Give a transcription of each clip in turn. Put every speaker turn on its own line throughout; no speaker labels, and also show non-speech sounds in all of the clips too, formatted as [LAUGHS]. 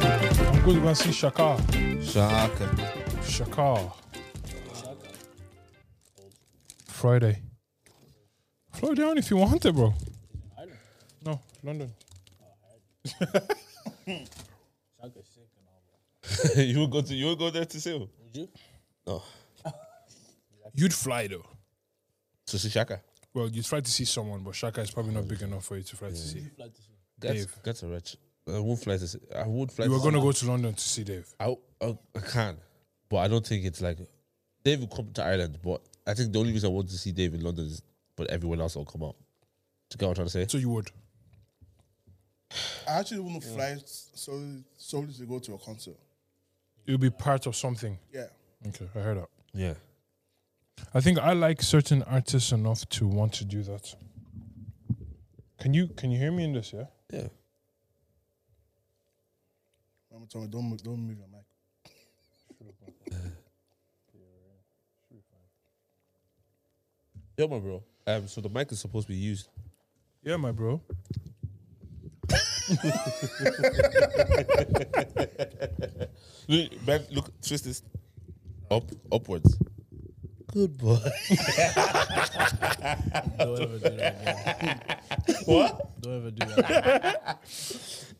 go we're gonna see Shakar.
Shaka. [LAUGHS]
Shakar. Friday. Fly down if you want it, bro. No, London.
you would go to you would go there to oh. see him.
Would you?
No.
You'd fly though.
To see Shaka.
Well, you try to see someone, but Shaka is probably not big enough for you to fly to see.
Like this.
That's
Dave.
that's a wretch. I won't fly to see I would fly
You
to
were
see
gonna go to London to see Dave.
I, I, I can, but I don't think it's like Dave will come to Ireland. But I think the only reason I want to see Dave in London is, but everyone else will come out. To get what I'm trying to say?
So you would.
I actually wouldn't fly s- solely, solely to go to a concert.
It would be part of something.
Yeah.
Okay, I heard that.
Yeah.
I think I like certain artists enough to want to do that. Can you can you hear me in this? Yeah.
Yeah.
Mama told me, don't, mo- don't move your mic.
Yo, my bro. Um, so the mic is supposed to be used.
Yeah, my bro.
Look, Ben, look, twist this up upwards. Good
[LAUGHS]
boy.
Don't ever do that again.
what?
Don't ever do that.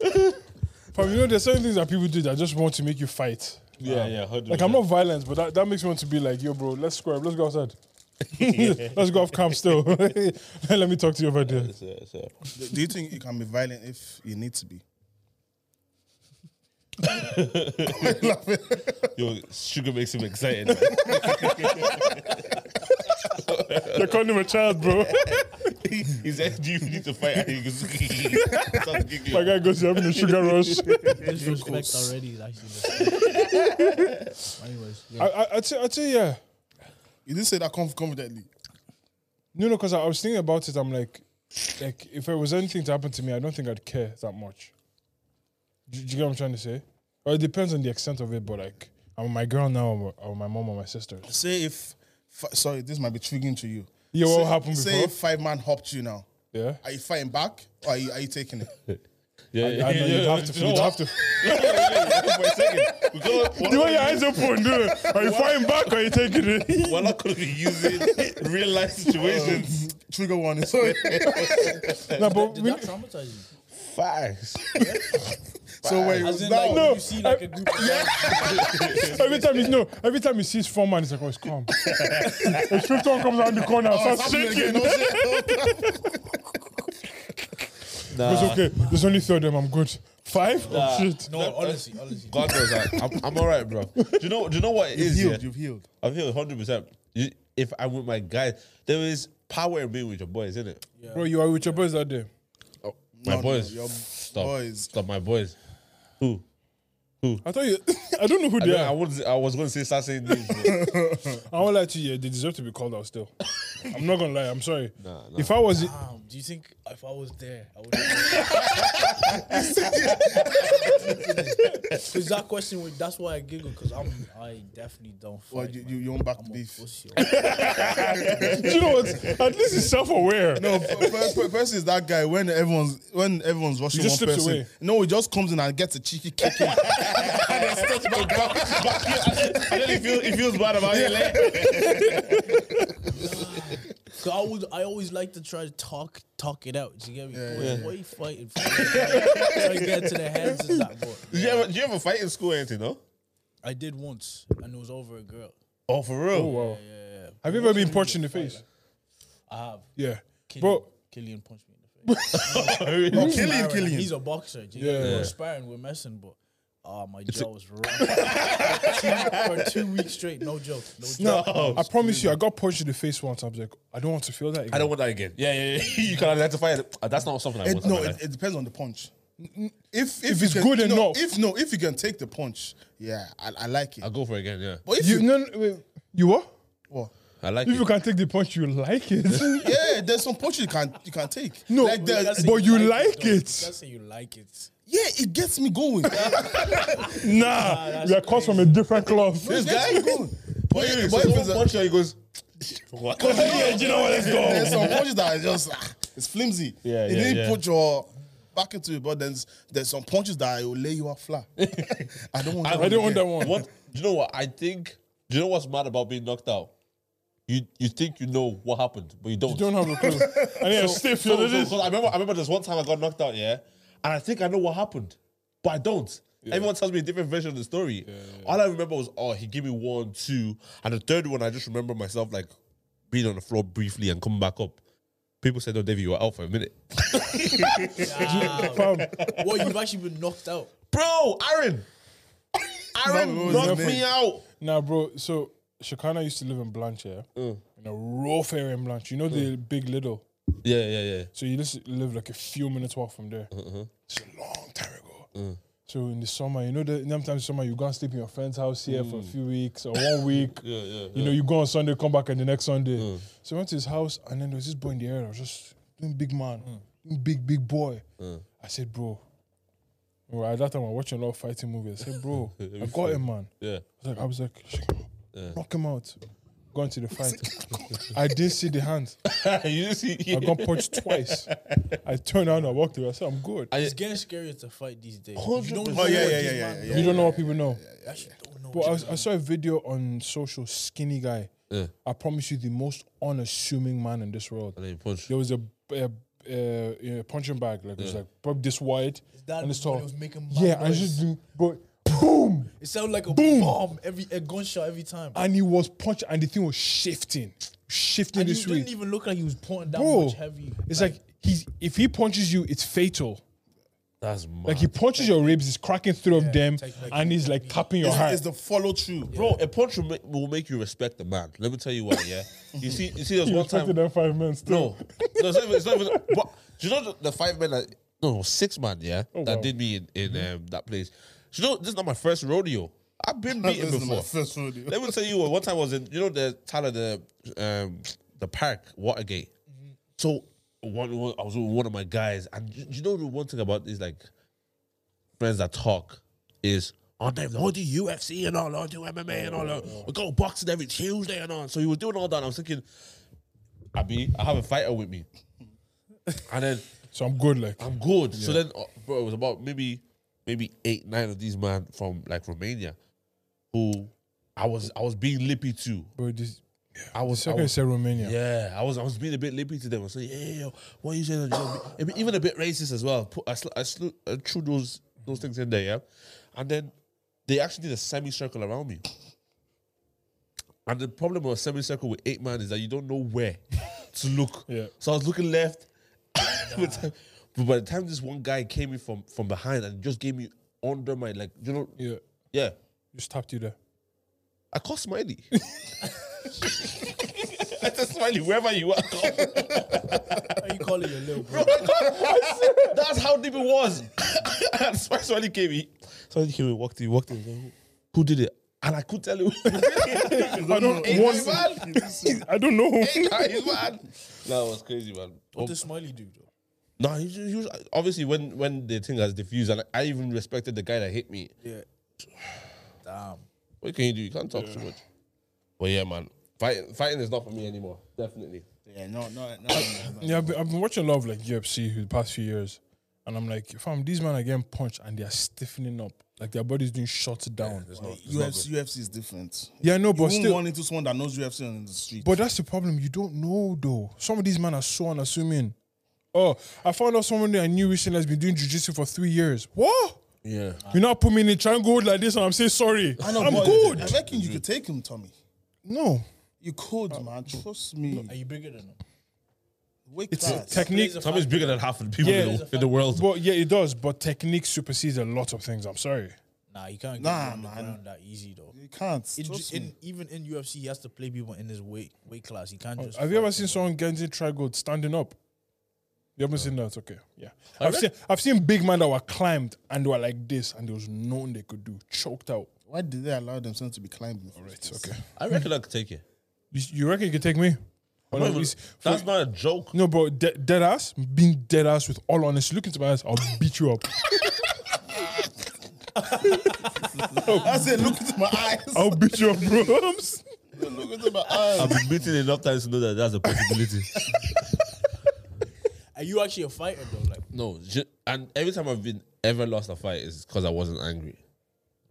Again.
But you know, there's certain things that people do that just want to make you fight.
Um,
Yeah, yeah. 100%.
Like I'm not violent, but that, that makes me want to be like, yo, bro, let's square up, let's go outside. let's go off camp still. [LAUGHS] Let me talk to you over there.
It's a- it's a-
Do- Do you think you can be violent if you need to be?
Yo, sugar makes him excited. man. [LAUGHS]
They're calling him a child, [LAUGHS] bro.
he said, "Do you need to fight?" And he goes, [LAUGHS] starts giggling.
My guy goes "You're having a sugar rush.
Disrespect already. Actually.
[LAUGHS]
Anyways, yeah.
I, I, I'd say, I'd say, yeah.
You didn't say that conf- confidently.
No, no, because I, I was thinking about it. I'm like, like if there was anything to happen to me, I don't think I'd care that much. Do, do you get what I'm trying to say? Or it depends on the extent of it. But like, I'm with my girl now, or, or my mom, or my sister.
Say if, f- sorry, this might be triggering to you.
Yeah, what
say,
will happen
Say
before?
if five man hopped you now.
Yeah,
Are you fighting back or are you, are you taking it?
Yeah,
I know you'd have to.
You know
You'd
what?
have to.
Wait a second.
[LAUGHS]
We got-
The way
Wala-
your eyes open, dude. Are you fighting back? Or are you taking
[LAUGHS]
it?
Wala could be
[LAUGHS]
using real life
Um,
situations.
Trigger one [LAUGHS] is
no, but
Did
we,
that traumatize you?
Oh,
Facts.
so where it
As
was
in,
now.
like,
No.
you see like a group of yeah.
every time he's no, every time he sees four man, he's like, oh, it's
[LAUGHS]
calm. a strict one comes around the corner, and starts
Happening
shaking.
again, oh, shit.
It's okay. There's only three of them. I'm good. Five? Oh shit.
[LAUGHS] No, honestly, honestly.
God knows I, I'm, I'm all right, bro. Do you know? Do you know what it
You've
is?
healed.
yeah?
You've healed.
I feel 100. percent If I'm with my guys, there is power in being with your boys, isn't it?
Bro, you are with your boys that day.
My
No, no,
boys.
your
stop.
boys.
Stop. My boys. Who?
I thought you. [LAUGHS] I don't know who
I,
they
yeah.
are.
I, was, I was going to say start saying names. bro.
I won't lie to you, yeah, they deserve to be called out still. [LAUGHS] I'm not gonna lie, I'm sorry.
Nah,
If I was [LAUGHS]
Damn, do you think if I was there, I would? Because that question, would- that's why I giggle. Because I'm, I definitely don't fight.
Well, you,
man.
you, you want back
I'm
to
a
beef.
pussy.
Do you know what? At least he's self aware.
No, f- [LAUGHS] first, first- first is that guy when everyone's when everyone's rushing
He just
one
slips
person.
away.
No, he just comes in and gets a cheeky kick in.
and then he feels, he feels bad about it. [LAUGHS] Like,
'Cause I would, I always like to try to talk, talk it out. Do you get me? Boy, What are you fighting for? Try to get to the hands of that boy. [LAUGHS]
did, you ever, did you ever fight in school or anything? No.
I did once, and it was over a girl.
Oh, for real?
Oh, wow. Have you ever been punched in the face?
I have.
Yeah.
Killian,
Bro,
Killian punched me in the face.
Oh, Really?
Killian,
Sparring,
Killian.
He's a boxer. Do you yeah.
Yeah.
We're sparring, we're messing, but oh, my jaw was rough. [LAUGHS] for two weeks straight, no joke. No joke.
No.
I promise you, I got punched in the face once. I was like, I don't want to feel that again.
I don't want that again. Yeah, yeah, yeah. [LAUGHS] you can identify it. Uh, That's not something I
It,
want. in
no,
my life.
it, it depends on the punch. If
If
if, you
it's
can-
good
no,
enough.
if no, if you can take the punch, yeah, I, I like it.
I'll go for it again, yeah.
But if you,
you, no, no, wait, you what?
what?
I like
If you
it.
can take the punch, you like it.
yeah, there's some punches you can you can take.
No,
like
You
there's,
gotta say
But you like
though. You
it.
gotta say you like it.
yeah, it gets me going. It
[LAUGHS] [LAUGHS] nah, we are cut from a different [LAUGHS] cloth.
gets me going. But,
Wait,
if-
so
but if
someone
it's a-
punch you and he goes, what?
Yeah, do you know what? Let's go.
there's some punches that are just ah, it's flimsy.
Yeah,
you
yeah,
didn't
yeah.
put your back into it, but then s- there's some punches that I will lay you out flat. I don't want.
I don't want that
again.
one.
What? Do you know what? I think. Do you know what's mad about being knocked out? You you think you know what happened, but you don't.
You don't have a clue. [LAUGHS] And then
So-
stiff,
so-
you know
so-
this.
so I remember, I remember there's one time I got knocked out, yeah, and I think I know what happened, but I don't. Everyone tells me a different version of the story. All I remember was, oh, he gave me one, two, and the third one, I just remember myself like being on the floor briefly and coming back up. People said, "Oh, David, you were out for a minute,
Fam, [LAUGHS]
What you've actually been knocked out.
bro." Aaron,
No,
Aaron
it was
knocked
his
me
name.
out.
Nah, bro. So Shakana used to live in Blanche, yeah? In a rough area in Blanche. You know the big little?
Yeah, yeah, yeah.
So you just live like a few minutes walk from there. It's a long time ago. So in the summer, you know, the them times summer you go and sleep in your friend's house here for a few weeks or one week.
Yeah, yeah,
You know, you go on Sunday, come back, and the next Sunday. So I went to his house, and then there was this boy in the area, just doing big man, doing big big boy. I said, bro. Well, at that time, I was watching a lot of fighting movies. I said, bro, I got him, man.
yeah.
I was like, I was like, "Shake him out. knock him out. Go into the fight. I didn't see the hand.
[LAUGHS] you just see.
I got punched twice. I turned around, I walked away. I said, I'm good.
I-
It's getting scarier to fight these days. You
100%.
don't know
Oh,
Oh
what
yeah, yeah,
these
yeah, yeah,
man
yeah.
know.
you don't know what people know.
You actually don't know.
But
what
I,
these
was- I saw a video on social, skinny guy. I promise you, the most unassuming man in this world.
And then he punched.
There was a, a, a, a punching bag, like it was like probably this wide
that
and it's
when
tall.
it was making mad
yeah, I
noise?
just do, but boom,
It sounded like a bomb every a gunshot every time.
and he was punched, and the thing was shifting, shifting
and you
this way.
didn't even look like he was pouring that
Bro,
much heavy.
It's like, he's if he punches you, it's fatal.
That's mad.
Like he punches your ribs, he's cracking through of them,
technically,
and he's like tapping your
It's,
heart.
it's the follow through.
Bro, a punch will make, will make you respect the man. Let me tell you why, yeah. You see, [LAUGHS] you see, there's
He
one time.
respected them five minutes. Too.
No, no, it's not even. It's not even but, do you know the, the five men that no six man, yeah, that
wow.
did me in in um, that place. Do you know this is not my first rodeo. I've been beaten
This is my
before.
first
[LAUGHS]
rodeo.
Let me tell you what. One time I was in, you know, the Tyler the um the park Watergate. So one, one- I was with one of my guys, and you, you know the one thing about these like friends that talk is. Oh, Dave, I'll do UFC and all, I'll do MMA and all, that. we go boxing every Tuesday and all. So he was doing all that. and I was thinking, Abi, I have a fighter with me. And then
So I'm good. Like
I'm good. So then, uh, bro, it was about maybe maybe eight, nine of these man from like Romania, who I was I was being lippy to.
Bro, this
I was, I
second
was
said Romania.
yeah, I was I was being a bit lippy to them. I was saying, yeah, yo, what are you saying? that you're a bit-" even a bit racist as well. Put, I, sl- I, sl- I threw those those things in there, yeah, and then they actually did a semicircle around me. And the problem with a semicircle with eight man is that you don't know where to look.
Yeah.
So I was looking left. [COUGHS] By the time- but by the time this one guy came in from from behind and just gave me under my like, you know,
yeah,
yeah,
just tapped you there.
I call Smiley. [LAUGHS] I said, Smiley, wherever you are, I call.
Why you calling your little bro?
[LAUGHS] That's how deep it was. [LAUGHS] and Sp- Swally came in. Swally came in, walked in, walked in. Who, who did it? And I could tell you. [LAUGHS] I
don't
Hey,
want-
guys, man.
[LAUGHS]
I don't know.
Hey, guys, man. That was crazy, man. Oh.
What does Smiley do, though?
No, he, was- he was obviously when when the thing has diffused, and I even respected the guy that hit me.
Yeah. Damn.
What can you do? You can't talk too much. But yeah, man, fighting fighting is not for me anymore. Definitely.
Yeah, no, no, no.
Yeah, I've been, I've been watching a lot of like UFC the past few years, and I'm like, fam, these men are getting punched and they are stiffening up, like their body's doing shot down.
UFC, UFC is different.
Yeah, no,
You
but
won't
still,
run into someone that knows UFC on the street.
but that's the problem. You don't know though. Some of these men are so unassuming. Oh, I found out someone that I knew recently has been doing jujitsu for three years. What?
Yeah.
You not put me in a triangle like this, and I'm saying sorry.
Ah. I know,
I'm
but
good.
I reckon you could take him, Tommy.
No,
You could, man. Trust me.
Are you bigger than him?
Wake
it's
class.
technique.
He's a
Tommy's
fighter.
bigger than half of the people
Yeah.
in, the, in the world.
But yeah, it does. But technique supersedes a lot of things. I'm sorry.
Nah, you can't get
Nah,
him on the
man.
ground that easy, though.
You can't.
In,
Trust me.
in, even in UFC, he has to play people in his weight weight class. He can't just.
Have you ever
fight
seen
them.
someone getting trigold standing up? You haven't seen that? Okay. Yeah.
I
I've
reck-
seen I've seen big men that were climbed and they were like this and there was nothing they could do. Choked out.
Why did they allow themselves to be climbing? All right, [LAUGHS]
okay.
I reckon I could take it.
You, you reckon you could take me? Or
Not
at
even-
least-
that's not a joke.
no, bro, de- dead ass, being dead ass with all honesty. Look into my eyes, I'll beat you up.
[LAUGHS] That's it. Look into my eyes.
I'll beat you up, bro. [LAUGHS] I'm s-
Look into my eyes.
I've been beaten enough times to know that that's a possibility.
Are you actually a fighter though? Like,
[LAUGHS] No, ju- and every time I've been ever lost a fight is because I wasn't angry.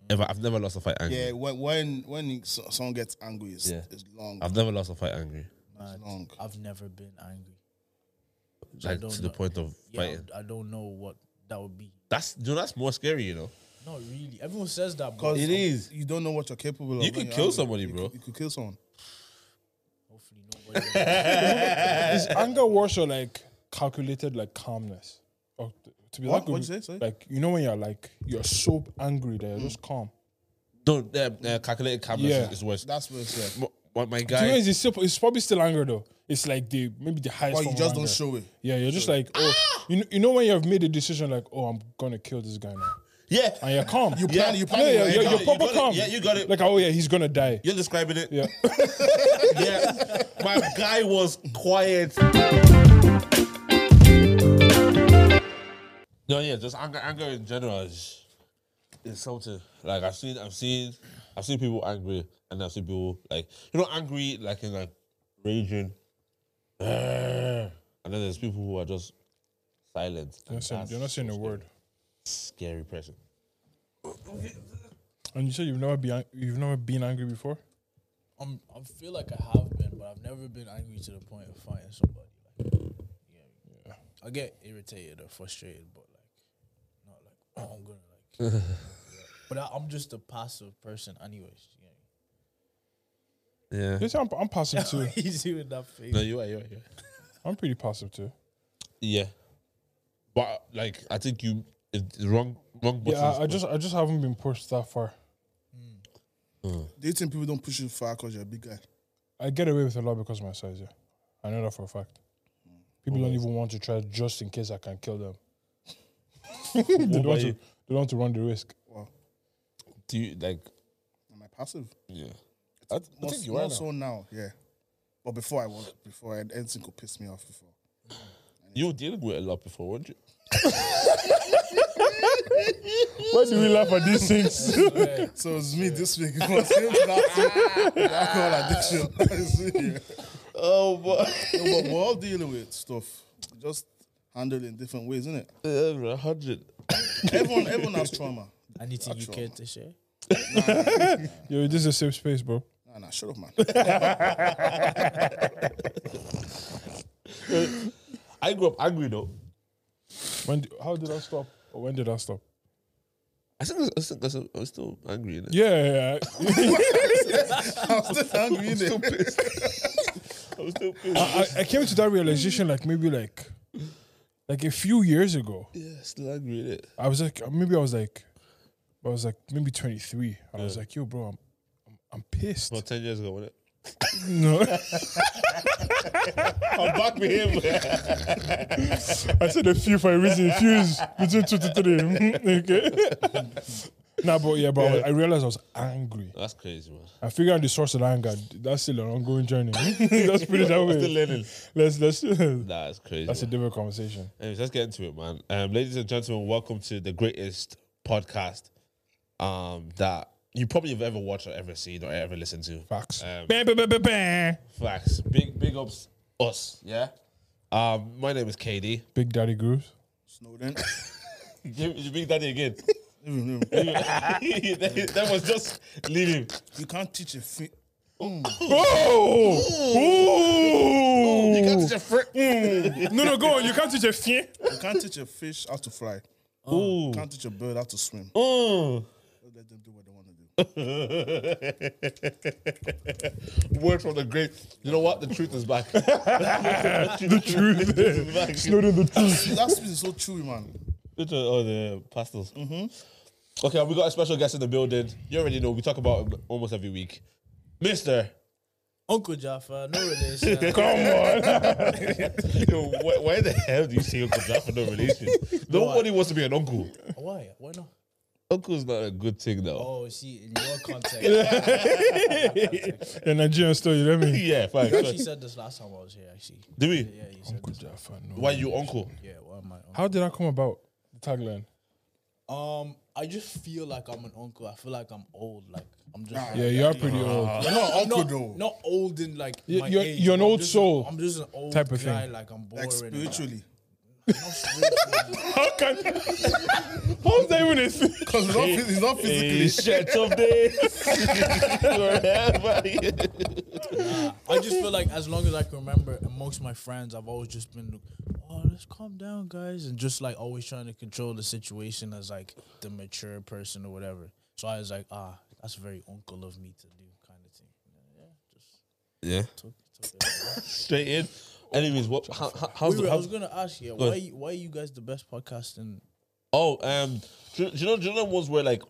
Ever, I've never lost a fight angry.
Yeah, when when when you- so- someone gets angry, it's,
Yeah.
it's long.
I've never lost a fight angry,
It's long.
I've never been angry. I
like
don't
to the
know.
point of
Yeah,
fighting.
I don't know what that would be.
That's you know, that's more scary, you know.
Not really. Everyone says that, but
Because
It is.
You don't know what you're capable of.
You
when
could
you're
kill
angry.
somebody,
You
bro.
could- You could kill someone.
hopefully nobody.
Is [LAUGHS] anger worse or like calculated like calmness? Or t- to be
What?
that good-
What'd you say? Sorry? Hmm.
Like you know when you're like you're so angry that you're just calm.
No, uh, uh, calculated calmness
Yeah.
is, is worse.
That's worse. Yeah.
M- my, my
Do you know
guy,
it's, it's still, it's probably still anger though. It's like the maybe the highest.
But you
form of
just don't
anger.
show it. Ah!
Yeah, you're just like oh, you know, you know when you've made a decision like oh I'm gonna kill this guy now,
yeah,
and
[LAUGHS]
you're calm.
You plan. You plan.
yeah,
it
yeah,
ahead.
you're,
got
you're
it, you
proper
got it.
calm.
Yeah, you got it.
Like oh yeah, he's gonna die.
you're describing it.
Yeah.
[LAUGHS] yeah. my guy was quiet. No, yeah, just anger, anger in general is, is something. Like I've seen, I've seen, I've seen people angry, and I've seen people like you know angry, like in like raging. [SIGHS] "Argh," And then there's people who are just silent.
You're
and
not saying-
that's
you're not saying a word.
Scary person.
And you said you've never been you've never been angry before.
[LAUGHS] I'm, I feel like I have been, but I've never been angry to the point of fighting somebody. Like, yeah, I get irritated or frustrated, but like, not like oh, I'm gonna
[LAUGHS]
like. yeah. But I, I'm just a passive person, anyways. Yeah.
Yeah.
You see, I'm, I'm passive
[LAUGHS]
too.
[LAUGHS] He's doing that face.
No, you are, you are, you are.
I'm pretty passive too.
Yeah. But like, I think you it's the wrong, wrong.
Yeah,
buttons,
I, I
but-
just I just haven't been pushed that far.
Do you think people don't push you far because you're a big guy?
I get away with a lot because of my size. Yeah, I know that for a fact. People don't even want to try just in case I can kill them. [LAUGHS] they, don't
about
want to,
you?
they don't want to run the risk.
do you like
Am I passive?
yeah I, th- I
More-
think you
more
are now.
so now. Yeah. But before I was, before I, anything could piss me off before.
you were dealing with it a lot before weren't you
Why do we laugh at these things?
So it's me this week. [LAUGHS] It was him last week. with Alcohol addiction. [LAUGHS] It's me.
oh but
No, but we're all dealing with stuff. Just handled in different ways, isn't it?
a hundred
Everyone, everyone has trauma.
Anything you
Actual.
care to share?
Yo, this is a safe space, bro.
Nah, nah, shut up, man. [LAUGHS]
I grew up angry though
When d how did I stop? Or when did I stop?
I think I think that's a, I was still angry innit?
Yeah, yeah, yeah.
I'm still angry,
I'm
innit?
still pissed I was still pissed [LAUGHS]
I, I- I came to that realization like maybe like like a few years ago.
yeah still angry innit?
I was like maybe I was like I was like maybe 23. I was like, yo, bro, I'm I'm, I'm pissed.
about ten years ago wasn't it
No.
I'm back with him
I said a few for a reason. A few is between two to three. hmm, okay. [LAUGHS] nah, but yeah, but I was- I realized I was angry.
that's crazy man
I figured out the source of the anger. That's still an ongoing journey. [LAUGHS] Let's put it that
I'm still
way.
learning
Let's let's. [LAUGHS]
nah it's crazy
That's a
man.
different conversation.
Anyways, let's get into it man um, ladies and gentlemen welcome to the greatest podcast um that you probably have ever watched or ever seen or ever listened to
Facts.
Um,
Bam, bam, bam, bam, bam.
Facts. Big big ups us. Yeah. Um, my name is KD.
Big Daddy Grooves.
Snowden.
Give, you big daddy again. [LAUGHS]
Leave him, leave him.
that, that was just leave him.
You can't teach a thing.
Oh!
You can't teach a friend. Mm.
No, no, go on. You can't teach a fiend.
You can't teach a fish how to fly.
Ooh. Oh.
You can't teach a bird how to swim.
Ooh.
Don't let them do what they want to do.
Word from the great. You know what? The truth is back.
The truth.
is back.
Snowden, the truth.
That speech is so true, man.
Which are all the pastels? Okay, we got a special guest in the building. You already know. We talk about him almost every week. Mister.
Uncle Jaffa, no
[LAUGHS]
relation.
Come on.
Yo, wh- why the hell do you say Uncle Jack for no relation? Nobody wants to be an uncle.
Why? Why not?
Uncle's not a good thing though.
Oh, see, in [LAUGHS] your context,
You're Nigerian still, you
[LAUGHS]
let me?
[LAUGHS]
Yeah, fine.
you
sure.
actually said this last time I was here. Actually,
Do we?
yeah, you said this.
Why you uncle?
Yeah, why am I? on-
How did that come about? The tagline.
Um, I just feel like I'm an uncle. I feel like I'm old. Like I'm just.
Nah,
like-
Yeah, you are pretty old.
[LAUGHS]
You're not an
I'm
uncle,
not,
though.
Not old in like
Y-
my
you're-
age.
you're an
I'm
old
just-
soul
I'm just an old
type of
guy.
thing.
Like I'm boring.
Like
Like,
spiritually.
How
[LAUGHS]
can? How's that even a thing?
Because it's not, phys- it's not physically.
shit of days.
[LAUGHS] I just feel like as long as I can remember, amongst my friends, I've always just been, oh, let's calm down, guys, and just like always trying to control the situation as like the mature person or whatever. So I was like, ah, that's very uncle of me to do kind of thing. Yeah, just
Yeah,
took, took it.
straight in. Anyways, what? How, how, how's
Wait,
the,
wait, I
how's,
was gonna ask you,
ahead.
why you- why are you guys the best podcast in?
oh um, do, do you know do you know the ones where like,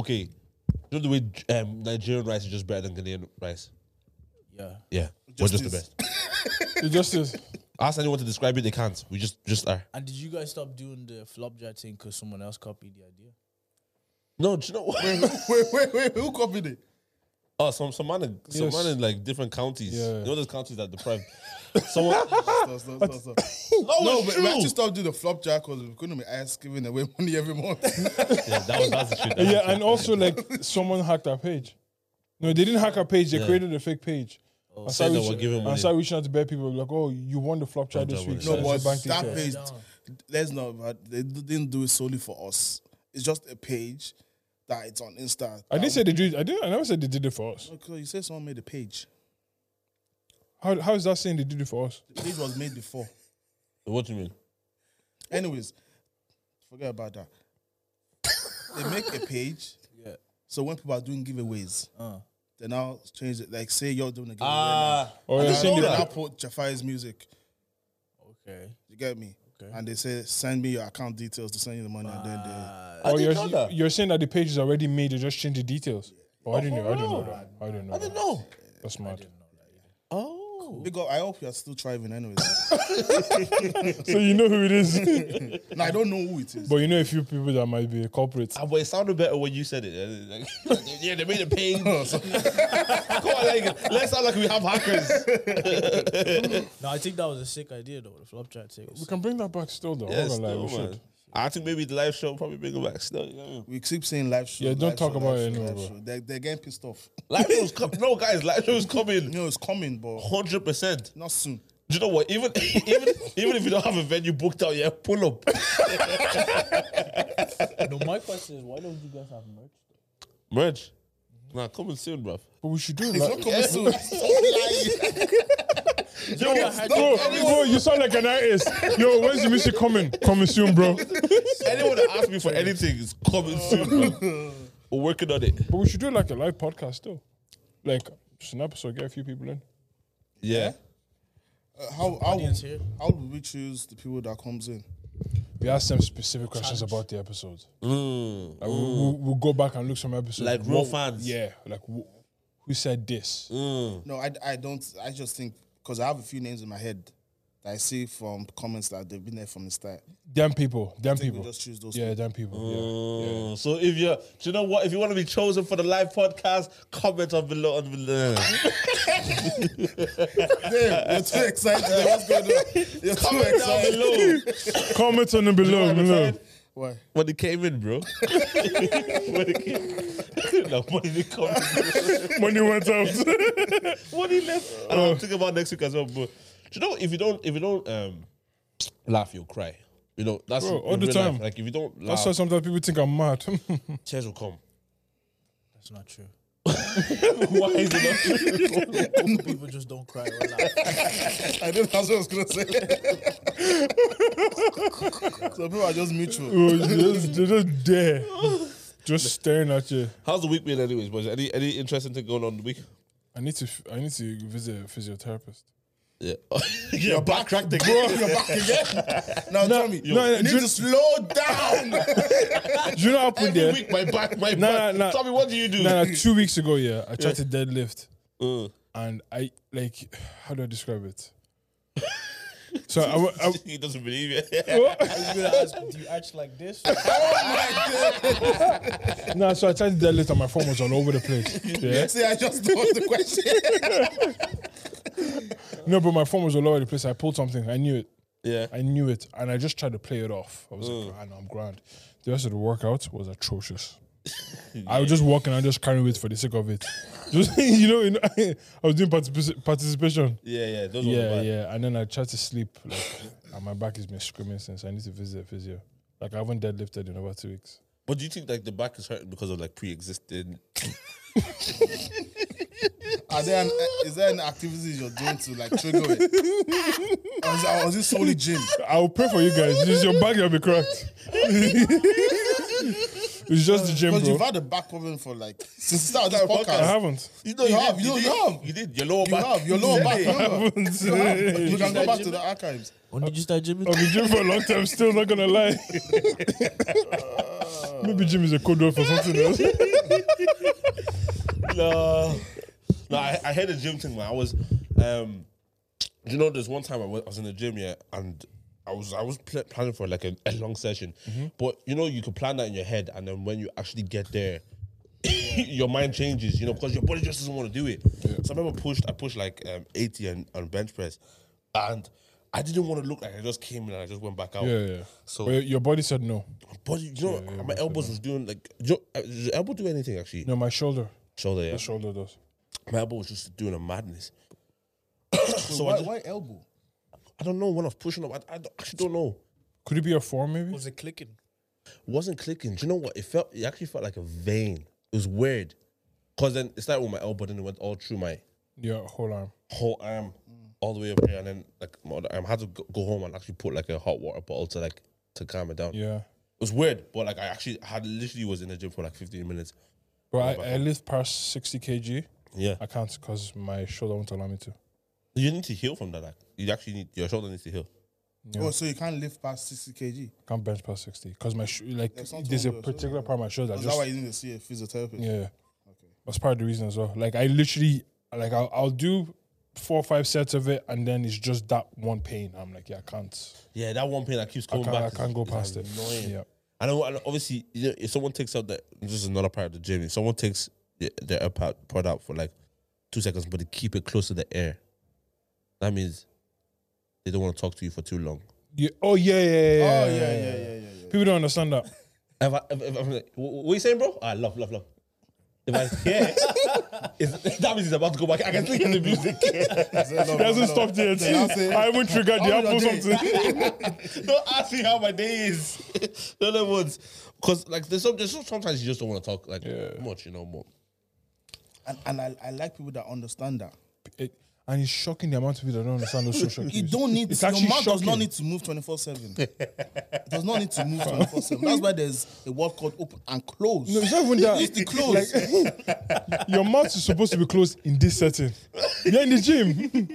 okay, do you know the way um Nigerian rice is just better than Ghanaian rice?
Yeah,
Yeah, we're just the
is.
best.
It just is.
Ask anyone to describe it, they can't. We just just are.
and did you guys stop doing the flopjack thing because someone else copied the idea?
No, do you know what?
[LAUGHS] wait, wait, wait. Who copied it?
Oh, some some man in some
Yes.
man in like different counties.
Yeah.
You know those counties that deprived. [LAUGHS] Someone
Stop, stop, stop, stop. No, but we actually stopped doing the flopjack because we couldn't be asked giving away [LAUGHS] money every month.
yeah, that was that's the shit.
Yeah, and also like
[LAUGHS]
someone hacked our page. No, they didn't hack our page. They
Yeah.
created a fake page. Oh, I
Said
started,
that
reach,
we're giving
I
money.
started reaching out to bad people like, "Oh, you won the flop chart this
job,
week."
buddy.
so
No,
Yeah,
it's
but
your bank
that
details."
page,
down.
let's not. but They d- didn't do it solely for us. It's just a page that it's on Insta.
I didn't say they did. I didn't. I never said they did it for us.
Because you said someone made a page.
How, how is that saying they did it for us?
The page was made before.
What do you mean?
Anyways, forget about that. they make a page.
Yeah.
So when people are doing giveaways,
Uh.
they now change it. Like, say you're doing a giveaway
Ah,
Or
now.
you're
And
saying
they
they
now
put,
put Jafai's music.
Okay.
You get me?
Okay.
And they say, send me your account details to send you the money. And then they.
I
or
didn't know
you're,
that.
you're saying that the page is already made. They just changed the details. Oh, I didn't know. I didn't know that. I didn't know.
I didn't know.
That. That's mad.
Oh,
Big up. I hope you're still thriving, anyways. [LAUGHS]
so you know who
[LAUGHS]
it is,
no, I don't know who it is.
but you know a few people that might be culprits.
Ah, but it sounded better when you said it. [LAUGHS] eh? Like, yeah, they made a pain. [LAUGHS] Come on, like, let's sound like we have hackers.
No, I think that was a sick idea though. The flopjack thing. was
We
sick.
can bring that back still, though.
Yeah,
I'm not gonna lie,
still,
we
man.
should.
I think maybe the live show will probably bring it back. Still, you know what I mean?
We keep saying live show.
Yeah, don't
live
talk
show,
about
live
it
show,
anymore,
live
bro.
show. They're, they're getting pissed off.
live show's coming. No, guys, live show's coming.
You know, it's coming, but
Hundred percent.
not soon.
Do you know what? Even [LAUGHS] even even if you don't have a venue booked out yet, pull up.
no, my question is, why don't you guys have merch?
Merch. Nah, coming soon, bruv.
But we should do
It's not
like,
[LAUGHS]
coming
[LAUGHS]
soon.
Yo,
Bro, bro, you sound like an artist. Yo, when's the music coming? Coming soon, bro. But
anyone that asks [LAUGHS] me for anything is coming soon, bruv. We're working on it.
we should do like a live podcast though. Like just an episode, get a few people in.
Yeah.
Uh, how, how,
Audience here.
how would we choose the people that comes in?
We ask them specific questions about the episodes.
Mm.
Like, we'll, we'll, we'll go back and look some episodes.
Like real
Whoa,
fans.
Yeah. Like wh- who said this?
Mm.
No, I, I don't. I just think because I have a few names in my head that I see from comments that they've been there from the start.
Them people. Them
I think we
people.
just choose those.
Oh. Yeah, them people. Yeah. yeah.
Mm. So if you're, do you know what? If you want to be chosen for the live podcast, comment on below. On below.
people. [LAUGHS] Damn, you're too excited. What's going on? You're too
comment down
excited.
below.
Comment on them below. below.
Why?
When they came in, bro. [LAUGHS] when it came, [LAUGHS] no, when it come, [LAUGHS]
Money went out.
when he left, and I'll think about next week as well. But do you know if you don't, if you don't um, laugh, you'll cry. You know that's
Bro,
in
all the
real life.
time.
Like if you don't laugh,
That's why sometimes people think I'm mad.
tears will come.
That's not [LAUGHS] true.
Why is it not?
People just don't cry. Or laugh.
I didn't. [LAUGHS] That's what I was gonna say. so people are just
[LAUGHS] [LAUGHS]
mutual.
Bro, they're just, they're just
[LAUGHS]
there. Just staring at you.
How's the week been, anyways, boys? Any any interesting thing going on the week?
I need to f- I need to visit a physiotherapist.
Yeah, [LAUGHS] you're back cracked again.
You're
[LAUGHS]
back again. Now tell me,
no, no,
you need
do-
to slow down.
Do you know what
[LAUGHS]
happened
Every
there?
week, my back, my
Nah,
back.
nah.
Tommy, what do you do?
No, no, two weeks ago, yeah, I tried to deadlift
Uh,
and I like, how do I describe it? So I, wa- I,
he doesn't believe it.
[LAUGHS]
wa-
I was gonna ask, do you act like this?
nah, so I tried to deadlift and my phone was all over the place. Yeah,
See, I just know the question. [LAUGHS]
no, but my phone was all over the place. I pulled something, I knew it,
yeah.
I knew it, and I just tried to play it off. I was like, I know I'm grand. The rest of the workout was atrocious. I was just walking and just carrying weight for the sake of it. [LAUGHS] Just you know, you know [LAUGHS] I was doing particip- participation.
Yeah, yeah, those ones are
Yeah,
bad.
yeah. And then I tried to sleep. Like, [COUGHS] and my back has been screaming since. I need to visit a physio. Like I haven't deadlifted in over two weeks.
But do you think like the back is hurting because of like pre-existing?
Are there an, is there any activities you're doing to like trigger it? or, is, or is it solely gym?
I will pray for you guys. It's your back that'll be cracked. [LAUGHS] it's just the gym,
Because
bro.
you've had a back problem for like since the start
[LAUGHS]
of this
I
podcast.
haven't.
You know,
You have, you
did,
know, you have.
you did your lower
You
back.
have your lower
[LAUGHS]
back.
I [LAUGHS]
remember?
haven't.
You
I've
can go back to the archives.
When did you start gymming?
been gym for a long time. Still not gonna lie. [LAUGHS] Maybe gym is a code word for something else.
no, no. I, I had a gym thing. Man. I was, um, you know, there's one time I was, I was in the gym, yeah, and I was I was pl- planning for like a, a long session,
Mm-hmm.
but you know, you could plan that in your head, and then when you actually get there, [COUGHS] your mind changes, you know, because your body just doesn't want to do it. So I remember pushed, I pushed like um, 80 and, and bench press, and I didn't want to look like I just came in and I just went back out.
Yeah, yeah.
So-
So but your body said no.
But you know, my elbows was doing like, do you know, uh, does your elbow do anything actually?
No, my shoulder.
Shoulder, yeah.
My shoulder does.
My elbow was just doing a madness. so I,
why,
just-
why elbow?
I don't know when I was pushing up. I, I don't- actually don't know.
Could it be a form, maybe?
[LAUGHS] Was it clicking?
It wasn't clicking. Do you know what? It felt. It actually felt like a vein. It was weird. Cause then it started with my elbow, then it went all through my
Yeah, whole arm.
whole arm, all the way up here, and then like my other arm. I had to go go home and actually put like a hot water bottle to like to calm it down.
Yeah.
It was weird, but like I actually had literally was in the gym for like 15 minutes.
But I, I lift past 60 kg.
Yeah,
I can't because my shoulder won't allow me to.
you need to heal from that. Like you actually need your shoulder needs to heal.
Oh, so you can't lift past 60 kg.
Can't bench past 60 because my sho like
There's something
there's a
wrong with your
particular part of my shoulder. that
Is that why
Just,
you need to see a physiotherapist?
yeah. That's part of the reason as well. Like I literally like I'll, I'll do four or five sets of it and then it's just that one pain. I'm like, yeah, I can't.
Yeah, that one pain that keeps
I
coming
can't,
back.
I
is-
can't go
is
past it.
annoying.
Yeah.
I know, I know- obviously, you know, if someone takes out that, this is another part of the gym. If someone takes the- their AirPod pod out for like two seconds, but they keep it close to the air, that means they don't want to talk to you for too long.
yeah. Oh yeah, yeah, yeah.
Oh yeah, yeah, yeah, Oh, yeah, [LAUGHS] yeah.
People don't understand that.
If I, if, if I'm like, "Wh- what are you saying, bro? I love, love, love. If I [LAUGHS] hear, it's, that means it's about to go back. I can still hear the music. [LAUGHS]
[LAUGHS]
It hasn't stopped yet. I haven't triggered the
How
apple
was your day?
something. [LAUGHS]
don't ask me how my day [LAUGHS] is. the other ones, because like there's some, there's some sometimes you just don't want to talk like
Yeah.
much, you know, more.
And, and I, I like people that understand that.
It, and it's shocking the amount of people that don't understand those social cues.
You don't need
It's
your
actually
mouth does not
shocking.
need to move twenty four [LAUGHS] seven. It does not need to move twenty four seven. That's why there's a word called open and close.
No, it's not even that.
It's the close.
Your mouth is supposed to be closed in this setting. You're in the gym.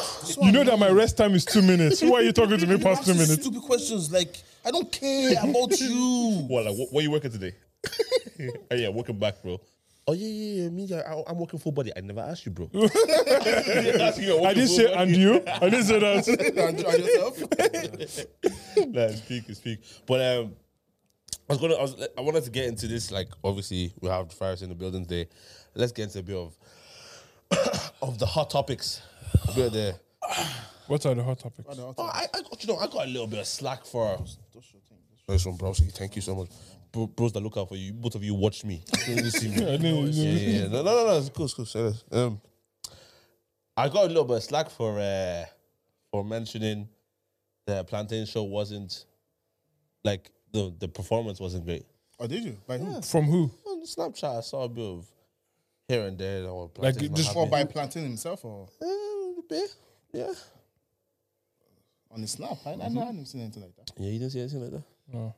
So
You know
I'm-
that my rest time is two minutes. Why are you talking to me
you
past two
ask these
minutes?
Stupid questions like I don't care [LAUGHS] about you.
Well, like, what, what are you working today? [LAUGHS] oh, yeah, working back, bro. Oh, yeah, yeah, yeah. Me, yeah, I, I'm working full body. I never asked you, bro. [LAUGHS] I
I didn't say and you. I didn't say that.
[LAUGHS]
And you- and yourself.
nah, speak, speak. But um, I was gonna, I, was, I wanted to get into this. Like, obviously, we have the fires in the building today. Let's get into a bit of of [COUGHS] the hot topics. A bit of the,
What are the hot topics?
oh, I, I got, you know, I got a little bit of slack for. Nice one, Browski. Thank you so much, Bro, bros. That look out for you. Both of you watched me. [LAUGHS] You didn't see me.
I didn't-
yeah, yeah, yeah. No, no, no, no. It's cool, it's cool. serious. Um, I got a little bit of slack for uh, for mentioning the plantain show wasn't like the the performance wasn't great.
Oh, did you? By who?
From who?
On Snapchat, I saw a bit of here and there. That were
Like,
Plantain's not
just
happy.
Or by Plantain himself or
Eh, a bit. Yeah,
on the snap? I, I know I haven't seen anything like that.
yeah. You didn't see anything like that.
No.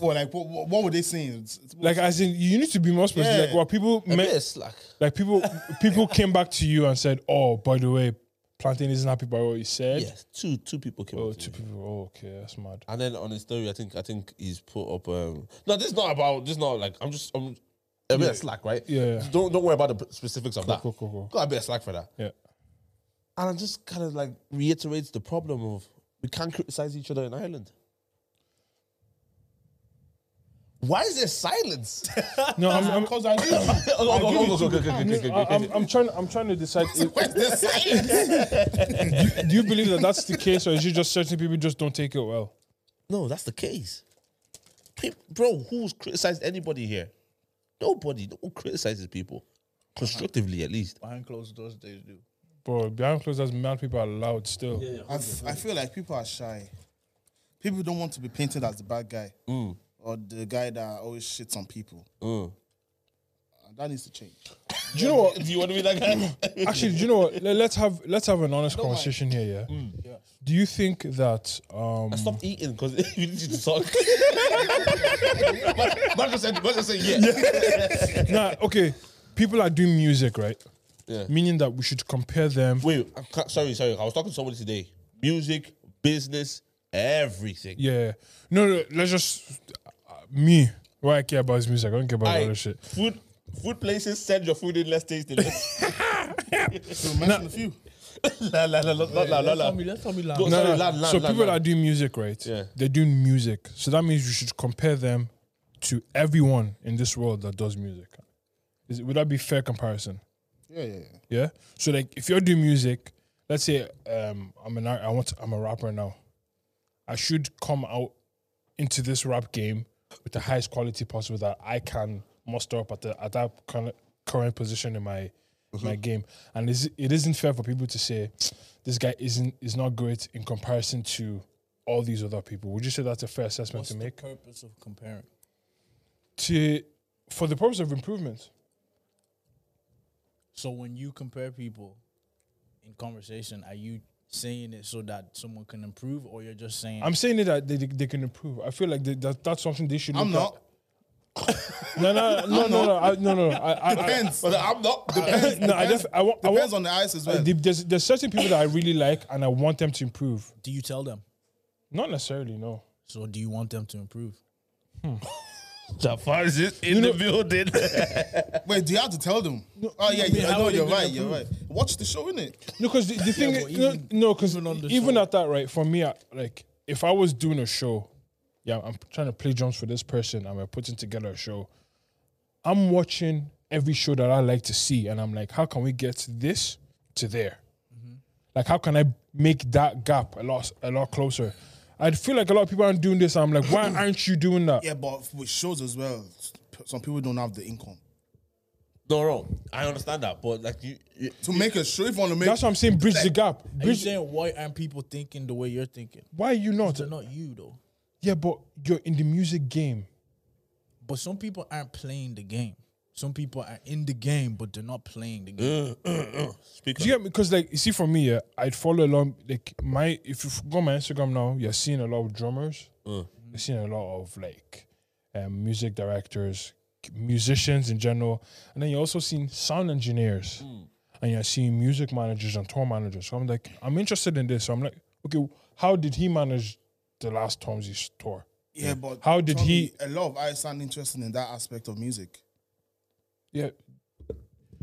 Well, like what, what, what were they saying? It's- it's-
Like as in, you need to be more specific.
Yeah.
Like what people
A
meant.
bit of slack.
Like people, people came back to you and said, "Oh, by the way, plantain isn't happy by what you said."
Yes, two two people came.
Oh,
up to
two
me.
people. Oh, okay, that's mad.
And then on his story, I think I think he's put up. Um, no, this is not about. This is not like I'm just. I'm a bit of slack, right?
Yeah.
Don't don't worry about the p- specifics of that.
cool, cool, cool.
Got a bit of slack for that,
Yeah.
and it just kind of like reiterates the problem of we can't criticize each other in Ireland. Why is there
[LAUGHS]
silence? [LAUGHS]
No, I'm, I'm,
because I do.
Oh, oh, oh, oh, okay, okay, okay, okay,
No, I-
okay.
I'm, I'm trying. I'm trying to decide. If, do, do you believe that that's the case, or is it just certain people just don't take it well?
No, that's the case. Pe- Bro, who's criticized anybody here? Nobody. No one criticizes people constructively, at least.
Behind closed doors, they do.
Bro, behind closed doors, mad people are loud still.
Yeah,
I, f- I feel like people are shy. People don't want to be painted as the bad guy
Mm.
or the guy that always shits on people. And that needs to change.
Do you know what?
Do you want to be that guy?
Actually, do you know what? Le- Let's have let's have an honest conversation here. Yeah.
Mm.
Yes.
Do you think that um
Stop eating because [LAUGHS] you need to talk. Marcus said, Marcus said, yeah.
nah, okay, people are doing music, right?
Yeah.
Meaning that we should compare them.
Wait, I can't- sorry, sorry. I was talking to somebody today. Music, business, everything.
Yeah. No, no, let's just uh, me. What I care about is music. I don't care about
Aye,
other shit.
food, food places send your food in less tasty. [LAUGHS]
So mention a few.
la la la la la la la. la.
let's tell me
Go-
No,
Oh, sorry,
no.
land, land,
so
land,
people
land.
that do music, right?
Yeah.
They're doing music. So that means you should compare them to everyone in this world that does music. Is, would that be fair comparison?
Yeah, yeah, yeah.
Yeah. So like, if you're doing music, let's say um, I'm an ar- I want to, I'm a rapper now. I should come out into this rap game with the highest quality possible that I can muster up at the at that current current position in my my
Mm-hmm.
game. And is it isn't fair for people to say this guy isn't is not great in comparison to all these other people. Would you say that's a fair assessment
What's
to
the
make?
purpose of comparing?
To for the purpose of improvement.
So when you compare people in conversation, are you saying it so that someone can improve, or you're just saying
I'm saying it that they, they can improve. I feel like they, that that's something they should.
I'm
look at.
not.
No, no, no, no, no, I, no, no. I, I, I,
[LAUGHS] Depends.
But I'm not.
no, I just, I want, I
Depends
want.
on the eyes as
uh,
well.
the- There's, there's certain people that I really like, and I want them to improve.
do you tell them?
Not necessarily, no.
So do you want them to improve? Hmm. [LAUGHS]
Jafar is in the building.
Wait, do you have to tell them? oh, yeah,
I mean,
yeah,
how
no,
are they
you're
gonna
right, you're right. Watch the show, innit?
No, because the, the thing,
but even-
no, because
even on
even,
the show.
at that, right? For me, I, like, if I was doing a show, yeah, I'm trying to play drums for this person, and we're putting together a show. I'm watching every show that I like to see, and I'm like, how can we get this to there?
Mm-hmm.
Like, how can I make that gap a lot, a lot closer? I feel like a lot of people aren't doing this. I'm like, why aren't you doing that?
Yeah, but with shows as well, some people don't have the income.
no, no. I understand that, but like you, you [CLEARS THROAT]
To make a show, if you want to make
That's what I'm saying. Bridge the gap.
Are you
Bridge.
saying why aren't people thinking the way you're thinking?
Why are you not?
They're not you though.
Yeah, but you're in the music game.
But some people aren't playing the game. Some people are in the game, but they're not playing the game.
speak.
Do you get me? Because like, you see, for me, yeah, I'd follow along. Like my, if you go on my Instagram now, you're seeing a lot of drummers.
Mm.
You're seeing a lot of like, um, music directors, musicians in general, and then you're also seeing sound engineers,
Mm.
and you're seeing music managers and tour managers. So I'm like, I'm interested in this. So I'm like, okay, how did he manage the last Tom's tour?
Yeah, but
How did he-
A lot of eyes sound interested in that aspect of music.
Yeah,
Mm.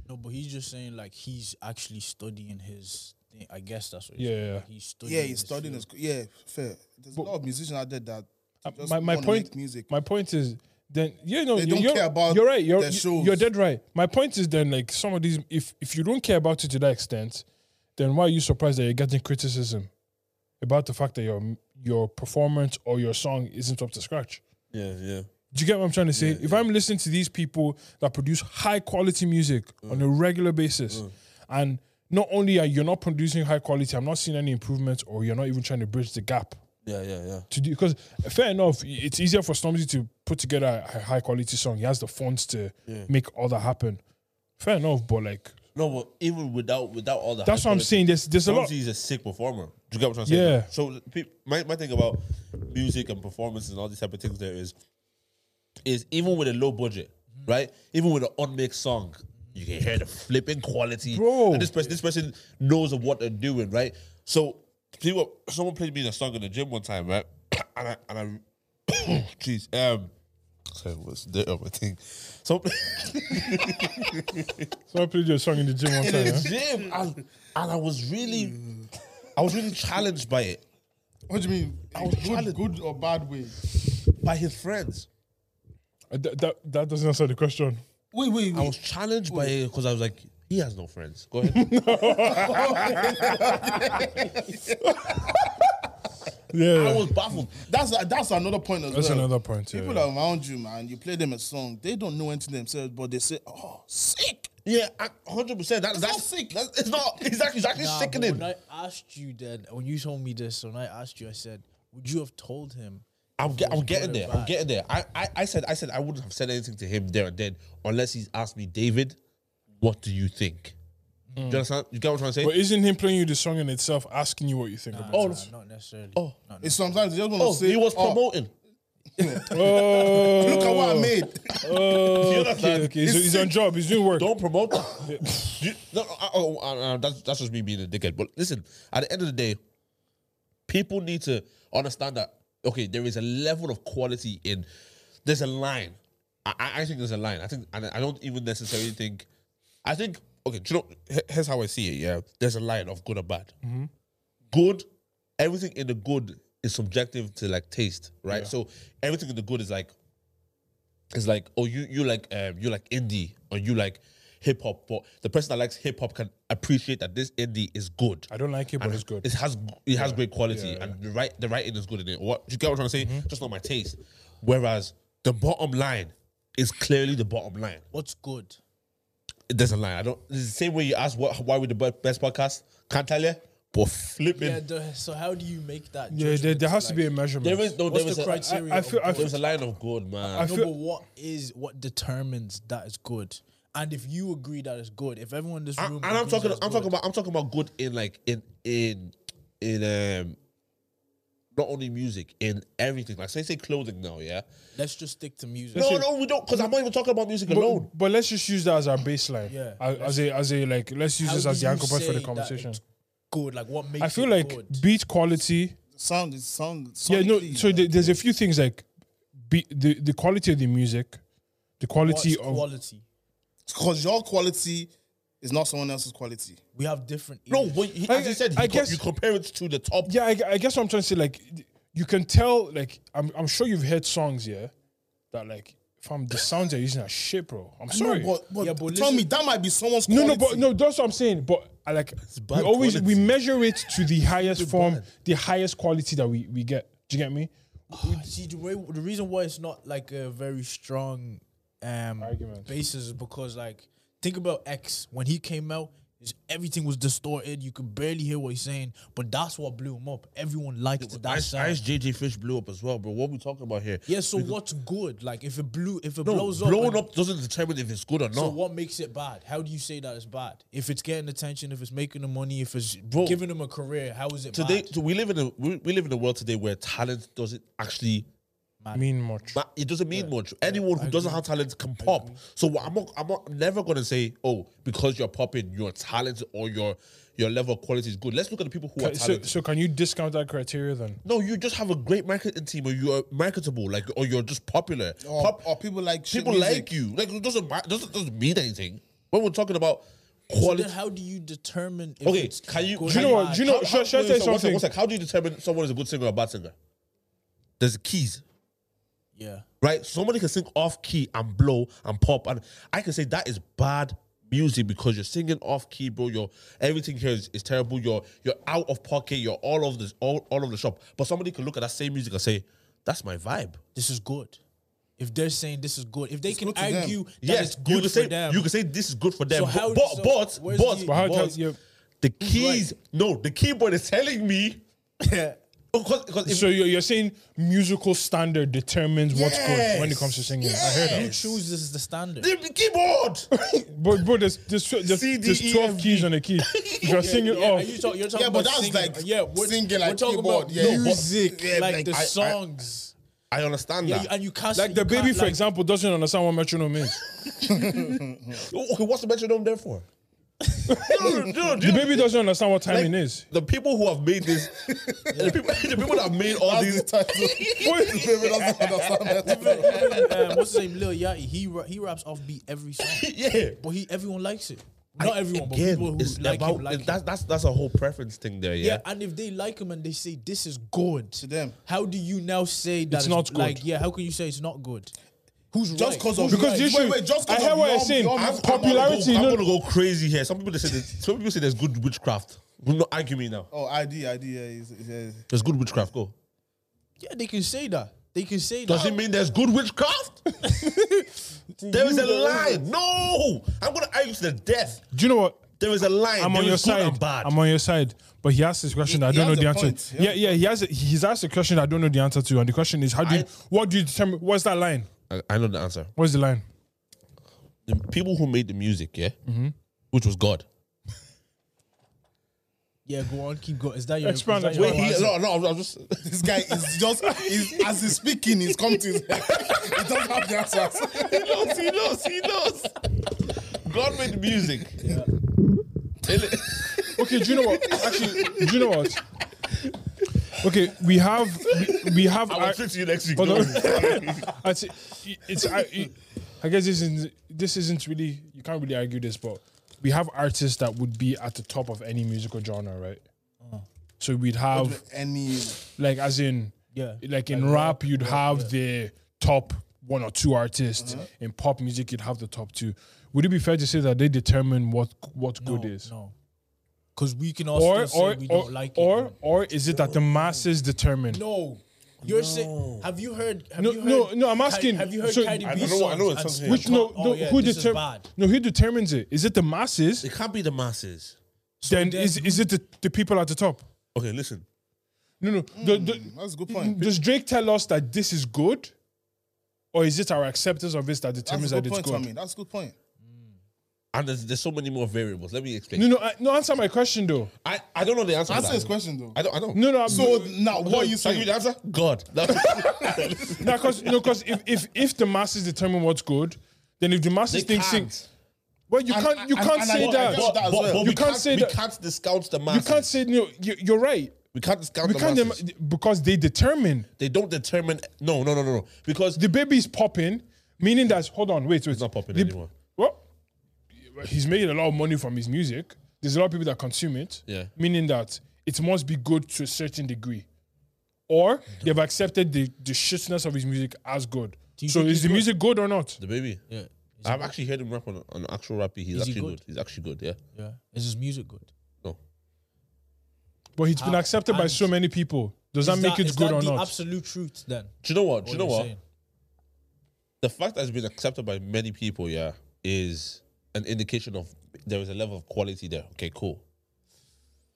No, but he's just saying like he's actually studying his. thing. I guess that's what.
yeah, yeah. yeah.
He's studying.
Yeah, he's studying.
field.
His, yeah, fair. There's a lot of musicians out there that
Uh,
just
my my
wanna
point
make music.
my point is then you know
They
you-
don't
you're,
care about
you're right you're
their
you-
shows.
you're dead right my point is then like some of these if if you don't care about it to that extent then why are you surprised that you're getting criticism about the fact that your your performance or your song isn't up to scratch
Yeah, yeah.
do you get what I'm trying to say? if I'm listening to these people that produce high quality music
Mm.
on a regular basis, and not only are you not producing high quality, I'm not seeing any improvements, or you're not even trying to bridge the gap
Yeah, yeah, yeah.
to do because fair enough, i- it's easier for Stormzy to put together a high quality song. He has the funds to make all that happen. Fair enough, but like
No, but even without without all that,
that's what I'm saying. There's there's a lot.
He's a sick performer. Do you get what I'm saying?
Yeah.
So pe- my my thing about music and performance and all these type of things there is, is even with a low budget, right? Even with an unmixed song, you can hear the flipping quality.
Bro.
And this person this person knows of what they're doing, right? So people, someone played me a song in the gym one time, right? [COUGHS] And I and I, [COUGHS] jeez, um. Sorry, what's the other thing? So [LAUGHS]
So I played your song in the gym
[LAUGHS]
one time.
in
yeah?
the gym, and, and I was really, I was really challenged by it,
what do you mean? good, good or bad way?
by his friends.
Uh, That, that that doesn't answer the question.
Wait, wait,
I
wait.
was challenged by it because I was like, he has no friends.
[LAUGHS]
Go ahead.
Yeah.
I was baffled.
That's that's another point as
That's
well.
another point, yeah.
People around you, man, you play them a song, they don't know anything themselves, but they say, "Oh, sick."
Yeah, hundred percent. That, that's
sick.
That's, it's not. It's actually, it's actually
Nah, but
sickening.
When I asked you then, when you told me this, when I asked you, I said, would you have told him?
I'm, get, I'm
Just
getting
put it
there. I'm
back.
getting there. I, I, I said I said I wouldn't have said anything to him there and then unless he's asked me, David, what do you think? Do
Mm.
you understand? You get what I'm trying to
But
say?
isn't him playing you the song in itself asking you what you think about
Oh,
it?
not necessarily.
Oh.
Not
It's sometimes they just want to
Oh,
say,
he was
"Oh,
promoting.
Oh,
Look at what I made.
okay,
understand?
okay. He's,
It's
he's on job. He's doing work.
Don't promote. you, no, I, oh, I, I- that's that's just me being a dickhead. But listen, at the end of the day, people need to understand that okay, there is a level of quality in. There's a line. I, I I think there's a line. I think, and I don't even necessarily think. I think okay. Do you know? he- Here's how I see it. Yeah, there's a line of good or bad. Good, everything in the good is subjective to like taste, right? So everything in the good is like it's like oh you you like um you like indie or you like hip hop but the person that likes hip hop can appreciate that this indie is good
I don't like it, but it's good.
it has it has great quality and the right the writing is good in it what you get what I'm trying to say just not my taste whereas the bottom line is clearly the bottom line
What's good?
there's a line I don't it's the same way you ask what why we the be- best podcast can't tell you but flipping
Yeah, the, so how do you make that?
yeah, there,
judgment?
there has to
Like,
be a measurement.
there is no
What's
there is
the
a,
criteria?
I- I
of
feel- I
good?
there's a line of good man
I
No,
feel-
but what is what determines that is good? And if you agree that it's good, if everyone in this
I-
room,
and I'm
agrees
talking,
that it's
I'm talking
good,
about, I'm talking about good in like in in in um, not only music in everything. Like say say clothing now, yeah.
Let's just stick to music.
No, no, we don't, because I'm not even talking about music alone.
But, but let's just use that as our baseline.
Yeah.
As, as a as a like, let's use
How
this
do
as the
you
anchor point for
say
the
that
conversation.
it's Good, like what makes
I feel
it
like
good?
beat quality.
Sound is sound.
Yeah, no.
sonically,
So
like,
there- there's a few things like be, the the quality of the music, the quality
What's
of
quality.
because your quality is not someone else's quality.
We have different.
No,
ears.
but he,
I-
as you said, he
I
co-
guess-
you compare it to the top.
yeah. I, I guess what I'm trying to say like you can tell like I'm I'm sure you've heard songs yeah that like from the sounds they're using are shit, bro. I'm sorry.
No, but, but,
Yeah, but
tell
listen-
me that might be someone's
No,
quality.
no, but no, that's what I'm saying. But I like we
bad
always we
quality.
measure it to the highest form, the highest quality that we we get. Do you get me?
Ah, see the way the reason why it's not like a very strong um
Argument.
basis is because like think about X when he came out. is Everything was distorted. You could barely hear what he's saying, but that's what blew him up. Everyone liked that
Ice,
sound.
Ice JJ Fish blew up as well, but what we talking about here?
yeah. So what's good? Like if it blew, if it
No,
blows up,
blowing
and-
up doesn't determine if it's good or not.
So what makes it bad? How do you say that it's bad? If it's getting attention, if it's making the money, if it's giving him a career, how is it
today,
bad?
so we live in a we, we live in a world today where talent doesn't actually
Mean much.
But it doesn't mean much. Anyone who doesn't have talent can pop. So what- I'm not, I'm not I'm never gonna say, oh, because you're popping, you're talented or your your level of quality is good. Let's look at the people who are
So,
talented.
so can you discount that criteria then?
no, you just have a great marketing team, or you are marketable, like, or you're just popular.
Or,
Pop-
or people like Oh, shit
people
music.
like you. Like it doesn't ma- doesn't doesn't mean anything. When we're talking about
So
quality,
then how do you determine? If
okay,
it's
can you?
good
can
you know
or
what-
bad?
do you know-
how-
shall-
how-
shall I
wait,
say
so one sec-
something?
one sec. How do you determine someone is a good singer or a bad singer? There's the keys.
Yeah.
right? Somebody can sing off key and blow and pop, and I can say that is bad music because you're singing off key, bro. Your everything here is, is terrible. You're you're out of pocket. You're all over this all, all over the shop. But somebody can look at that same music and say, "That's my vibe."
this is good. If they're saying this is good, if they can
good to them.
argue that
yes,
it's good
you can
for
say
them,
you can say this is good for them.
So
but
how-
but
so
but,
where's
but,
the-
But how-
but
yeah.
the keys? No, the keyboard is telling me. Because, because if
So you're, you're saying musical standard determines what's good when it
Yes.
comes to singing. I heard that.
[LAUGHS] you choose this as the standard.
the keyboard, [LAUGHS]
But bro, there's there's, there's,
C, D,
there's
E,
12
F,
keys on
[LAUGHS]
a key. If you're singing oh,
Yeah,
off,
and you talk, you're talking
Yeah, but
about
that's
singing.
like
yeah, we're,
singing,
we're
like
talking about
keyboard, yeah.
music,
Yeah,
like,
like
the
I- I-
songs,
I understand
yeah,
that.
you- and you can't
like
you
the baby,
can't,
for example, doesn't understand what metronome is.
okay, what's the metronome there
[LAUGHS]
for? Dude, dude,
The
dude.
baby doesn't understand what timing
Like,
is.
The people who have made
[LAUGHS]
this, the, people, the people that have made all [LAUGHS]
That's the
these.
title. [LAUGHS] Baby doesn't understand that.
Like, um, what's his name, Lil Yachty? He ra- he raps off beat every song,
yeah.
but he everyone likes it. Not everyone, but
Again,
people who
it's
like
about
him like
that's,
it.
that's that's a whole preference thing there. Yeah.
Yeah, and if they like him and they say this is good to
them.
how do you now say that
It's not good.
Like, yeah, how can you say it's not good? Who's
Just
right?
because of
Because
wait,
the issue-
wait, wait, just
I
'cause
hear
of
what you're
your-
saying.
your
I'm
music-
popularity,
I'm
no-
gonna go crazy here. Some people they say there's, some people say there's good witchcraft. We'll not argue me now.
Oh, ID, ID, yeah, is- is- yeah.
There's good witchcraft. Go.
Yeah, they can say that. They can say
Does
that.
it mean there's good
[LAUGHS]
witchcraft? there is a line. No, I'm gonna argue to the death.
Do you know what?
There is a line.
I'm
There
on your
is good
side.
and bad.
I'm on your side. But he asked this question. that I
he
don't know
has
the
a
answer.
point,
Yeah,
yeah.
yeah. He has. A, he's asked a question. I don't know the answer to. And the question is, how do? You,
I-
what do you determine? What's that line?
I, I know the answer.
What's the line?
The people who made the music, yeah,
Mm-hmm.
which was God.
yeah, go on, keep going. Is that your
Expand
is
that.
that your
Wait, he-
answer?
no, no, I'm just. [LAUGHS]
This guy is just he's, as he's speaking, he's come to his head. He doesn't have the answers.
he knows. He knows. He knows. God made the music.
Okay. Do you know what? Actually, do you
[LAUGHS]
know what? Okay, we have we, we have.
I will treat you next week.
Hold
[LAUGHS]
don't
on.
worry.
I'd say [LAUGHS] i- it's. I, i- I guess this isn't. This isn't really. You can't really argue this, but we have artists that would be at the top of any musical genre, right?
Uh-huh.
So we'd have
Any
like, as in,
Yeah.
like in rap, you'd have the top one or two artists.
Uh-huh.
In pop music, you'd have the top two. Would it be fair to say that they determine what what
No,
good is?
no. Because we can
Or
also say
or
we
or,
don't like
or
it.
or is it that the masses determine?
No. You're saying, have you heard? Have
No,
you heard,
no, no, I'm
Ki-
asking-
Have you heard
so-
Cardi
I-
I
B
know- I know
songs
it's
and
something.
Which no,
oh,
no
yeah,
who
this is
determines?
bad.
No, who determines it? Is it the masses?
It can't be the masses.
then is is it the, the people at the top?
Okay, listen.
No, no. the- the-
that's a good point.
does Drake tell us that this is good, or is it our acceptance of this that
That's
determines
a
that
good
it's
point,
good?
Tommy. That's a good point.
And there's, there's so many more variables. Let me explain.
No, no, I, no. Answer my question
[LAUGHS]
though.
I, I don't know the answer. to
Answer
that.
his question though.
I don't. I don't.
No, no. I'm-
So now what are you
Can I give
saying?
the answer?
[LAUGHS]
God.
no, because no, 'cause if, if if the masses determine what's good, then if the masses
They
think things,
can't.
well, you
And-
can't you
and-
can't
and I
say
get- I
that.
get that as well.
You can't say
we
that-
can't discount the
You
masses.
can't say no. You, you're right.
We can't discount
We
the
can't dem-
masses.
because they determine.
they don't determine. No, no, no, no, no. Because
The baby's popping, meaning that hold on, wait, wait, it's
not popping
the,
anymore.
Well, he's making a lot of money from his music. There's a lot of people that consume it.
Yeah.
Meaning that it must be good to a certain degree. Or they've accepted the, the shitness of his music as good.
you
So
think
is
he's
the
good?
music good or not?
the baby.
Yeah. Is,
I've actually heard him rap on on actual rap. He's
Is he
actually good?
good?
He's actually good. Yeah.
yeah. Is his music good?
No.
But it's been
Ah,
accepted by
and-
so many people. Does that
Is
make
that-
it
is
good
that
or
the
not?
absolute truth then.
Do you know what? Do you
What
know
you're
what?
saying?
The fact that it's been accepted by many people, yeah, is an indication of there is a level of quality there. Okay, cool.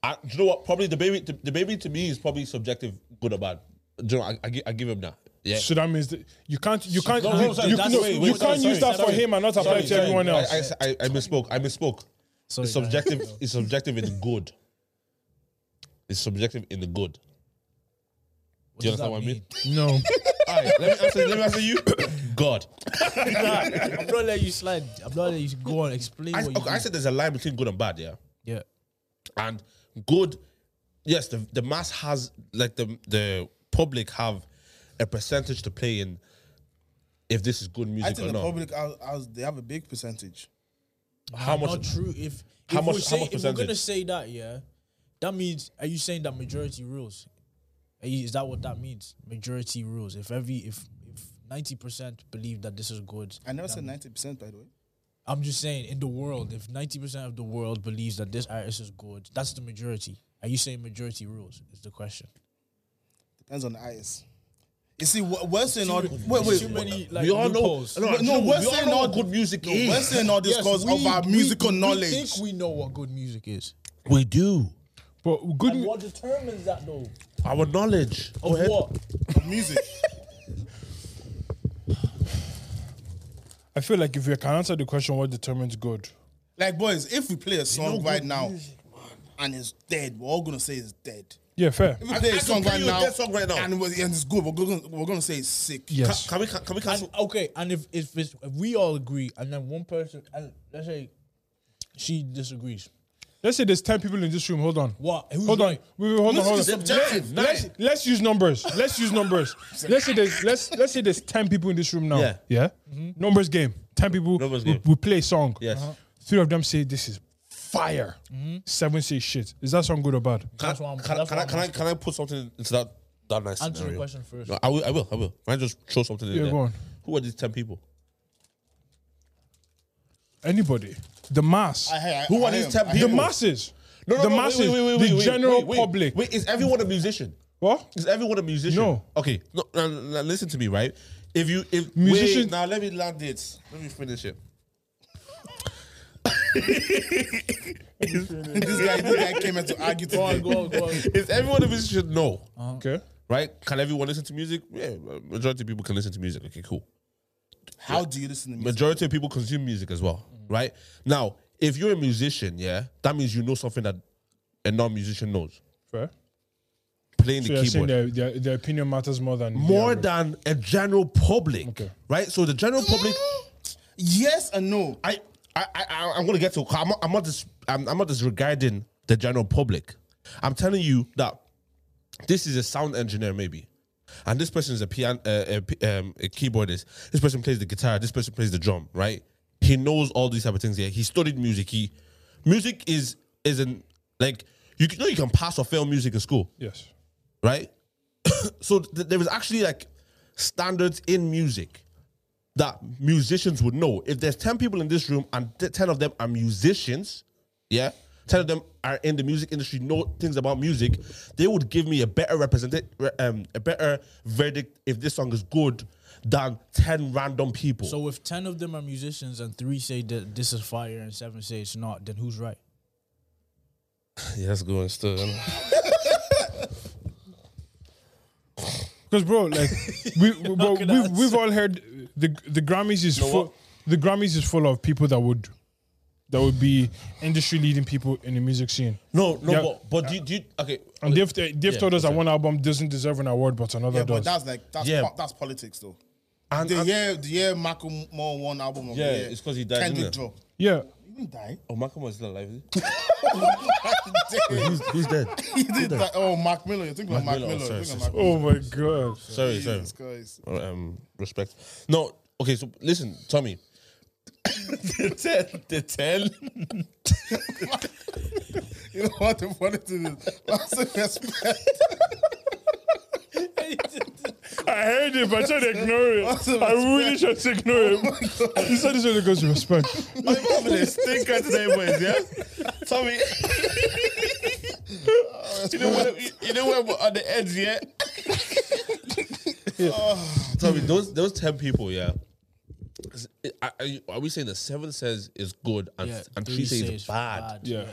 I, do you know what? Probably the baby. The, the baby to me is probably subjective, good or bad. Do you know? I, I, gi- I give him that. Yeah.
so that means that you can't you can't
No, no,
you,
sorry,
you-
that's-
no,
wait,
you
wait,
can't
sorry,
use
sorry,
that for
sorry.
him and not apply
Sorry,
to
sorry.
everyone
I-
else.
I, I, I misspoke. I misspoke.
Sorry,
it's subjective. it's subjective in the good. It's subjective in the good.
What
Do you
does
understand
that
what I mean?
no.
All right, let me answer. Let me answer you. [COUGHS] God.
[LAUGHS] I'm not letting you slide. I'm not letting you go on. Explain
I,
what you
okay, I
do.
said there's a line between good and bad. Yeah,
Yeah.
and good. Yes, the the mass has like the the public have a percentage to play in if this is good
I
music
think
or
the
not.
public as, as they have a big percentage.
how much?
Not true. If,
how much-
if We're
how
saying,
much
if we're gonna
percentage?
say that, yeah, that means are you saying that majority rules? Are you, is that what that means? Majority rules. If every if if ninety percent believe that this is good,
I never said ninety percent by the way.
I'm just saying in the world, if ninety percent of the world believes that this artist is good, that's the majority. Are you saying majority rules? Is the question.
Depends on the eyes. You see, we're we're saying all wait, wait.
Too many like
we all know.
loopholes.
No,
But
no,
no, we're
we all
saying
know what
not-
good music
no,
is.
we're saying all this because
we-
of our
we-
musical
We
knowledge.
think we know what good music is.
we do.
But good
And
mu-
what determines that though?
Our knowledge. Go
Of
ahead.
what?
music.
I feel like if we can answer the question, what determines good?
Like boys, if we play a song right now and it's dead, we're all gonna say it's dead.
Yeah, fair.
If we play a
I can
song
play
right,
you a
now,
dead song right now.
and, it was, and it's good, we're gonna, we're gonna say it's sick.
Ca-
Yes.
Can we can we
And
cancel?
okay, and if if, it's, if we all agree, and then one person, and let's say she disagrees,
Let's say there's 10 people in this room. Hold on.
what? Who's
Hold on.
right?
Wait, wait, hold on,
Music
hold
is
on.
subjective.
Let's,
Nine.
let's use numbers. Let's
[LAUGHS]
use numbers. let's say there's let's let's say there's 10 people in this room now.
Yeah. Mm-hmm.
Numbers game. 10 people
Numbers
we,
game.
we play a song. Uh-huh.
Yes.
Three of them say this is fire. Seven say shit. Is that song good or bad?
Can,
That's what I'm-
can,
that's
can,
what
I,
I'm
can I
asking.
can I put something into that that nice
Answer the
scenario?
question first.
No, I will. I will. I will. Can I just throw something in
Yeah,
there?
go on.
Who are these ten people?
Anybody? The mass.
I, I,
Who
I
are these
am-
ten
I
people?
the masses.
No, no,
the
no, wait,
masses.
wait, wait, wait,
the
wait,
general
wait, wait.
public.
Wait, is everyone a musician?
What?
Is everyone a musician?
No.
Okay. No, no, no, no, listen to me, right? If you if
Musician-
wait, now let me land it. Let me finish it. [LAUGHS]
this guy, this guy came here to argue
Go on,
today.
go on, go on. [LAUGHS]
Is everyone a musician? No.
Okay.
Right? Can everyone listen to music? Yeah, majority of people can listen to music. Okay, cool.
How do you listen to music?
Majority of people consume music as well,
Mm-hmm.
right? Now, if you're a musician, yeah, that means you know something that a non-musician knows.
Fair.
Playing
So
the
you're saying
keyboard.
their, their, their opinion matters more than the
More
average.
than a general public.
Okay.
Right? So the general public
Yes and no.
I, I, I, I'm gonna get to. I'm not. I'm not, dis, I'm, I'm not disregarding the general public. I'm telling you that this is a sound engineer, maybe, and this person is a pian, uh, a, p- um, a keyboardist. This person plays the guitar. This person plays the drum. Right? He knows all these type of things. Yeah, he studied music. He, music is isn't like you can- you know you can pass or fail music in school
Yes.
right? [COUGHS] so th- there was actually like standards in music that musicians would know. If there's 10 people in this room and th- 10 of them are musicians, yeah, 10 of them are in the music industry, know things about music, they would give me a better represent- re- um, a better verdict if this song is good than 10 random people.
So if ten of them are musicians and three say that this is fire and seven say it's not, then who's right?
yeah, that's going still.
Because bro, like we, we bro,
Not gonna
we've,
answer.
we've all heard the the Grammys is full. The Grammys is full of people that would that would be industry leading people in the music scene.
No, no,
Yeah.
but, but do, you, do you, okay.
And they've they've told us that one album doesn't deserve an award, but another
Yeah,
does.
but that's like that's
Yeah.
po- that's politics though.
And,
The
and,
year the year Macklemore won album of
Yeah,
the year.
it's 'cause he died,
Kendrick
isn't
dropped.
yeah,
He didn't die. [LAUGHS]
oh, Malcolm was still alive.
Damn.
[LAUGHS] Who's, who's dead?
he didn't die. Oh, Mark Miller. You're thinking of Mark
Miller,
Miller.
sorry,
You're thinking
sorry,
of Mark
Oh my god.
Sorry, sorry.
Miller. Jesus Christ. [LAUGHS]
um, respect. No, okay, so listen,
[LAUGHS]
Tommy. the 10, the 10.
You know what the funny thing is? That's the respect.
I heard it, but I tried to ignore it. I really tried to ignore it. He said this only goes to respect.
I'm having a stinker today, boys, yeah? Tommy. [LAUGHS] you, know when, you, you know when we're on the edge, yeah? Tommy, those those 10 people, yeah. Is- Are, are you- are we saying the seven says is good and, and three, says it's bad?
Yeah.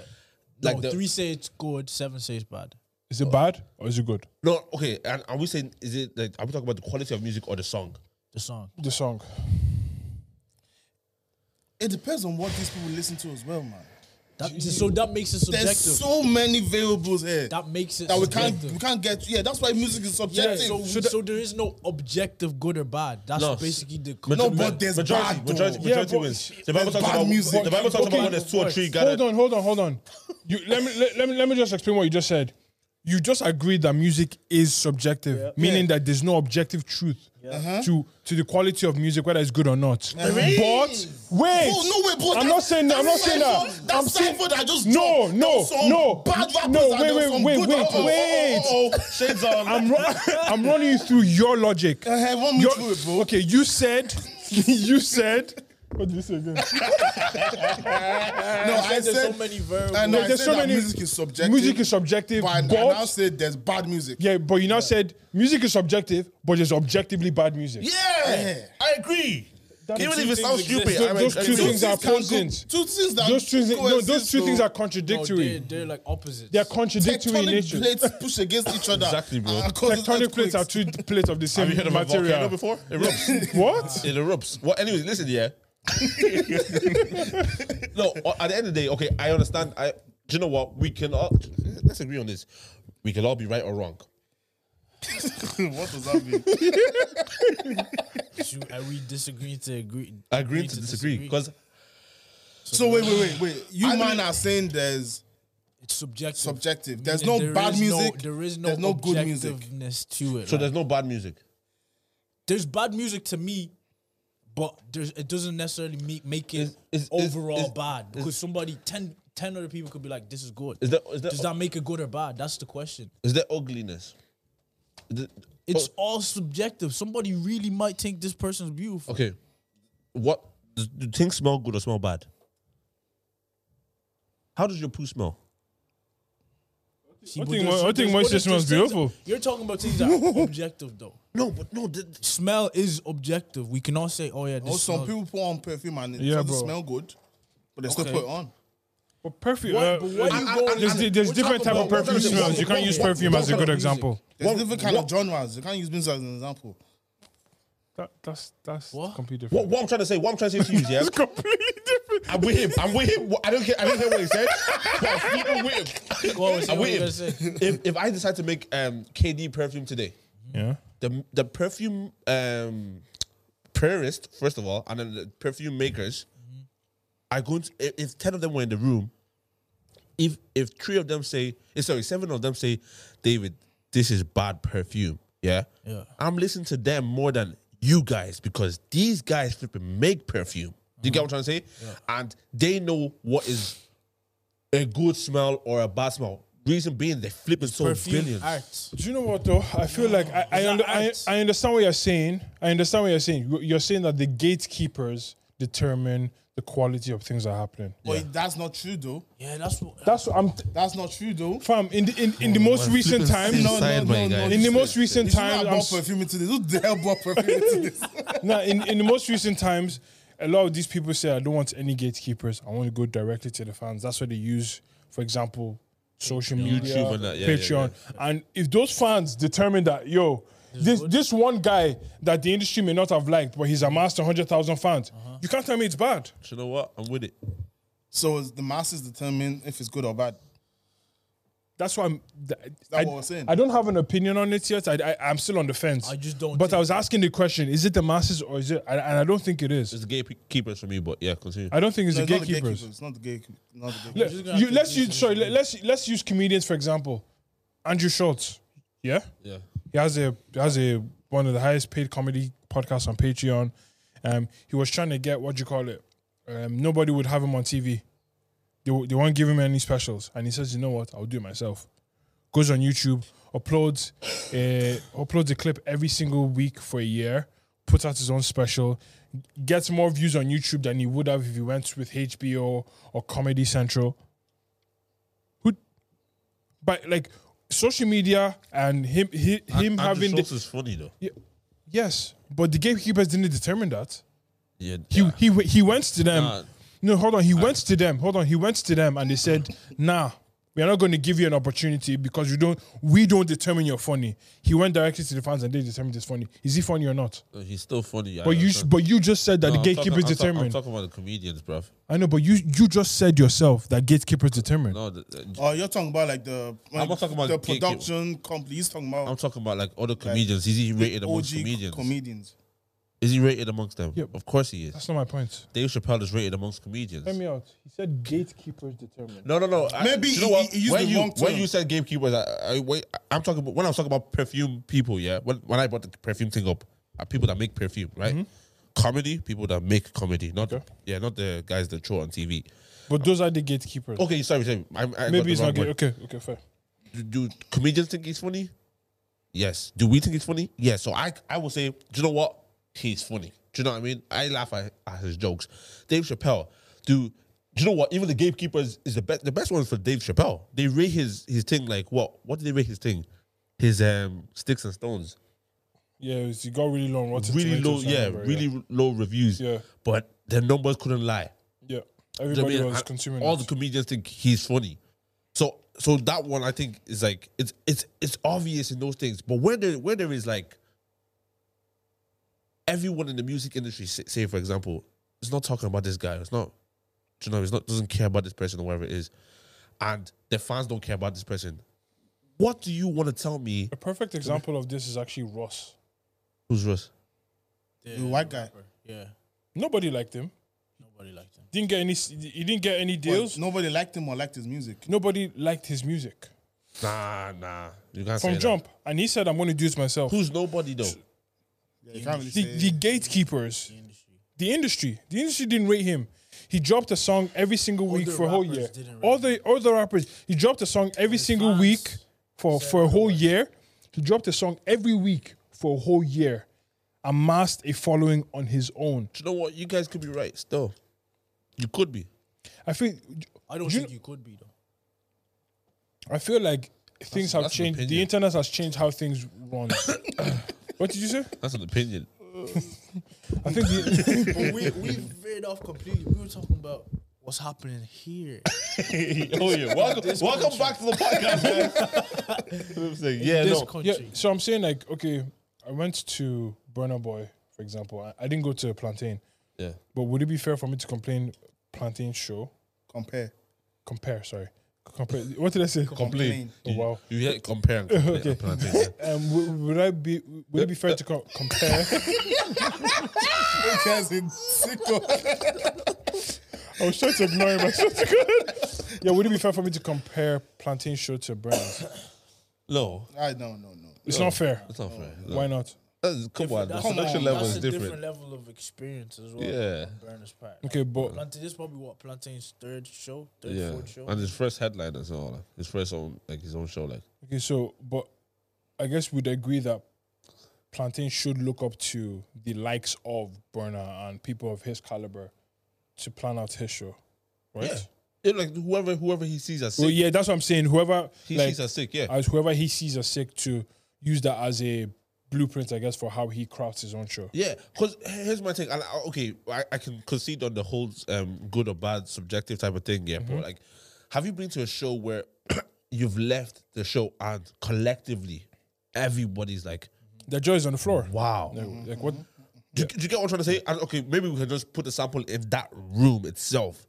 Like
Like the-
three say it's good, seven say it's bad.
Is it bad or is it good?
No, okay. And are we saying is it like are we talking about the quality of music or the song?
The song.
The song.
It depends on what these people listen to as well, man.
That, so that makes it subjective.
There's so many variables here that,
that makes it
we can't
subjective.
we can't get. Yeah, that's why music is subjective.
so,
So that-
so there is no objective good or bad. That's
No.
basically the
No, but there's
majority,
bad though.
majority,
Yeah,
majority
but
wins. The Bible talks
bad
about
music.
The Bible talks
Okay.
about when there's two or three. Got
Hold on, hold on, hold on. You let me let, let me let me just explain what you just said. You just agreed that music is subjective, meaning that there's no objective truth
Uh-huh.
to to the quality of music, whether it's good or not. But wait,
Oh, no way, but
I'm
that-
not saying that. I'm not
that's
saying
Cypher-
that.
that's
I'm saying
Cypher that I just
no,
dropped. There
no,
was some
no,
bad rappers
no. Wait,
and there was
wait,
some
wait,
good
wait,
rappers.
wait.
Oh, shades
[LAUGHS]
on.
I'm run, [LAUGHS] I'm running you through your logic.
Uh-huh, run me
Your-
through it, bro.
Okay, you said, [LAUGHS] you said. What did you say again? Uh,
no, I
there's
said.
so many variables.
I know, I
There's
said
so
that
many-
music is subjective.
Music is subjective,
But I, I
but-
now said there's bad music.
Yeah, but you now said music is subjective, but there's objectively bad music.
yeah, I agree. Even if it sounds stupid,
Those-
I
those
mean,
two
I mean,
things are
Can go-
opposing.
Two things that
Those two, thi- no, those
coexist,
two things
so
are
No, they're,
contradictory.
they're like opposites.
They are contradictory in
Tectonic
nature.
plates push against each other.
Exactly, bro.
and causes
Tectonic plates are
earthquakes.
two plates of the same
Have you heard of a volcano
material.
before? It erupts. [LAUGHS]
[LAUGHS]
what?
it erupts. Well, anyways, listen, yeah. [LAUGHS] no, at the end of the day, okay, I understand. I, do you know what? We can all let's agree on this. We can all be right or wrong.
what does that mean?
You- Are we disagreeing to agree?
Agreeing to disagree because
[LAUGHS] so wait, wait, wait, wait. You
I
man
mean-
are saying there's
it's subjective.
subjective. There's
Meaning
no
there
bad
is
music,
there is no,
there's no good music.
objectiveness to it.
so
like,
there's no bad music.
there's bad music to me, but there's it doesn't necessarily make, make it
Is- is- is-
overall
is-
bad because somebody 10, 10 other people could be like, "This is good."
Is there is there
Does that make it good or bad? That's the question.
is there ugliness? Is it-
It's all subjective. Somebody really might think this person's beautiful.
oh, Okay. What does- do things smell good or smell bad? How does your poo smell?
See,
I
but
think
there's-
mo- I think
there's
moisture
other
smells
things-
beautiful.
You're talking about things that
[LAUGHS]
are objective, though.
No, but no, the,
Smell is objective. We cannot say, "Oh yeah, this
Oh, some
smells-
people put on perfume and it
Yeah,
doesn't
bro.
smell good, but they still
Okay.
put it on.
But perfume.
What-
uh,
but what
uh,
you going-
there's di- there's
we're
different type of
talking about-
perfume
what-
smells. You
what-
can't use
what-
perfume
what
as a
kind
good
of music?
example.
There's
What-
different kind
what-
of genres. You can't use beans as an example.
That, that's that's
What?
completely
what,
different.
what I'm trying to say, what I'm trying to say to you is, yeah,
[LAUGHS] It's completely different.
I'm with him. I'm with him. I don't care. I don't care what he
[LAUGHS]
said. But I'm sleeping with him.
What was-
I'm
what
with
was you
him. If, if I decide to make um, KD perfume today,
Yeah.
the the perfume um, purist, first of all, and then the perfume makers
Mm-hmm.
are going to. If, if ten of them were in the room, if if three of them say, eh, sorry, seven of them say, David, this is bad perfume. Yeah,
Yeah.
I'm listening to them more than you guys because these guys flipping make perfume. Do you get what I'm trying to say? And they know what is a good smell or a bad smell. Reason being, they flipping so
perfume
brilliant.
art.
Do you know what though? I feel like I I,
It's
under,
an
I
art.
I understand what you're saying. I understand what you're saying. You- You're saying that the gatekeepers determine the quality of things that are happening.
But that's not true though.
Yeah, that's what.
That's what I'm. T-
That's not true though.
fam, in the in, in
Oh,
the most recent times,
No, no,
Inside, my
no,
guy.
no.
in the
You
most recent
should not
times,
have
I'm
bought
s-
perfume into this. Who the hell bought perfume into this? [LAUGHS]
nah, in, in the most recent times, a lot of these people say, I don't want any gatekeepers. I want to go directly to the fans. That's what they use, for example, social media,
YouTube and that, yeah, yeah,
Patreon. And if those fans determine that, yo, this this one guy that the industry may not have liked, but he's amassed 100,000 fans,
Uh-huh.
you can't tell me it's bad.
Do you know what? I'm with it.
So is the masses determine if it's good or bad.
That's why I'm. Th-
that
I,
what we're saying?
I don't have an opinion on it yet. I, I, am still on the fence.
I just don't
But I
think-
was asking the question: Is it the masses or is it? And, and I don't think it is.
It's the gatekeepers for me, but yeah, continue.
I don't think it's
No,
the
it's not the
gatekeepers.
gatekeepers. Not the gatekeepers. Not the
Le-
gatekeepers.
just gonna
you-
have to
let's
do
use sorry. le- Let's let's use comedians for example. Andrew Schultz, yeah,
yeah.
he has a he has a one of the highest paid comedy podcasts on Patreon. Um, he was trying to get what do you call it? Um, nobody would have him on TV. They w- they won't give him any specials, and he says, you know what? I'll do it myself. Goes on YouTube, uploads a, uploads a clip every single week for a year. Puts out his own special, gets more views on YouTube than he would have if he went with HBO or Comedy Central but like social media and him hi, him
Andrew
having
Schultz
the,
is funny though.
yes, but the gatekeepers didn't determine that.
Yeah,
He he w- he went to them.
Nah.
No, hold on. He went to them. Hold on. He went to them and they said, "Nah, we are not going to give you an opportunity because you don't. We don't determine you're funny." He went directly to the fans and they determined it's funny. Is he funny or not?
he's still funny.
But you but you just said that the gatekeepers
I'm
determine.
talking about the comedians, bruv.
I know, but you you just said yourself that gatekeepers determine.
No, the, the-
Oh, you're talking about like the
I'm not talking about
the
gatekeep-
production company. He's talking about
I'm talking about like other comedians. Is he rated
OG
amongst comedians?
comedians.
is he rated amongst them?
Yeah.
Of course he is.
That's not my point.
Dave Chappelle is rated amongst comedians.
Hear me out. He said gatekeepers determine.
No, no, no. I-
Maybe
you know
he-
what?
he used
when
the
you
wrong
when
term.
you said gatekeepers, I, I wait. I'm talking about when I was talking about perfume people. Yeah, when when I brought the perfume thing up, are people that make perfume, right?
Mm-hmm.
Comedy people that make comedy, not yeah, not the guys that show on TV.
But those are the gatekeepers.
Okay, sorry, sorry. I, I got
Maybe
the
it's
wrong
not
word.
good. Okay, okay, fair.
do, do comedians think he's funny? Yes. Do we think he's funny? Yes. So I I will say, do you know what? He's funny. Do you know what I mean? I laugh at, at his jokes. Dave Chappelle, do, do you know what? Even the gatekeepers is the best the best one for Dave Chappelle. They rate his his thing like what? What did they rate his thing? His um sticks and stones.
Yeah, it was, you got really long. Rotten
Really low,
Tomatoes, I
yeah,
remember,
really low reviews.
Yeah.
But the numbers couldn't lie. Do you
Yeah,
know
everybody
what I mean?
was
And
consuming.
all
it.
the comedians think he's funny. So so that one I think is like it's it's it's obvious in those things. But where there where there is like everyone in the music industry, say, say for example, is not talking about this guy. It's not do you know, it's not doesn't care about this person or whatever it is. And the fans don't care about this person. What do you want to tell me?
a perfect example of this is actually Ross.
Who's Russ?
Yeah,
The white guy.
Yeah,
Nobody liked him.
nobody liked him.
Didn't get any. s- He didn't get any
But
deals.
nobody liked him or liked his music.
Nobody liked his music
Nah, nah. You can't say
from
that.
jump, and he said, "I'm going to do it myself."
Who's nobody though?
Yeah, you can't really
The,
[LAUGHS] say.
the gatekeepers,
Industry.
the industry, the industry didn't rate him. He dropped a song every single week
the
for a whole
rappers
year.
didn't rate
All the all the rappers, he dropped a song every single
fans
week for for a whole year. He dropped a song every week for a whole year, amassed a following on his own.
Do you know what? You guys could be right still. You could be.
I feel
I don't
Do
[LAUGHS]
you
think you could be though.
I feel like things have
that's an
changed. The
opinion.
internet has changed how things
[COUGHS]
run. what did you say?
That's an opinion.
I think the,
But we we veered off completely. We were talking about what's happening here.
[LAUGHS]
oh yeah, welcome, welcome back to the podcast, guys.
[LAUGHS]
yeah,
this
no.
yeah.
country.
So I'm saying like, okay, I went to Burner Boy, for example. I, I didn't go to Plantain,
yeah,
but would it be fair for me to complain Plantain show?
Compare.
Compare, sorry, compare. What did I say?
complain.
Oh, wow.
You, you hear compare and complain.
[LAUGHS] Okay.
and plantain, yeah.
Um, would, would I be? Would it be fair to co-
[LAUGHS]
compare?
Because it's sicko.
I was trying to ignore him. I swear to God. Yeah, would it be fair for me to compare Plantain show to Burner's?
No,
I no no no.
It's not fair.
that's not fair. No.
Why not?
That's, come on, the
That's
production
a,
level is
that's a
different.
level of experience as well.
Yeah.
on Burners Park.
Okay, but
Plantain, this is probably what Plantain's third show, third,
Yeah,
fourth show.
and his first headline as well. Like, his first own, like his own show, like
Okay, so but I guess we'd agree that Plantain should look up to the likes of Burner and people of his caliber to plan out his show, right?
Yeah. Yeah, like whoever whoever he sees as sick,
Well, yeah, that's what I'm saying. Whoever
he
like, uh,
sees as sick. Yeah,
as whoever he sees as sick to use that as a blueprint, I guess, for how he crafts his own show.
Yeah, because here's my take. And I, okay, I, I can concede on the whole um, good or bad subjective type of thing. Yeah,
Mm-hmm.
but like, have you been to a show where [CLEARS THROAT] you've left the show and collectively everybody's like,
The joy is on the floor.
wow. Mm-hmm.
Like, like what?
Do, you- do you get what I'm trying to say? And okay, maybe we can just put the sample in that room itself.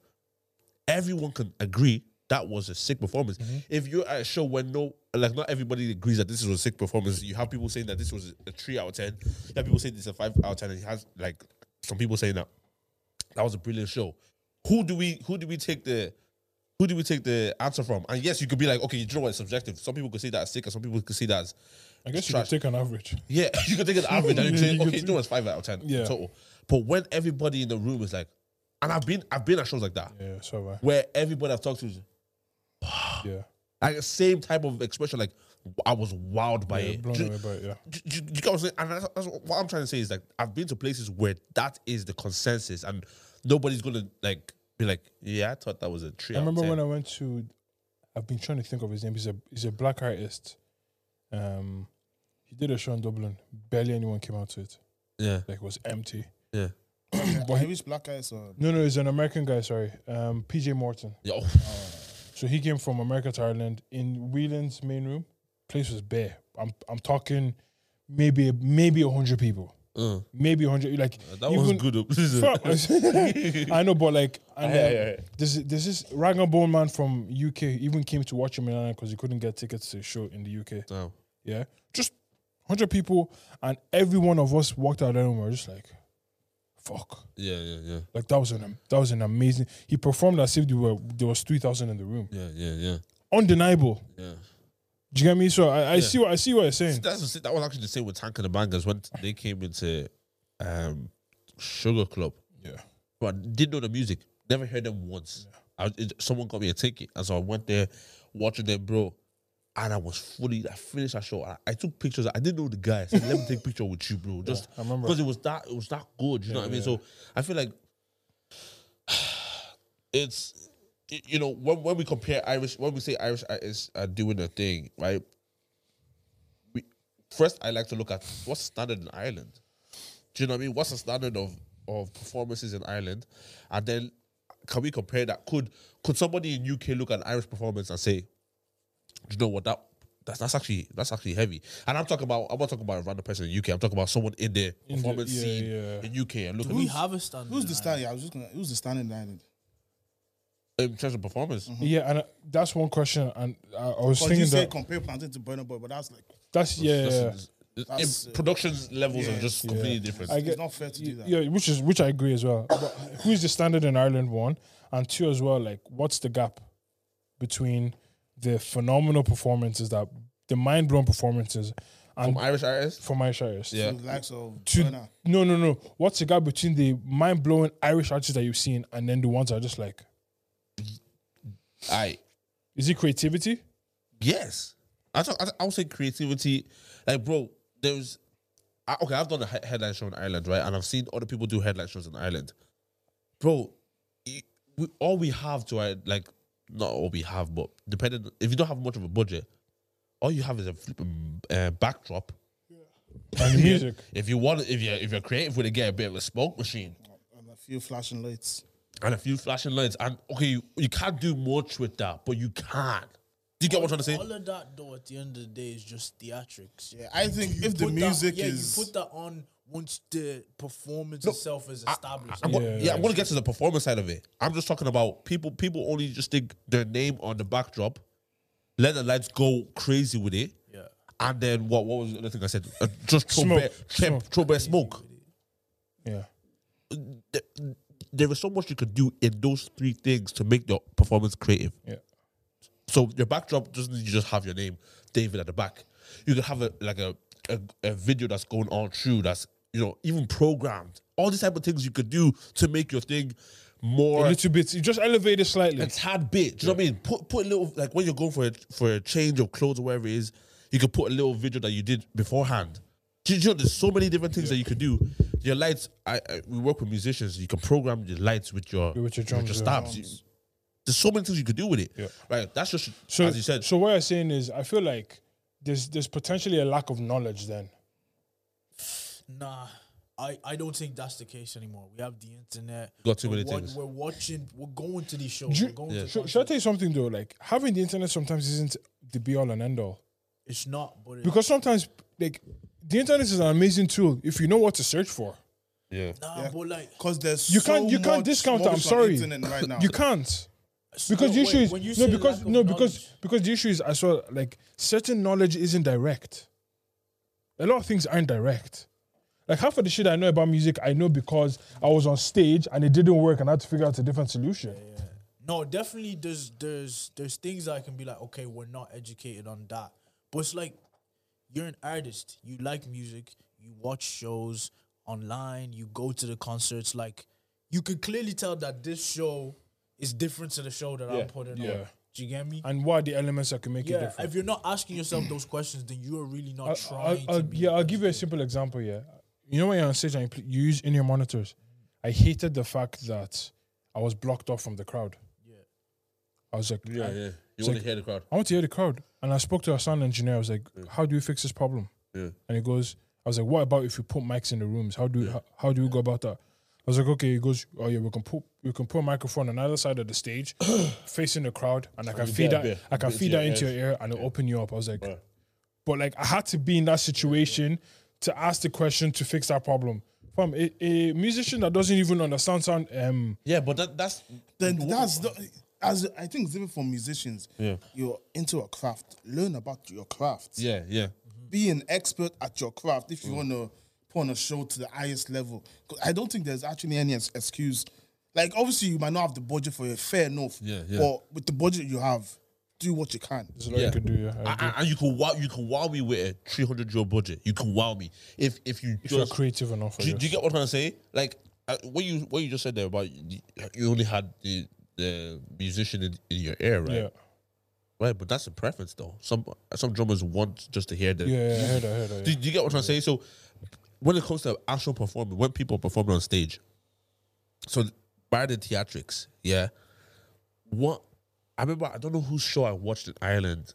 Everyone can agree that was a sick performance. If you're at a show where no, like not everybody agrees that this was a sick performance, you have people saying that this was a three out of ten. You have people saying this is a five out of ten, and you have like some people saying that that was a brilliant show. Who do we who do we take the who do we take the answer from? And yes, you could be like, okay, you know what, it's subjective. Some people could see that as sick, and some people could see that as
I guess you
trash.
could take an average.
Yeah, [LAUGHS] you can take an average and you
You
say,
could
okay,
do-
no, it's five out of ten
Yeah.
total. But when everybody in the room is like, and I've been I've been at shows like that
Yeah, so have
where everybody I've talked to is
I. Yeah.
like the same type of expression, like I was wowed by
Yeah,
it.
blown
Do-
away by it, yeah.
do- do- do you get what I'm saying? And that's, that's what I'm trying to say is like I've been to places where that is the consensus, and nobody's gonna like be like, yeah, I thought that was a three.
I remember
out of
when
10.
I went to, I've been trying to think of his name. He's a he's a black artist. Um, he did a show in Dublin. Barely anyone came out to it.
yeah, [LAUGHS]
Like it was empty.
yeah,
[COUGHS] But he was black guy so
No, no, he's an American guy. Sorry, um, PJ Morton.
yeah. Oh,
So he came from America to Ireland in Whelan's main room. Place was bare. I'm I'm talking maybe maybe hundred people,
uh,
maybe hundred. Like
that was
even-
good. [LAUGHS]
[LAUGHS] I know, but like, and,
Yeah,
um,
yeah, yeah.
This this is rag and bone man from UK even came to watch him in Ireland because he couldn't get tickets to the show in the UK.
Damn.
Yeah, just hundred people, and every one of us walked out there and we were just like, "Fuck!"
Yeah, yeah, yeah,
Like that was an that was an amazing. He performed as if there were there was three thousand in the room,
yeah, yeah, yeah,
undeniable.
yeah.
Do you get me? So I, I see what I see what you're saying.
That's the, same- that was actually the same with Tank and the Bangers when they came into um, Sugar Club.
mm-hmm.
Yeah,
But didn't know the music, never heard them once. I, it, someone got me a ticket, and so I went there watching them, bro. And I was fully, I finished that show. I, I took pictures. I didn't know the guy. I said, "Let me take picture with you, bro." Just
I remember.
because it was that, it was that good. You know what I mean? So I feel like [SIGHS] it's y- you know when when we compare Irish when we say Irish artists are doing a thing right. We first I like to look at what's standard in Ireland. Do you know what I mean? What's the standard of of performances in Ireland, and then can we compare that? Could could somebody in UK look at an Irish performance and say, "Do you know what that?" That's, that's actually that's actually heavy, and I'm talking about I'm not talking about a random person in UK. I'm talking about someone in the
the-
performance
yeah,
scene
yeah.
in UK and look
Do we
at
have a standard?
who's the
line?
standing? I was just gonna who's the standing island?
in terms of performance.
yeah, and uh that's one question. And I, I was
Because you
thinking
say
that
compare plantain to burner boy, but that's like
that's yeah.
That's-
yeah.
That's-
in production levels are
yeah.
just completely different.
I
it's
get-
not fair to do that.
Yeah, which is which I agree as well. But who is the standard in Ireland? One and two as well. Like, what's the gap between the phenomenal performances that the mind blown performances and
From Irish artists,
from Irish artists?
yeah,
The likes of
To-
burner.
No, no, no. What's the gap between the mind blowing Irish artists that you've seen and then the ones that are just like,
I
is it creativity?
Yes, I talk, I, I would say creativity. Like, bro, there's I, okay. I've done a he- headline show in Ireland, right? And I've seen other people do headline shows in Ireland, bro. y- We, all we have to uh, like, not all we have, but depending if you don't have much of a budget, all you have is a flipping uh, backdrop.
And music.
If you want, if you if you're creative, with it, get a bit of a smoke machine
and a few flashing lights.
and a few flashing lights. And okay, you, you can't do much with that, but you can. Do you get what I'm trying to say?
All of that though, at the end of the day, is just theatrics.
Yeah, I think if the
Put that-
music
yeah,
is
you put that on once the performance itself is established.
I'm,
Yeah.
yeah, I'm gonna get to the performance side of it. I'm just talking about people. People only just stick their name on the backdrop, let the lights go crazy with it,
yeah.
and then what? What was the other thing I said? Uh, just throw
Smoke.
bare, throw- throw bare smoke.
Yeah.
Th- There is so much you can do in those three things to make your performance creative.
Yeah.
So your backdrop doesn't you just have your name, David, at the back. You could have a like a, a a video that's going on through that's you know even programmed. All these type of things you could do to make your thing
A
more
little bit. You just elevate it slightly.
a tad bit. Do you know what I mean? Put put a little like when you're going for a for a change of clothes or whatever it is, you could put a little video that you did beforehand. Do you know there's so many different things that you could do? Your lights, I, I we work with musicians. You can program the lights with your
With your drums, yeah.
stabs. You- there's so many things you could do with it.
Yeah.
Right, that's just
So,
as you said.
so what I'm saying is, I feel like there's there's potentially a lack of knowledge then.
Nah, I, I don't think that's the case anymore. We have the internet.
Got too
We're
many
wa-
things.
We're watching. We're going to these shows.
Do you-
we're going to
Sh- should I
concerts.
tell you something though? Like having the internet sometimes isn't the be all and end all
It's not, but it,
because sometimes like the internet is an amazing tool if you know what to search for.
Yeah.
nah, but like
because there's
You can't-
so
you can't
much
discount that, I'm
rubbish on
sorry.
internet
[LAUGHS]
right now.
You can't
No,
because the issue
wait,
is
when you
no
say
because
lack of
no because
knowledge-
because the issue is I saw like certain knowledge isn't direct. A lot of things aren't direct. Like half of the shit I know about music, I know because I was on stage and it didn't work, and I had to figure out a different solution.
No, definitely there's there's there's things that I can be like, okay, we're not educated on that. But it's like you're an artist. You like music, you watch shows online, you go to the concerts, like you could clearly tell that this show is different to the show that
Yeah,
I'm putting on.
yeah.
Do you get me?
And what are the elements that can make it
yeah.
different?
If you're not asking yourself those questions, then you are really not
I'll- I'll-
trying
I'll-
to be
yeah, I'll give you a
educated.
simple example. Yeah, you know when you're on stage and you, pl- you use in your monitors, I hated the fact that I was blocked off from the crowd. Yeah, I was like, I,
yeah. You
wanna
want to hear the crowd?
I want to hear the crowd, and I spoke to our sound engineer. I was like, how do we fix this problem?
Yeah.
And he goes, I was like, what about if we put mics in the rooms? How do we, how, how do we go about that? I was like, okay. He goes, oh yeah, we can put we can put a microphone on the other side of
[COUGHS]
the stage, facing the crowd, and I can
you
feed
get a bit-
that I can
bit
feed
to
that
your
into your ear and it'll open you up. I was like, but like I had to be in that situation to ask the question to fix that problem. From a, a musician that doesn't even understand sound, um,
Yeah, but that, that's
then that's the, as I think it's even for musicians. Yeah, you're into a craft. Learn about your craft.
yeah, yeah.
be an expert at your craft if you want to put on a show to the highest level. 'Cause I don't think there's actually any ex- excuse. Like, obviously, you might not have the budget for it, fair enough.
Yeah, yeah.
But with the budget you have, do what you can.
there's a lot
Yeah.
you could do. Yeah, I
And,
agree.
and- and you can wow, you can wow me with a three hundred euro budget. You can wow me if if you
if you're
just.
creative enough. I
do, do you
guess.
get what I'm trying to say? Like uh, what you what you just said there about you, you only had the the musician in, in your ear, right?
yeah.
Right, but that's a preference though. Some some drummers want just to hear the.
Yeah, yeah, I heard, that, I heard, that,
Do, do you get what I'm saying? So, when it comes to actual performing, when people perform on stage, so by the theatrics, yeah. What I remember, I don't know whose show I watched in Ireland,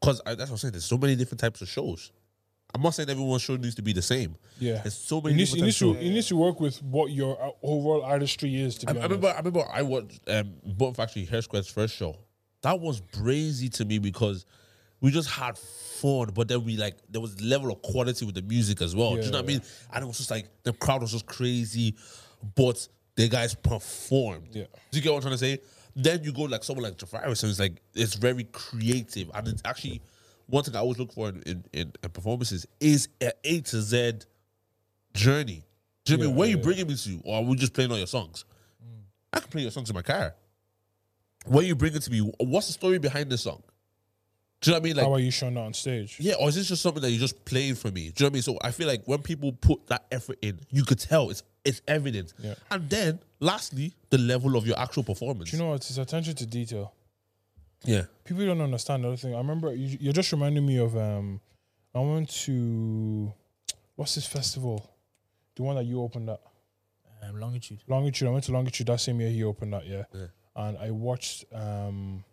because that's what I'm saying. There's so many different types of shows. I'm not saying everyone's show needs to be the same.
Yeah.
there's so
yeah.
many.
You need, you,
different
need
types of
to,
shows.
you need to work with what your uh, overall artistry is. To
I,
be
I
honest.
remember. I remember. I watched um, Bone Factory Hair Square's first show. That was brazy to me because we just had fun, but then we like there was level of quality with the music as well. Do you know what I mean? And it was just like the crowd was just crazy, but the guys performed.
Yeah.
Do you get what I'm trying to say? Then you go like someone like Jafaris, and it's like it's very creative, and it's actually one thing I always look for in in, in, in performances is a A to Z journey. Do you know what I mean?
Yeah,
Where you
yeah.
bringing me to, or are we just playing all your songs? I can play your songs in my car. Where you bring it to me? What's the story behind the song? Do you know what I mean? Like,
How are you shown out on stage?
yeah, or is this just something that you just playing for me? Do you know what I mean? So I feel like when people put that effort in, you could tell it's it's evident.
Yeah.
And then, lastly, the level of your actual performance.
Do you know what? It's attention to detail.
yeah,
people don't understand another thing. I remember you, you're just reminding me of um, I went to what's this festival, the one that you opened up,
Um, longitude.
Longitude. I went to Longitude that same year he opened that, yeah.
Yeah.
And I watched um,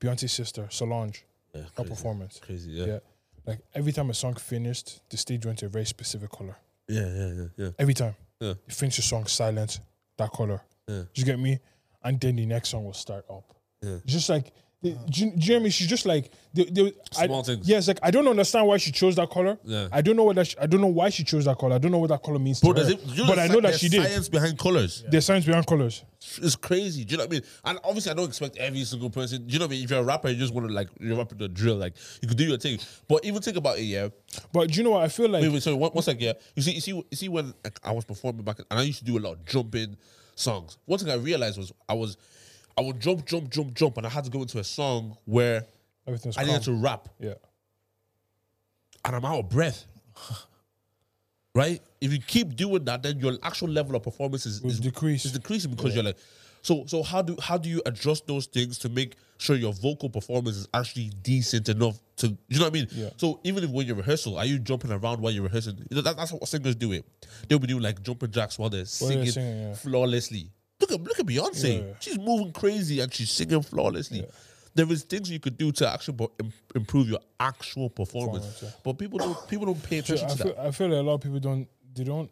Beyonce's sister Solange.
Yeah,
that
crazy.
performance.
Crazy,
Yeah.
yeah.
Like every time a song finished, the stage went to a very specific color.
Yeah, yeah, yeah, yeah.
Every time.
Yeah.
You finish the song silent, that color.
Yeah.
Do you get me? And then the next song will start up.
Yeah.
It's Just like, the, do, you, do you know what I mean? She's just like, they, they, I,
Small things.
Yes, like I don't understand why she chose that color.
Yeah.
I don't know what that she, I don't know why she chose that color. I don't know what that color means.
Bro,
to
does
her.
it, you know
but
the
I
sci-
know that
there's
she did.
Science behind colors.
There's science behind colors.
It's crazy. Do you know what I mean? And obviously, I don't expect every single person. Do you know what I mean? If you're a rapper, you just want to like you're rapping the drill. Like you could do your thing. But even think about it, yeah.
But do you know what I feel like?
Wait, wait, sorry. One, one second, yeah. You see, you see, you see, when like, I was performing back, and I used to do a lot of jumping songs. One thing I realized was I was, I would jump, jump, jump, jump, and I had to go into a song where
Everything's
I
calm.
needed to rap,
Yeah.
and I'm out of breath. [LAUGHS] right? If you keep doing that, then your actual level of performance is, is
decrease.
Is decreasing because you're like, so so how do how do you adjust those things to make sure your vocal performance is actually decent enough to you know what I mean?
Yeah.
So even if when you rehearsal, are you jumping around while you're rehearsing? You know, that, that's how singers do it. They'll be doing like jumping jacks while they're
While
singing,
they're singing, yeah.
flawlessly. Look at look at Beyonce.
Yeah.
She's moving crazy and she's singing flawlessly. There is things you could do to actually bo- im- improve your actual performance,
Performance, yeah.
but people don't people don't pay attention
I
to
feel,
that.
I feel like a lot of people don't. They don't.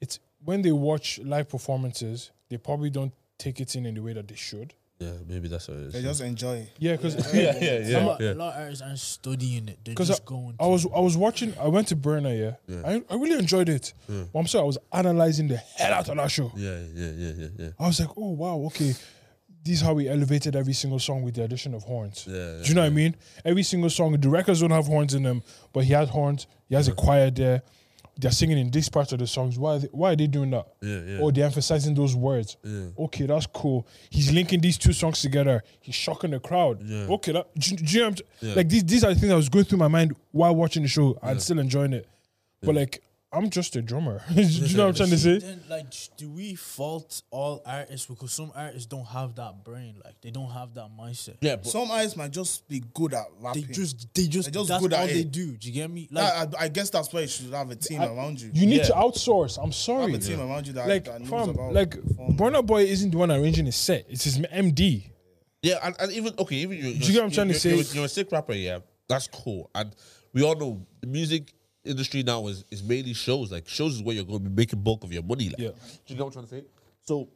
It's when they watch live performances, they probably don't take it in in the way that they should.
Yeah, maybe that's what it is.
They just enjoy it.
Yeah, because [LAUGHS]
yeah, yeah,
A
yeah.
lot, a lot of artists aren't studying it. They're
'Cause
just going.
I was I was watching. I went to Burner. Yeah, I, I really enjoyed it. But I'm sorry, I was analyzing the hell out of that show.
Yeah, yeah, yeah, yeah, yeah.
I was like, oh wow, okay. This is how we elevated every single song with the addition of horns.
Yeah, yeah,
Do you know what I mean? Every single song, the records don't have horns in them, but he has horns. He has a choir there. They're singing in this part of the songs. Why? Are they, why are they doing that?
Yeah, yeah.
Oh, they're emphasizing those words. Okay, that's cool. He's linking these two songs together. He's shocking the crowd.
Yeah.
Okay, that, do, you- do you know what I'm t-
Yeah.
like these. These are the things that was going through my mind while watching the show and still enjoying it. But like, I'm just a drummer. [LAUGHS] do you know what
[LAUGHS]
I'm trying to say?
Then, like, sh- do we fault all artists because some artists don't have that brain? Like, they don't have that mindset.
Yeah, but
Some artists might just be good at
They
rapping.
just, they just,
They're just
that's
good at
all they
it.
do. Do you get me? Like,
I, I, I guess that's why you should have a team around you.
You need
Yeah.
to outsource. I'm sorry.
have a team around you that,
like
that knows
fam,
about
like
performing.
Burna Boy isn't the one arranging his set. It's his MD.
yeah, and, and even okay, even you.
you get what I'm trying to say?
You're, you're a sick rapper, yeah. That's cool, and we all know the music industry now is is mainly shows. Like shows is where you're going to be making bulk of your money. Like,
Yeah.
do you know what I'm trying to say? So,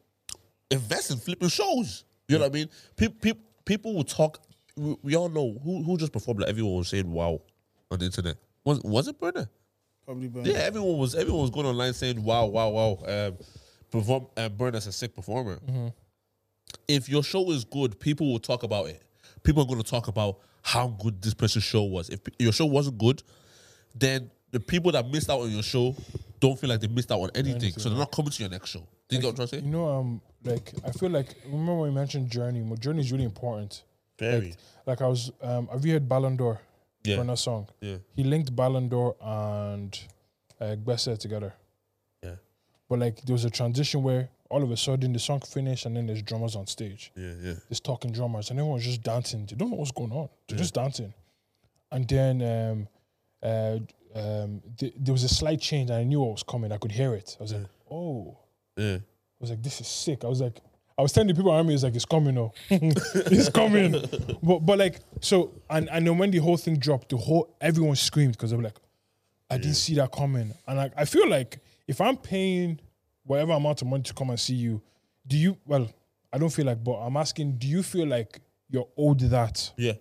invest in flipping shows. You know what I mean? People, people, people will talk. We, we all know who who just performed. Like everyone was saying, "Wow," on the internet. Was was it Burner?
probably burn.
Yeah, everyone was everyone was going online saying, "Wow, wow, wow!" Um, perform uh, Burn as a sick performer. If your show is good, people will talk about it. People are going to talk about how good this person's show was. If your show wasn't good, then the people that missed out on your show don't feel like they missed out on anything, so they're not coming to your next show. Do you get what I'm trying to
You
say?
know, um, like I feel like remember when we mentioned journey? Well, journey is really important.
Very.
Like I was, um, have you heard Ballon d'Or?
Yeah.
Burna song.
Yeah.
He linked Ballon d'Or and uh, Gbese together.
Yeah.
But like there was a transition where all of a sudden the song finished and then there's drummers on stage.
Yeah, yeah,
There's talking drummers and everyone's just dancing. They don't know what's going on. They're just dancing. And then um, uh, um, th- there was a slight change and I knew what was coming. I could hear it. I was like, oh.
yeah.
I was like, this is sick. I was like, I was telling the people around me, it's like, it's coming now. [LAUGHS] it's coming. but but like, so and and then when the whole thing dropped, the whole everyone screamed because they were like, I didn't see that coming. And like I feel like if I'm paying whatever amount of money to come and see you, do you well, I don't feel like, but I'm asking, do you feel like you're owed that?
Yeah,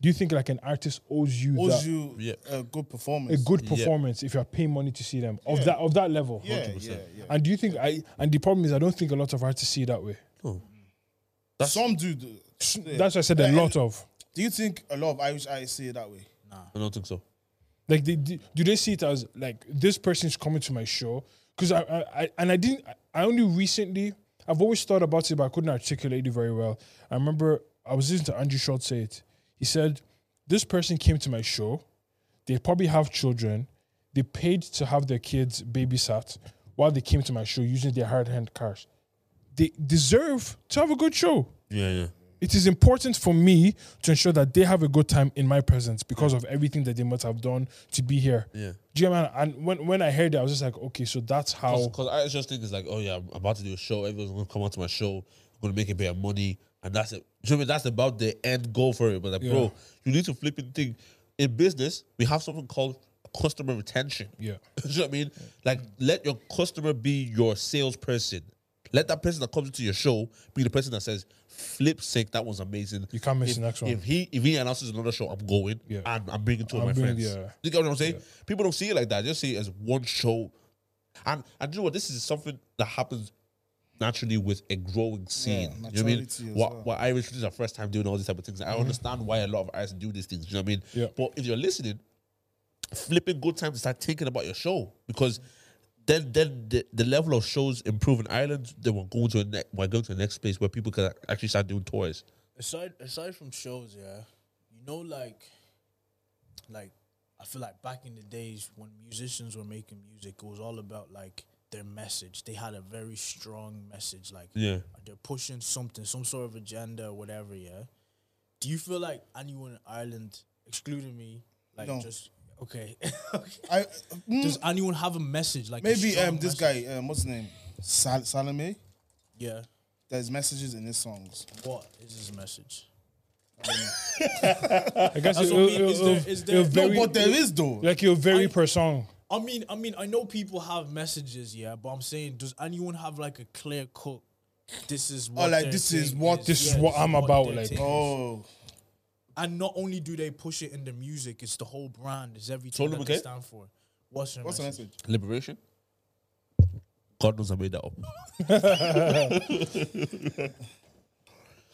Do you think like an artist owes you
Owes
that-
you
Yeah.
a good
a
performance.
good
Yeah.
performance if you're paying money to see them of that of that level?
yeah, yeah,
100%.
yeah.
And do you think I and the problem is I don't think a lot of artists see it that way.
Oh. That's-
Some do. do.
That's what I said a
And-
lot of.
Do you think a lot of Irish artists see it that way?
I don't think so.
Like, they, do do they see it as like this person's coming to my show? Because I, I, I and I didn't. I only recently. I've always thought about it, but I couldn't articulate it very well. I remember I was listening to Andrew Schultz say it. He said, "This person came to my show. They probably have children. They paid to have their kids babysat while they came to my show using their hard hand cash. They deserve to have a good show."
Yeah, yeah,
it is important for me to ensure that they have a good time in my presence because of everything that they must have done to be here.
yeah.
Do you know what I mean? And when, when I heard that, I was just like, okay, so that's how.
oh, Because I just think it's like, oh yeah, I'm about to do a show. Everyone's gonna come out to my show. I'm gonna make a bit of money. and that's it. Do you know what I mean? That's about the end goal for it. But like,
Yeah.
bro, you need to flip and think. In business, we have something called customer retention.
Yeah.
[LAUGHS] Do you know what I mean? Like, let your customer be your salesperson. Let that person that comes to your show be the person that says, "Flip sick, that was amazing."
You can't miss
if,
the next one.
[LAUGHS]
If he if he announces another show, I'm going.
Yeah.
and I'm bringing two of
I'm
my
bringing-
friends.
yeah.
You get what I'm saying? People don't see it like that. They just see it as one show. And and you know what? This is something that happens naturally with a growing scene. you know what I mean?
maturity as
What,
well.
what Irish this is our first time doing all these type of things. I understand why a lot of Irish do these things. You know what I mean?
Mm-hmm. Yeah.
But if you're listening, flipping good time to start thinking about your show because then then the, the level of shows improve in Ireland. Then we're going to a ne- we're going to the next place where people can actually start doing tours.
aside aside from shows, yeah, you know, like, like I feel like back in the days when musicians were making music, it was all about like their message. They had a very strong message, like
Yeah.
they're pushing something, some sort of agenda, or whatever. Yeah, do you feel like anyone in Ireland, excluding me, like
No.
just okay, [LAUGHS]
I, mm,
does anyone have a message like a
maybe
strong
um, this
message?
guy, um, what's his name? Sal- Salome.
Yeah,
There's messages in his songs.
what is his message?
I guess
That's
it,
what I
will
mean. Is there- is there- No,
vary,
no, but there is though.
like it'll vary
I-
per song.
I mean, I mean, I know people have messages, yeah, but I'm saying, does anyone have like a clear cut? This is what.
Oh, like,
their
this is
thing
what-
This is what I'm about,
their
like,
thing is.
oh,
And not only do they push it in the music, it's the whole brand, it's everything
Solomon
that they
K?
stand for. What's your
what's the
message?
message?
Liberation. God knows I made that up.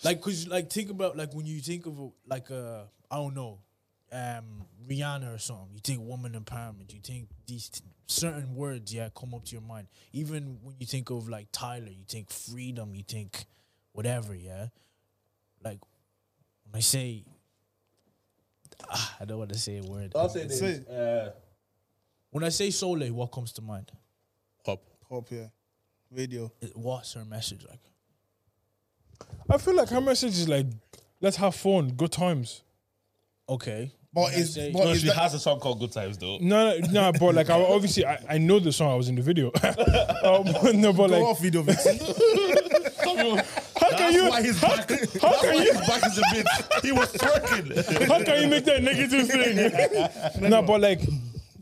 Like, cause like think about like when you think of a, like a I don't know, um, Rihanna or something. You think woman empowerment. You think these t- certain words, yeah, come up to your mind. Even when you think of like Tyler, you think freedom. You think whatever, yeah. Like when I say, ah, I don't want to say a word.
this, Say it.
Uh,
When I say Soleil, what comes to mind?
pop.
Hope yeah. Radio.
It- What's her message like?
I feel like her message is like, let's have fun, good times.
Okay,
But
When I
is
say-
but
No,
is
she
that,
has a song called Good Times though.
No, no, no, but like I obviously I, I know the song. I was in the video. [LAUGHS] um, [LAUGHS] no, but
go
like
off video.
[LAUGHS]
Vixen.
how can you
his back,
how can you
back is a bit. He was twerking.
how can you make that negative thing? no, but like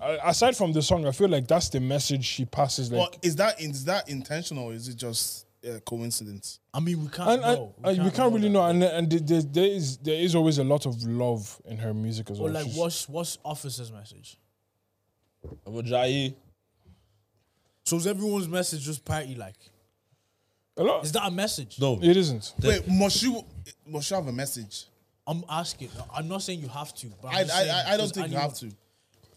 a- aside from the song, I feel like that's the message she passes. Like
but is that is that intentional? or Is it just uh, coincidence?
I mean we can't
and, and,
know.
and we can't really
that.
know. And and the- the- there is there is always a lot of love in her music as
Or
well.
like
She's-
what's what's Officer's message?
I'm a Jai.
So is everyone's message just party like?
a lot.
Is that a message?
No,
It isn't.
Wait, must you must you have a message?
I'm asking. I'm not saying you have to, but I'm
I I,
just saying,
I, I don't
does
think you
anyone-
have to.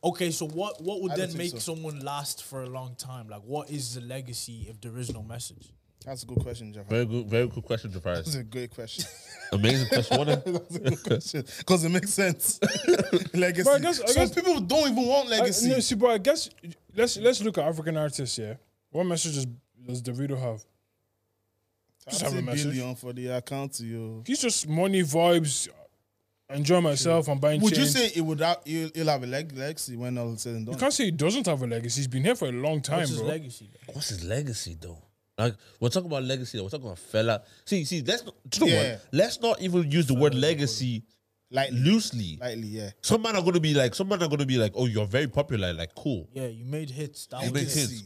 Okay, so what what would
I don't
then
think
make
so.
someone last for a long time? Like, what is the legacy if there is no message?
That's a good question, Jafar.
very good, very good question, Jafaris.
That's a great question. [LAUGHS]
Amazing question. What a,
That's a good question because it makes
[LAUGHS]
sense. [LAUGHS] legacy.
But I guess- I
Some
guess-
people don't even want
I,
legacy.
no, see, but I guess let's let's look at African artists. Yeah, what message does does Davido have? Just have a
30
message.
billion for the account to you.
He's just money vibes, enjoy myself, I'm buying.
Would you
chains.
say it would have, he'll, he'll have a leg, legacy when all is said and
You
done?
can't say he doesn't have a legacy. He's been here for a long time,
What's his
bro.
legacy? though?
what's his legacy though? Like we're talking about legacy, though. we're talking about fella. See, see, let's not, do you know
Yeah.
what? Let's not even use the word legacy
Lightly.
loosely.
Lightly, yeah.
some men are gonna be like, some men are gonna be like, oh, you're very popular, like cool.
Yeah, you made hits. That
You
was
made
it.
hits.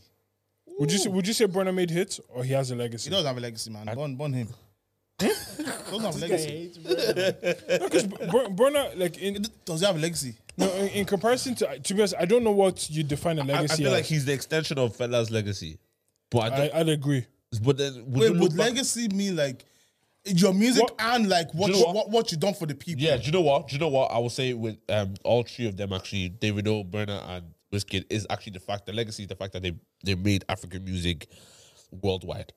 Legacy.
would you say, would you say Brenner made hits or he has a legacy?
He does have a legacy, man. Burn, burn him.
Eh?
[LAUGHS] doesn't have a legacy.
[LAUGHS]
Because Brenner, like in
Does he have a legacy?
no, in, in comparison to to be honest, I don't know what you define a
I, I
legacy.
feel like
as.
he's the extension of fella's legacy. But I don't,
I, I'd agree.
but then would you
Wait,
look
would
back-
legacy mean like your music
What-
and like what
Do
you,
you know
what?
what?
What, you done for the people?
Yeah, do you know what? Do you know what? I will say with um all three of them actually, David O, Burner, and Wizkid is actually the fact, the legacy, is the fact that they they made African music worldwide.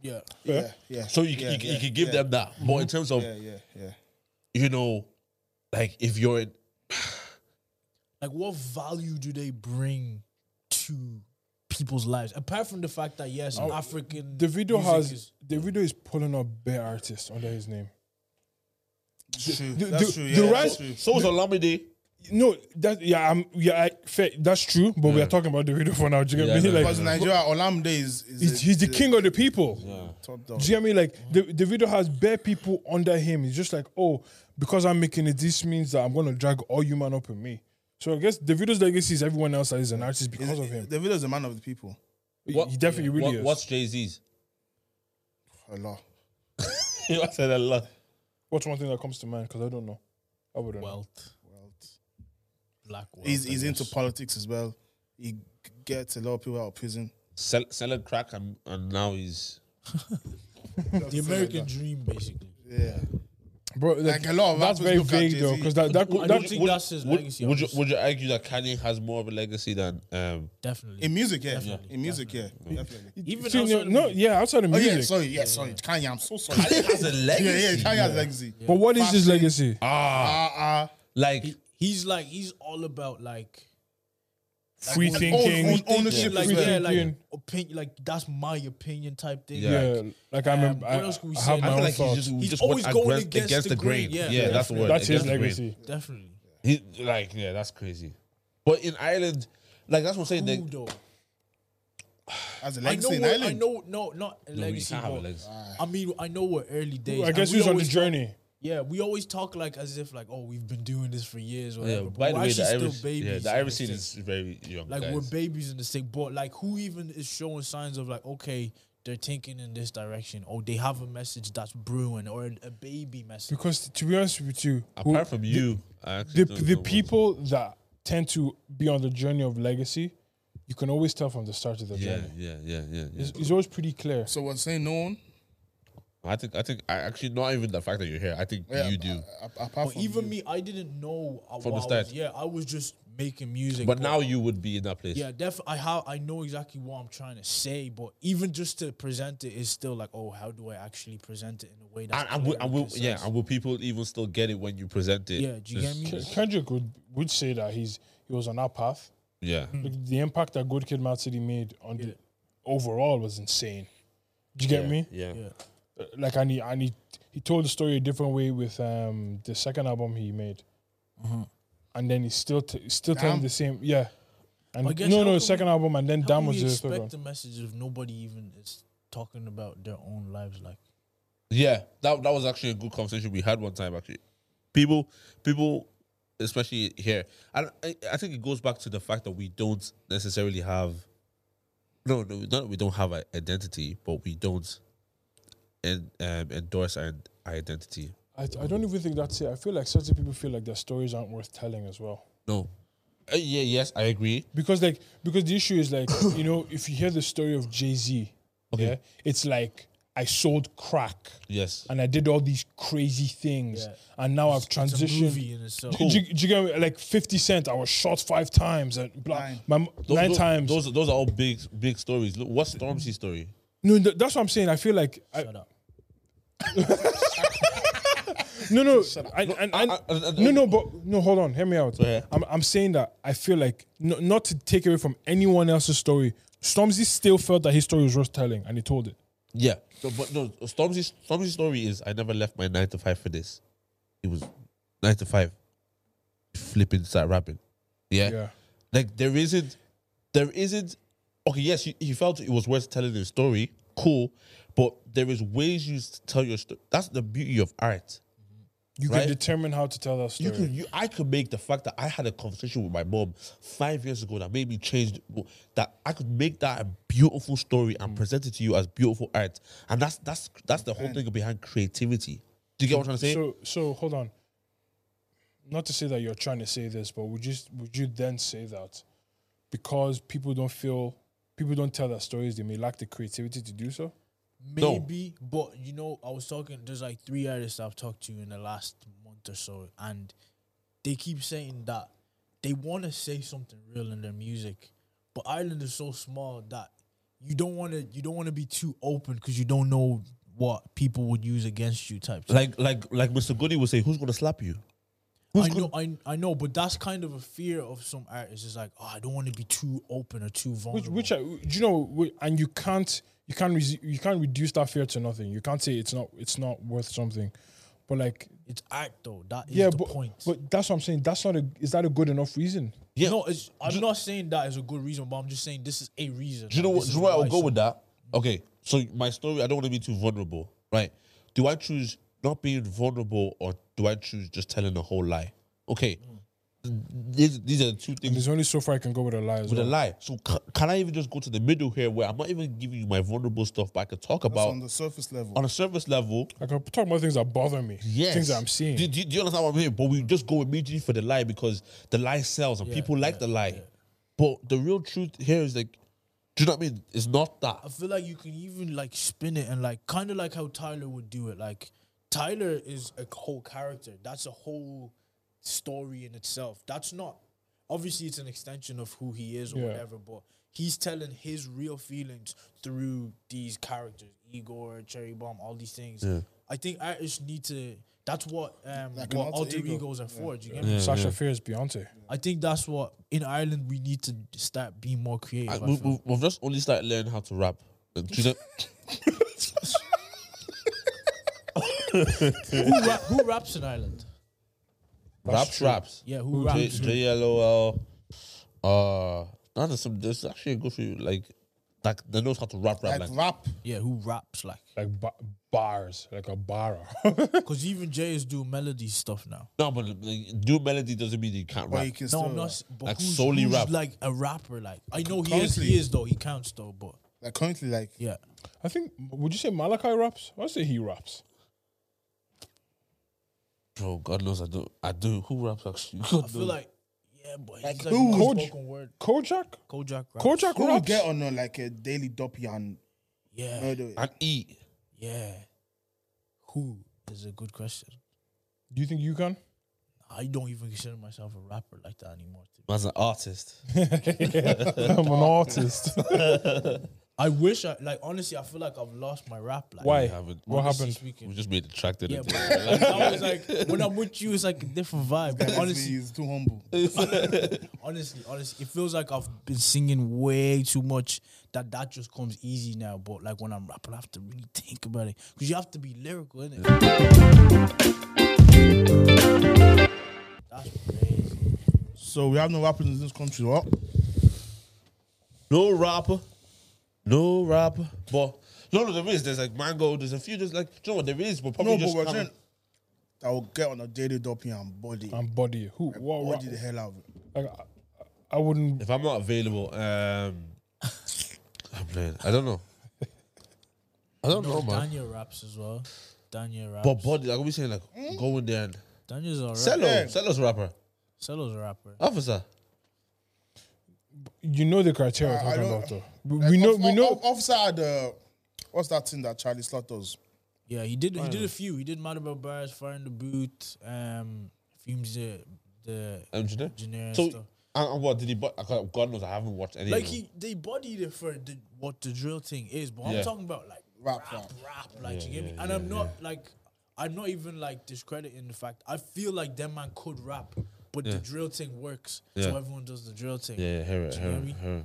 Yeah,
yeah, yeah.
So you can
yeah,
you, can-
yeah,
you can give
yeah,
them
Mhm.
that. But in terms of
Yeah, yeah, yeah.
you know, like if you're in,
like what value do they bring to people's lives apart from the fact that yes,
Oh,
African
Davido
music
has
is-
Davido is pulling up bare artists under his name.
True.
the-
That's
the-
true.
the
Yeah, that's
rise-
true.
so is Olamide.
No, that yeah, I'm yeah, I, fair, that's true. But we are talking about the radio for now. Do you get
Yeah,
me?
no,
Like,
Because Nigeria, Olamide is, is
he's,
a-
he's the
is a
king of the people.
Top dog.
Do you get me? Like the, the video has bare people under him. He's just like, oh, because I'm making it, this means that I'm gonna drag all you man up with me. So I guess the video's legacy is everyone else that is an artist because of him.
Davido is a man of the people.
he definitely really is.
What's Jay [LAUGHS] Z's?
Allah.
I said a lot.
What's one thing that comes to mind? Because I don't know. I wouldn't. know.
Wealth, black wealth.
He's,
I
he's into
guess.
politics as well. He g- gets a lot of people out of prison.
Sell, selling crack and, and now he's
the American dream, basically.
Yeah.
bro, like,
Like a lot of
that's
rappers
very
look at
vague though.
Jay-Z.
Because that that,
I
could-
don't
that
think that's his
would,
legacy.
would you
honestly.
would you argue that Kanye has more of a legacy than um
definitely.
In music, yeah.
Definitely,
In music, yeah. Definitely.
Even
See, no,
outside of
no,
music.
yeah, outside of
Oh,
music.
yeah. Sorry. Yeah, sorry. Kanye, I'm so sorry.
Kanye has a legacy?
yeah, yeah. Kanye has legacy.
But what is his
Fashion.
legacy?
Ah,
Ah, ah.
like
He- he's like he's all about like
Free
own-
thinking.
own- ownership
like
as well.
yeah, like
Opinion.
opinion, like that's my opinion type thing.
Yeah.
yeah, like I'm.
Um,
a,
what
I,
else can we
I
say?
have
I
my
I
own
feel like
thoughts.
he's just,
He's
just
always
went
going
aggress-
against the grain.
Yeah,
Yeah,
that's the word.
that's his
against the grain.
legacy.
definitely.
He like yeah, that's crazy. But in Ireland, like that's what I'm saying.
Who
They,
though?
As a
I
legacy
know.
in
What, I
Ireland.
know. No, not a
No, you
legacy.
can't have a
but-
legacy.
I mean, I know we're early days.
I
and
guess
we
he's on the
always-
journey.
Yeah, we always talk like as if like, oh, we've been doing this for years or
Yeah,
whatever.
by
but
the
we're
way,
actually
the
still
Irish,
babies.
yeah,
in
the Irish
thing.
scene is very young.
like
guys.
we're babies in the thing. But like, who even is showing signs of like, okay, they're thinking in this direction, or they have a message that's brewing, or a baby message.
Because to be honest with you, who-
apart from you, I actually
the,
don't
the
know what's-
people that tend to be on the journey of legacy, you can always tell from the start of the
Yeah,
journey.
yeah, yeah, yeah. yeah.
It's, it's always pretty clear.
So we're saying no one.
I think, I think, I actually not even the fact that you're here. I think
Yeah,
you do.
a- a- apart
But
from
even
you.
me, I didn't know I-
From the
I was-
start.
yeah, I was just making music.
But now you would be in that place.
yeah, definitely. I have. I know exactly what I'm trying to say, but even just to present it is still like, oh, how do I actually present it in a way that's
And, and, will,
clear
and will,
concise?
yeah, and will people even still get it when you present it?
Yeah, do you get
It's-
me?
K- Kendrick would, would say that he's he was on that path.
Yeah,
Hmm.
Like, the impact that Good Kid, Mad City made on the overall was insane. Do you get me?
yeah.
Yeah.
Uh, Like and he and he he told the story a different way with um the second album he made,
Mm-hmm.
and then he's still t- he's still telling
Damn.
the same yeah. And
I guess
no,
how
no,
can
second
we-
album, and then
How
Damn
can
was
we
the third one.
expect a message if nobody even is talking about their own lives? Like,
Yeah, that that was actually a good conversation we had one time. Actually, people, people, especially here, and I, I think it goes back to the fact that we don't necessarily have, no, no, not that we don't have an identity, but we don't, and um, endorse our identity.
I, I don't even think that's it. I feel like certain people feel like their stories aren't worth telling as well.
No, Uh, yeah, yes, I agree.
Because like because the issue is like, you know, if you hear the story of Jay-Z, yeah, it's like I sold crack
Yes,
and I did all these crazy things
Yeah.
and now I've
it's a
transitioned.
movie in itself.
Do, you- do you get me? like 50 Cent, I was shot five times and blah,
Nine.
my, m-
Those-
nine
those,
times.
Those those are all big big stories. Look, what's Stormzy's story?
no, th- that's what I'm saying. I feel like, I,
Shut up.
no, no, I, and, and,
I- I- I-
no, no, but no, hold on, hear me out.
ahead.
I'm, I'm saying that I feel like no, not to take away from anyone else's story. Stormzy still felt that his story was worth telling, and he told it.
Yeah, no, but no, Stormzy's Stormzy's story is I never left my nine to five for this. It was nine to five, flipping start rapping. Yeah,
Yeah,
like there isn't, there isn't. Okay, yes, he, he felt it was worth telling his story. Cool, but there is ways you s- tell your story. That's the beauty of art.
you
Right.
can determine how to tell that
You
story.
could, you, I could make the fact that I had a conversation with my mom five years ago that made me change. That I could make that a beautiful story
Mm.
and present it to you as beautiful art, and that's that's that's the whole thing behind creativity. Do you get what I'm trying to say?
so, so hold on. Not to say that you're trying to say this, but would you would you then say that because people don't feel people don't tell their stories, they may lack the creativity to do so?
No.
Maybe, but you know, I was talking. There's like three artists I've talked to in the last month or so, and they keep saying that they want to say something real in their music, but Ireland is so small that you don't want to. You don't want to be too open because you don't know what people would use against you. Type.
like like like Mr. Goody would say, "Who's gonna slap you?" Who's
I
gonna-
know, I, I know, but that's kind of a fear of some artists. It's like, oh, I don't want to be too open or too
Which,
vulnerable.
which I, do you know, wh- and you can't, you can't, resi- you can't reduce that fear to nothing. You can't say it's not, it's not worth something. But like,
It's act though. That is
yeah,
the
but
point.
but that's what I'm saying. That's not a. Is that a good enough reason?
Yeah.
no, it's, I'm not saying that is a good reason, but I'm just saying this is a reason.
Do you know what?
This
Do
is
you know where I'll
why
go
some-
with that? Okay, so my story. I don't want to be too vulnerable, right? Do I choose not being vulnerable, or do I choose just telling a whole lie? Okay,
Mm.
these these are the two things
There's only so far I can go with a lie. As
with a
well.
lie. So ca- can I even just go to the middle here, where I'm not even giving you my vulnerable stuff, but I could talk
That's
about
on the surface level.
on a surface level.
I can talk about things that bother me.
Yes,
Things that I'm seeing.
Do, do- do you understand what I'm saying? But we just go immediately for the lie because the lie sells and people like the lie. But the real truth here is like, do you know what I mean? It's not that.
I feel like you can even like spin it and like kind of like how Tyler would do it. Like Tyler is a whole character. That's a whole story in itself. That's not obviously it's an extension of who he is or
Yeah.
whatever, but he's telling his real feelings through these characters, Igor, Cherry Bomb, all these things. I think artists need to. That's what um
Like an
what
alter
alter
ego.
egos are for. Do you get me?
Sasha Fierce, Beyonce.
I think that's what in Ireland we need to start being more creative.
I-
I
we,
feel.
we, we've just only started learning how to rap. Do you know-
who, rap, who raps in Ireland?
raps, raps.
Yeah, who
J-
raps?
JLOL. Uh, no, there's, some, there's actually a good few, like, like that knows how to rap, rap.
like
Like,
rap.
Yeah, who raps like?
Like ba- bars. Like a barra.
Because even Jay is doing melody stuff now.
no, but like, do melody doesn't mean you can't
But
rap.
you can
No,
still
I'm not. s- But
Like
who's,
solely
who's
rap.
Like a rapper, like I know he is.
Currently.
He is though. He counts though. But
like currently like
yeah,
[LAUGHS] I think, would you say Malachi raps? I say he raps.
Bro, God knows I do. I do. Who raps actually? God
I
knows.
feel like yeah, but he's like,
who?
more
Koj-
spoken word.
Kojak?
Kojak raps.
Kojak
who would
raps?
get on uh, like a daily doppy and
Yeah,
murder it?
and eat.
yeah. Who is a good question.
Do you think you can?
I don't even consider myself a rapper like that anymore. to be-
As an artist,
[LAUGHS] I'm an artist. [LAUGHS]
I wish I like honestly. I feel like I've lost my rap. Like,
Why?
haven't-
What
honestly
happened?
Speaking.
we just made the track that
Yeah,
it
but
did.
I was like, when I'm with you, it's like a different vibe. Like, honestly,
Honestly, he's too humble.
honestly, honestly, it feels like I've been singing way too much. That that just comes easy now. But like when I'm rapping, I have to really think about it because you have to be lyrical, innit? That's crazy.
So we have no rappers in this country. What?
No rapper. No rapper. But no, no, there is. There's like Mango. There's a few. There's like, do you know what? There is, but probably
No, but
just.
we're
haven't-
saying that will get on a daily doppy and body.
I'm body. Who? What?
body
rap-
the hell out of it.
like, I, I wouldn't.
if I'm not available, um, I'm playing. I don't know. I don't know, man.
Daniel raps as well. Daniel raps.
But body, like we saying, like go in there and
Daniel's a
Cello,
rapper.
Yeah.
Cello's a rapper,
Cello's a rapper.
officer.
You know the criteria
I-
we're
I
talking
don't-
about, though. We, we know.
Off-
We
off-
know. [LAUGHS]
off- Officer had uh, what's that thing that Charlie Slot does?
Yeah, he did. He did a few. He did Mad About Bars, Fire in the Boot, um, Fumes the the
Engineer.
engineer and
Uh, So
stuff.
and, and what did he? But God knows, I haven't watched any.
Like
of them.
he, they bodied it for the, what the drill thing is, but
Yeah.
I'm talking about like
Rap,
rap,
rap.
rap, like you get me. And I'm not like, I'm not even like discrediting the fact. I feel like that man could rap, but the drill thing works, so
Yeah.
everyone does the drill thing.
yeah, yeah, hear it,
Do you
hear
know
it,
me?
hear it.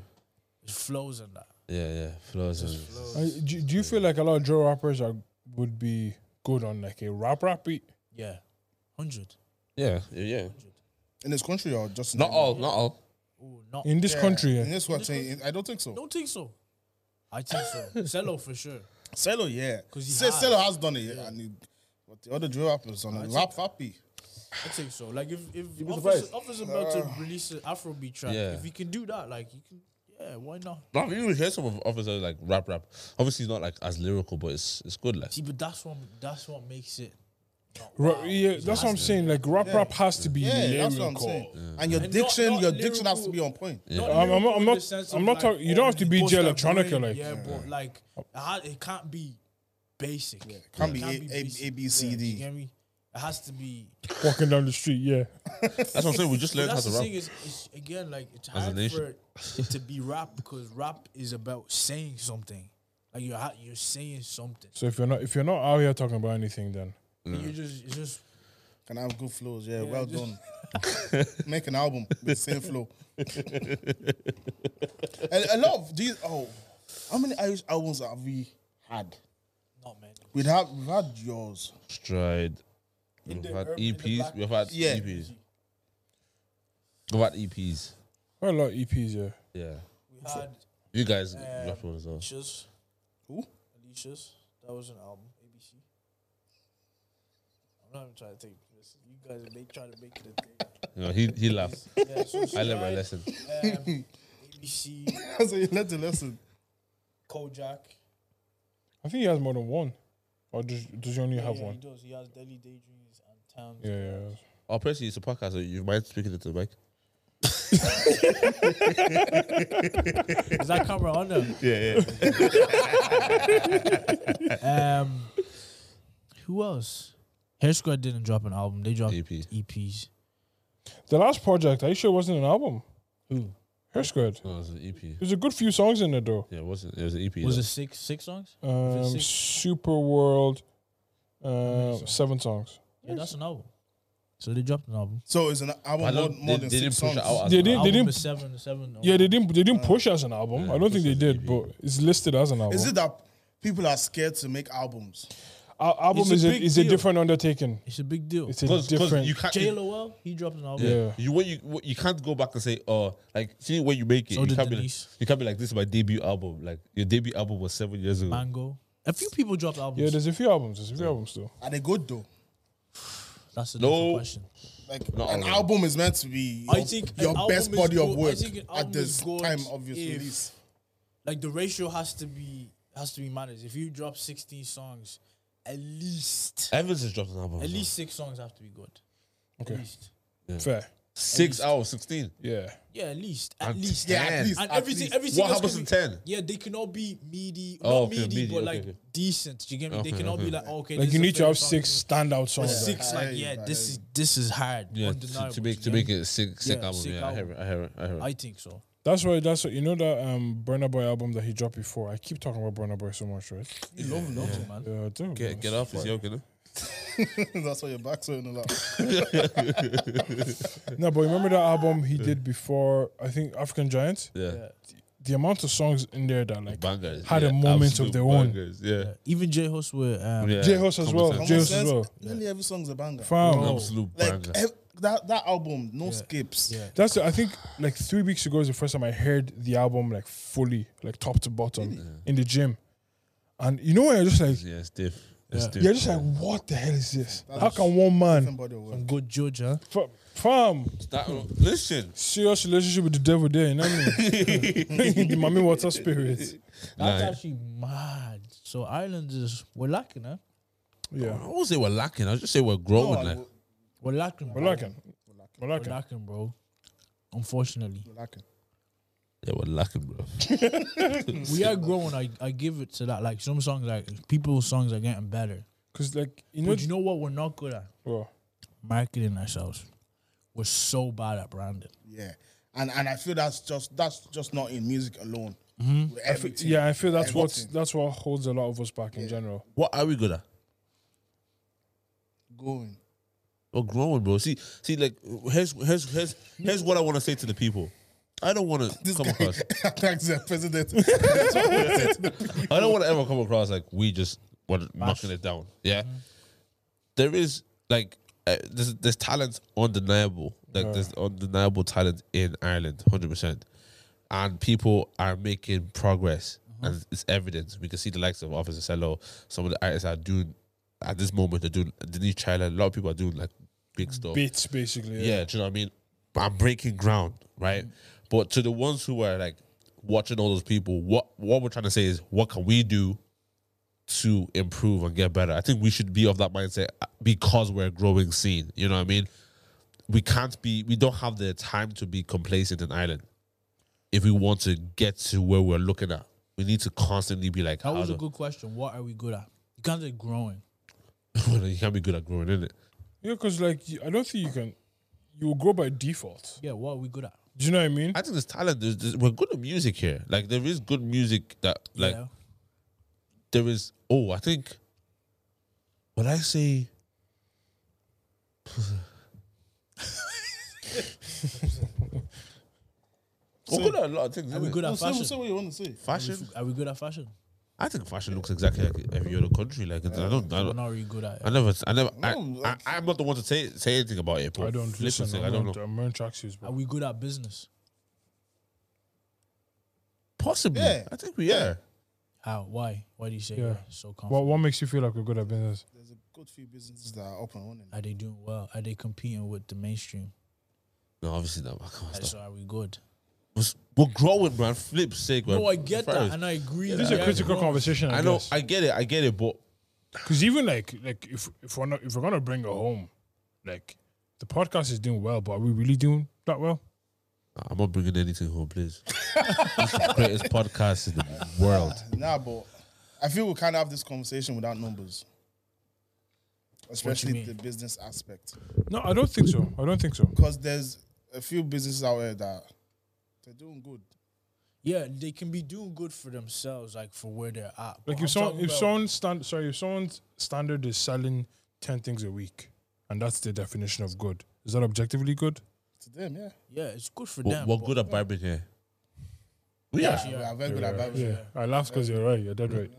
It flows and that.
Yeah, yeah, flows. and-
Uh, do, do you feel like a lot of drill rappers are would be good on like a rap rap beat?
Yeah, hundred.
Yeah, yeah, yeah.
In this country or just in
Not
Nigeria?
all, not all.
Oh, not.
in this
Yeah,
country.
In
Yeah.
this country, I don't think so.
don't think so. I think
[LAUGHS]
so. Cello for sure.
Cello, yeah.
'Cause he
Se-
has.
Cello has done it, yeah. and he, but the other drill rappers on
think-
rap fappy.
I think so. Like if if
be
officer,
surprised.
officer about to release an Afrobeat track,
Yeah.
if he can do that, like you can, yeah, why not?
Now, you even hear some of officers like rap, rap. Obviously, it's not like as lyrical, but it's it's good. Like,
See, but that's what that's what makes it. not
Ra-
wow.
yeah, that's what I'm saying. Like rap rap has to be
Yeah,
lyrical.
that's what I'm saying. And your
And not-
diction,
not
your diction has to
lyrical.
be on point.
Not
I'm- I'm
lyrical
not- I'm
in
not-
the sense
I'm
of
not
like,
talking- you don't
oh,
have to
you
be
bust
Jay
that
Electronica,
brain.
like-
yeah, but like it ha- it can't be basic. It
Can't be A- A-
basic.
A, B, C,
Yeah,
D.
you get me? It has to be.
Walking down the street, yeah.
that's what I'm saying. We just
But
learned how
that's
to
the
rap.
thing is, it's, again, like it's hard
nation.
for it to be rap because rap is about saying something. Like you're ha- you're saying something.
So if you're not if you're not out here talking about anything, then
You just it's just
Can have good flows. Yeah, well done.
[LAUGHS]
Make an album with the same flow. and a lot of these. Oh, how many Irish albums have we had?
not man.
We'd have, we've had yours. [LAUGHS]
Stride. We've
the
had
herb- in the
EPs.
black-
We've had
Yeah.
EPs. We've had EPs.
Quite a lot of E EPs, yeah.
Yeah.
We had
You guys
Um,
dropped one as well.
Alicia's.
Who?
Alicia's. That was an album. ABC. I'm not even trying to take this. You guys are make, trying to make it a
You know, he
[LAUGHS]
he laughed.
thing. Yeah, so she
I learned my
tried,
lesson.
Um, ABC,
so you learned the lesson.
Kojak.
I think he has more than one. Or does, does he only have
yeah,
one?
He does. He has Daily Daydreams and Towns.
Yeah, yeah. yeah.
Oh, Percy, it's a podcast, so you mind speaking into the mic?
Is that camera on them?
Yeah, yeah.
Um, who else? Hair Square didn't drop an album. They dropped E
EP.
EPs.
The last project, are you sure it wasn't an album?
Who?
Hair Squared.
No, Oh, it E was an EP.
There's a good few songs in there, though.
Yeah, it wasn't. It was an EP.
Was
though.
it six six songs? it
Um,
six?
Super World,
many
uh,
songs?
seven songs.
Yeah, that's an album. So they dropped an album.
So it's an album
I
more,
don't.
more
they,
than
they didn't
six
push
songs.
it out. As
They
an
didn't-
album.
album
didn't-
is seven seven.
Yeah, they didn't they didn't
Uh,
push as an album.
yeah,
I don't think they
push as an
did,
EP.
but it's listed as an album.
Is it that people are scared to make albums?
Al- album
It's a
is a,
big
is a
deal.
different undertaking.
It's a big deal.
It's a
'Cause- 'cause
different.
you can't.
Jay Lowell, he dropped an album.
yeah.
Yeah.
You when you what- you can't go back and say, oh, like see when you make it,
So
you
did
can't be like,
Denise.
you can't be like this is my debut album. Like your debut album was seven years ago.
Mango. A few people dropped
yeah,
albums.
there's a few albums. There's a few albums though.
Are they good though?
That's a
No.
different question.
Like
Not
an
all.
album is meant to be your,
I think an
your
album
best
is
body
good-
of
I
work
think an album
at this
is good
time of your
if-
release. [LAUGHS]
Like the ratio has to be has to be managed. If you drop sixteen songs, at least
Evans has dropped an album.
at
as well.
least six songs have to be good.
Okay.
At least.
Fair.
six hours, sixteen.
Yeah.
Yeah, at least. At
And-
least.
Yeah, at least.
And
at
everything,
least.
everything.
What
else
happens
can
in
be-
ten?
Yeah, they cannot be meaty,
Oh,
not
okay,
meaty,
meaty,
but
okay,
like
okay.
decent. You get me?
Okay,
they cannot
okay.
be like oh, okay.
Like
this
you
is a
need to have
favorite
six
song.
standout songs. like.
six. Like
Aye,
yeah,
aye.
this is this is hard.
Yeah, to,
undeniable,
to make
you
to
get
make
me?
it six sick
Yeah,
album.
sick
yeah, I hear
album.
it. I hear it. I hear it.
I think so.
That's why. That's why. You know that um Burna Boy album that he dropped before. I keep talking about Burna Boy so much, right? Uh,
You love love.
man.
Yeah, I do.
get
bro.
get off his yoke, you know?
That's why your back's so in a lot.
No, but remember that album he did before? I think African Giant.
Yeah,
The amount of songs in there that like
bangers.
Had a
yeah,
moment of
absolute
their own.
bangers, Yeah,
Even J Hus were um,
yeah.
J Hus as
common
well.
sense.
J
Common
Hus as
sense,
well.
Nearly every song's a banger.
Fam.
An Absolute
Like
banger.
ev- that that album, no skips.
Yeah.
That's I think like three weeks ago is the first time I heard the album like fully, like top to bottom in the gym. And you know what you're just like
yeah, it's diff. It's diff.
you're just like, what the hell is this? How can one man
Different body of work.
some good George, huh?
fa- fam
That, listen,
serious relationship with the devil there, you know what I mean? [LAUGHS] the mommy water spirit.
That's
Nah.
actually mad. So Ireland is we're lacking, huh?
Yeah.
I won't say we're lacking. I'll just say we're
No,
growing.
"Oh, I
like,
will-
We're lacking.
We're
bro.
lacking. We're
We're
lacking.
lacking, bro. Unfortunately,
we're lacking.
yeah, we're lacking, bro.
we are growing. I, I give it to that. Like some songs, like people's songs are getting better.
Cause like you know
But you know what? We're not good at
bro,
marketing ourselves. We're so bad at branding.
Yeah, and and I feel that's just that's just not in music alone.
Mm-hmm.
With everything.
yeah, I feel that's what
Everything.
that's what holds a lot of us back in general.
What are we good at?
going.
We're growing, bro. See, see, like here's here's here's here's what I want to say to the people. I don't want to
This
come
guy
across.
[LAUGHS] attacks the president.
I don't want to ever come across like we just were knocking it down. Yeah, there is like uh, there's there's talent undeniable. Like there's undeniable talent in Ireland, hundred percent, and people are making progress, and it's evident. We can see the likes of Officer Cello. Some of the artists are doing at this moment. They're doing Denise Child. A lot of people are doing like big stuff.
Bits basically.
Yeah, do you know what I mean? I'm breaking ground, right?
Mm-hmm.
But to the ones who are like watching all those people, what what we're trying to say is, what can we do to improve and get better? I think we should be of that mindset uh, because we're a growing scene. You know what I mean? We can't be. We don't have the time to be complacent in Ireland. If we want to get to where we're looking at, we need to constantly be like,
That
how
was
[LAUGHS]
a
do,
good question. What are we good at? You can't say growing.
you can't be good at growing, innit?
Yeah, because like you- I don't think you can. You will grow by default.
Yeah, what are we good at?
Do you know what I mean?
I think there's talent. There's, there's, we're good at music here. Like there is good music that like
yeah.
there is oh I think when I
[LAUGHS]
say we're good at a lot of things.
are we
innit?
good
No,
at
say,
fashion?
say what you want to say.
fashion?
Are we good at fashion?
I think fashion looks exactly like every other country. Like it's I don't, I
I'm
don't,
not really good at
I
it.
never, I never, I,
No,
I,
that's-
I'm not the one to say say anything about it. But
I don't
flip and
listen.
say,
I'm
I don't
not-
know.
I'm wearing tracksuits,
Are
bro.
we good at business?
Possibly,
Yeah.
I think we are.
How? Why? Why do you say
Yeah.
you're so confident?
What what makes you feel like we're good at business?
There's a good few businesses that are up and running.
Are they doing well? Are they competing with the mainstream?
No, obviously not. man. Come on,
Like,
stop.
so are we good?
We're, we're growing, man. Flip's sake, man.
No, I get
Fires.
that, and I agree.
This is a critical conversation. I,
I know, I get it, I get it, but
because even like like if if we're not if we're gonna bring it home, like the podcast is doing well, but are we really doing that well?
I'm not bringing anything home, please. It's the greatest podcast in the world.
Nah, but I feel we can't have this conversation without numbers, especially
mean?
the business aspect.
No, I don't think so. I don't think so.
Because there's a few businesses out there that they're doing good.
Yeah, they can be doing good for themselves, like for where they're at. But
Like
I'm
if someone
talking
if
about-
someone stand sorry if someone's standard is selling ten things a week, and that's the definition of good, is that objectively good?
To them, yeah,
yeah, it's good for
We're,
them.
we're
but-
good at barbering here. We are.
we are very good at barbecue.
Yeah, I laugh because you're right. You're dead right.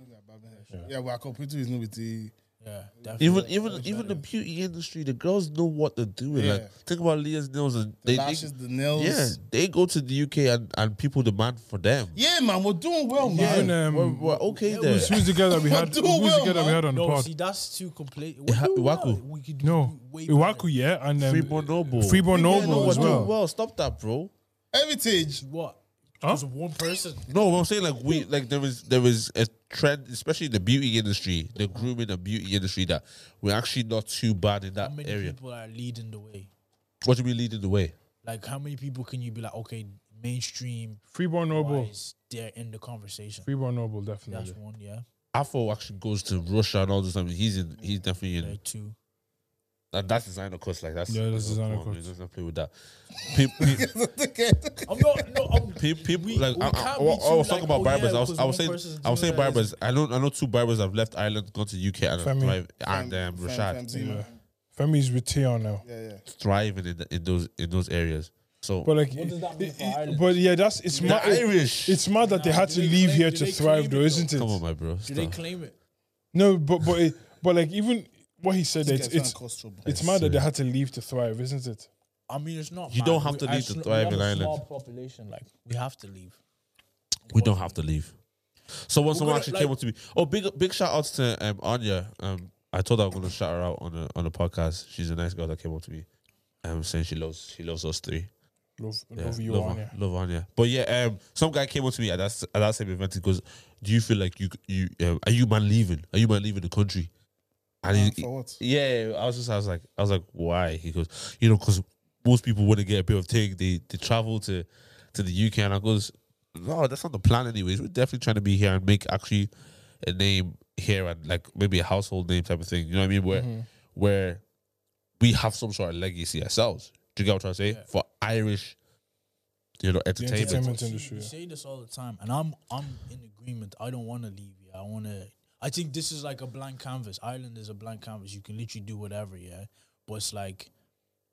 Yeah, we are competing with nobody.
Yeah, definitely.
Even even even the beauty industry, the girls know what they're doing.
Yeah.
Like think about Leah's nails and
The
they, they
lashes, the nails.
yeah they go to the UK and, and people demand for them.
Yeah, man, we're doing well, man.
And, um,
We're, we're okay
Yeah,
there.
who's, who's the guy that we had? Who's
Do
the
well,
guy that we
man.
had on the
no,
pod?
see, that's too complete.
Yeah, Iwaku.
We could do
No,
way better.
Iwaku, yeah, and um,
Freeborn Noble.
Freeborn
Freeborn
Noble
Noble.
as
We're doing
well.
well, stop that, bro.
Heritage.
What?
Huh?
Just one person.
No, I'm saying like we like there is there is a trend, especially in the beauty industry, the grooming and beauty industry, that we're actually not too bad in
How
that
many
area.
people are leading the way?
What do we leading the way?
Like, how many people can you be like, okay, mainstream
Freeborn Noble,
wise, they're in the conversation?
Freeborn Noble,
That's
definitely.
one, yeah.
Afro actually goes to Russia and all this. I mean, he's in, he's definitely in.
There are two.
And that's designer cost. Like that's
Yeah, that's designer
come on, man,
cost.
Let's not play with that. People,
[LAUGHS] I'm not. No,
[LAUGHS]
I'm.
people,
We-
like
we
I, I,
can't
I, I
be too
was
like,
talking about
oh,
barbers.
yeah,
I was, I was
'cause
saying,
one person's
I was saying
doing that.
barbers. I know, I know two barbers have left Ireland, gone to UK, and are
Femi.
thrive, and um,
Fem-
Rashad
Femzima.
Yeah. Femi's with Tion now.
Yeah, yeah.
thriving in, the, in those in those areas. So
But like,
What does that mean for
it- it-
Ireland?
but yeah, that's it's
the
mad.
Irish,
It's mad that they had
do
to
they
leave
claim-
here
do
to
they
thrive,
claim
though,
it,
isn't it?
come on, my bro.
Do they
stop.
claim it?
No, but but it, but like even what he said, it's
It's,
it's
cause trouble.
it's mad that they had to leave to thrive, isn't it?
I mean, it's not.
You
bad.
don't have
We-
to
I
leave to
sl-
thrive
we
in
have a
Ireland.
Small population, like we have to leave.
we don't have to leave. So when someone
gonna,
actually
like-
came up to me, oh big big shout outs to um, Anya. Um, I told her I'm gonna shout her out on a on a podcast. She's a nice girl that came up to me. Um, saying she loves she loves us three.
Love,
Yeah,
love you,
love,
Anya.
Her, love Anya. But yeah, um, some guy came up to me at that s- at that same event. He goes, "Do you feel like you you um, are you man leaving? Are you man leaving the country?" And he,
For what?
yeah, I was just, I was like, I was like, why? He goes, you know, because most people want to get a bit of take. They they travel to to the UK, and I goes, no, that's not the plan. Anyways, we're definitely trying to be here and make actually a name here and like maybe a household name type of thing. You know what I mean? Where
Mm-hmm.
where we have some sort of legacy ourselves. Do you get what I'm trying to say? For Irish, you know, entertainment.
entertainment
See,
industry,
You
yeah.
say this all the time, and I'm I'm in agreement. I don't want to leave. Yeah, I want to. I think this is like a blank canvas. Ireland is a blank canvas. You can literally do whatever. Yeah, but it's like,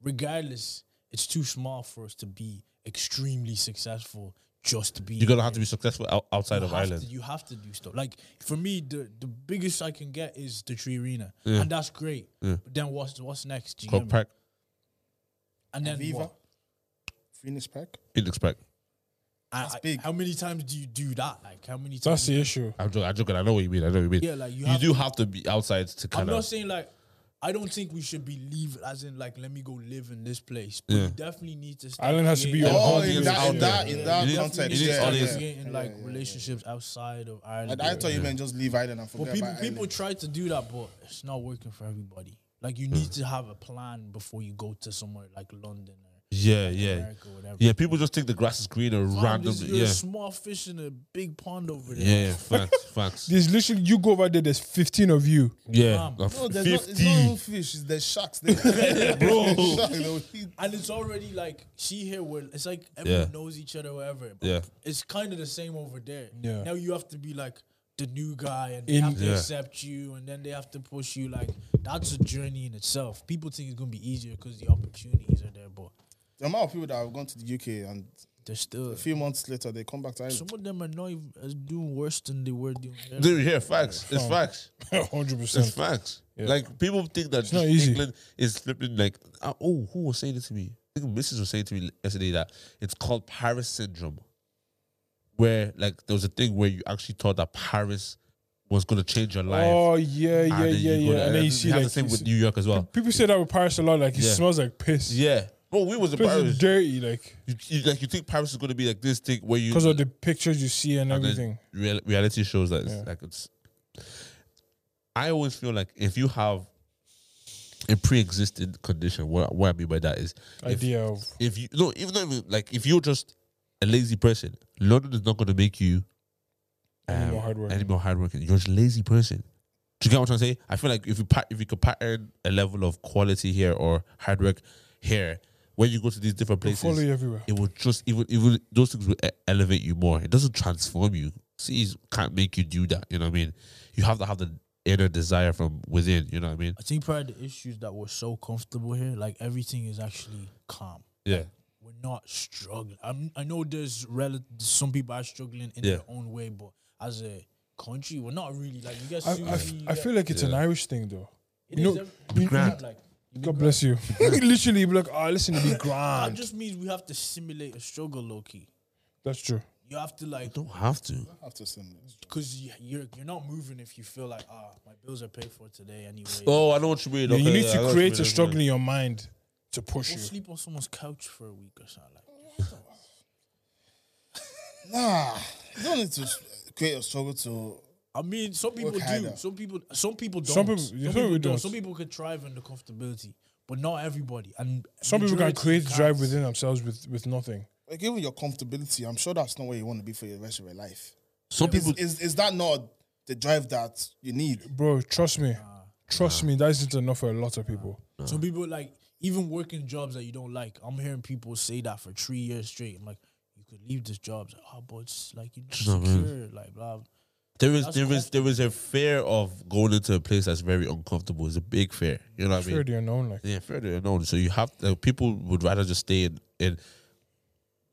regardless, it's too small for us to be extremely successful just to be.
You're gonna have to be successful out, outside
you
of
have
Ireland.
To, you have to do stuff. Like for me, the the biggest I can get is the tree arena, and that's great. But then what's what's next? Do you
Club
get me?
Park,
And then
Viva.
what?
Phoenix Park.
Phoenix Park.
I-
That's
I-
big.
How many times do you do that? Like how many times?
That's the issue.
I'm joking. I'm joking. I know what you mean. I know what you mean.
Yeah, like, you
you,
have
do have to be outside to
I'm
kind
not
of.
saying like I don't think we should be leave as in like let me go live in this place. But
Yeah.
you definitely need to start
Ireland has to be
creating-
your
Oh,
home.
in
base,
that- in
yeah.
that- in that
You definitely
context,
need to
yeah,
start
yeah.
creating like relationships outside of Ireland.
And I thought you meant just leave Ireland and forget
But people
about
people
Ireland.
try to do that, but it's not working for everybody. Like
Hmm.
you need to have a plan before you go to somewhere like London or
Yeah, yeah.
America or whatever.
Yeah, people just think the grass is greener
Fam, this-
randomly.
You're
Yeah.
a small fish in a big pond over there.
yeah, yeah,
[LAUGHS]
facts, facts.
There's literally you go over there. There's 15 of you. [LAUGHS]
Yeah,
Fam.
No, there's not, it's
50.
not even fish. It's the sharks. They, bro. Sharks, they will eat.
And it's already like see here where it's like
Yeah.
everyone knows each other, whatever.
[LAUGHS]
But
Yeah.
It's kind of the same over there.
Yeah.
Now you have to be like the new guy and they
In-
have to
Yeah.
accept you and then they have to push you. Like that's a journey in itself. People think it's gonna be easier because the opportunities are there, but
the amount of people that have gone to the UK and
They're still.
A few months later, they come back to Ireland.
Some of them are not even as doing worse than they were doing. Here.
Dude, yeah, facts. It's
Oh.
facts.
Hundred
It's
percent.
facts.
Yeah.
Like people think that
not
just
easy.
England is flipping. Like, uh, oh, who was saying it to me? I think Mrs. was saying to me yesterday that it's called Paris syndrome, where like there was a thing where you actually thought that Paris was going to change your life.
Oh yeah, yeah,
then you
yeah,
go
yeah.
there.
And then you see
have
like
the same
you
with
see-
New York as well.
people say that with Paris a lot. Like it
Yeah.
smells like piss.
Yeah. Bro, we was in
piss is
Paris.
dirty. Like
You, you- like you think Paris is going to be like this thing where you
because of the pictures you see and
And then
everything.
real, reality shows that it's
Yeah.
like it's. I always feel like if you have a pre-existing condition, what what I mean by that is if,
Idea of
if you no even though even, like if you're just a lazy person, London is not going to make you
Any
um,
more hardworking.
Any more hardworking. You're just a lazy person. Do you get what I'm trying to say? I feel like if you pa- if you could pattern a level of quality here or hard work here, when you go to these different
they
places,
follow you everywhere.
it will just it will, it will those things will e- elevate you more. It doesn't transform you. C's can't make you do that. You know what I mean? You have to have the inner desire from within. You know what I mean?
I think probably the issues that we're so comfortable here, like everything is actually calm.
Yeah.
We're not struggling. I'm, I know there's rel- some people are struggling in
Yeah.
their own way, but as a country, we're not really like you guys.
I, I, I feel like it's an Irish thing though. you know- you-
grand.
like
God bless you.
[LAUGHS]
[LAUGHS] Literally, you be like, oh, listen, it'd be
that
grand.
just means we have to simulate a struggle, Loki.
That's true.
You have to like
Don't have to.
After some,
because you're you're not moving if you feel like ah my bills are paid for today anyway.
Oh, I know what you mean.
Yeah, you
Okay,
need
yeah, I know
to
what
create
you
a
mean.
struggle in your mind to push
We'll
you.
sleep on someone's couch for a week or something. Like,
nah, you don't need to s- create a struggle to.
I mean, some people
Work
do.
harder.
Some people, some people don't.
Some people-
some
yeah, some
people
people
don't.
don't.
Some people could thrive in the comfortability, but not everybody. And
Some people can
majority
create
can't.
drive within themselves with, with nothing.
Like, given your comfortability, I'm sure that's not where you want to be for the rest of your life.
Some people.
Is, is, is that not the drive that you need?
Bro, trust me. Trust me, that isn't enough for a lot of people.
Some people like even working jobs that you don't like. I'm hearing people say that for three years straight. I'm like, you could leave this job. It's like, oh, but it's like you're not
Just not really-
secure. Like blah.
There is
That's
there is there is a fear of going into a place that's very uncomfortable. It's a big fear. You know what I mean?
Fear the unknown, like
Yeah, fair to unknown. So you have like, people would rather just stay in, in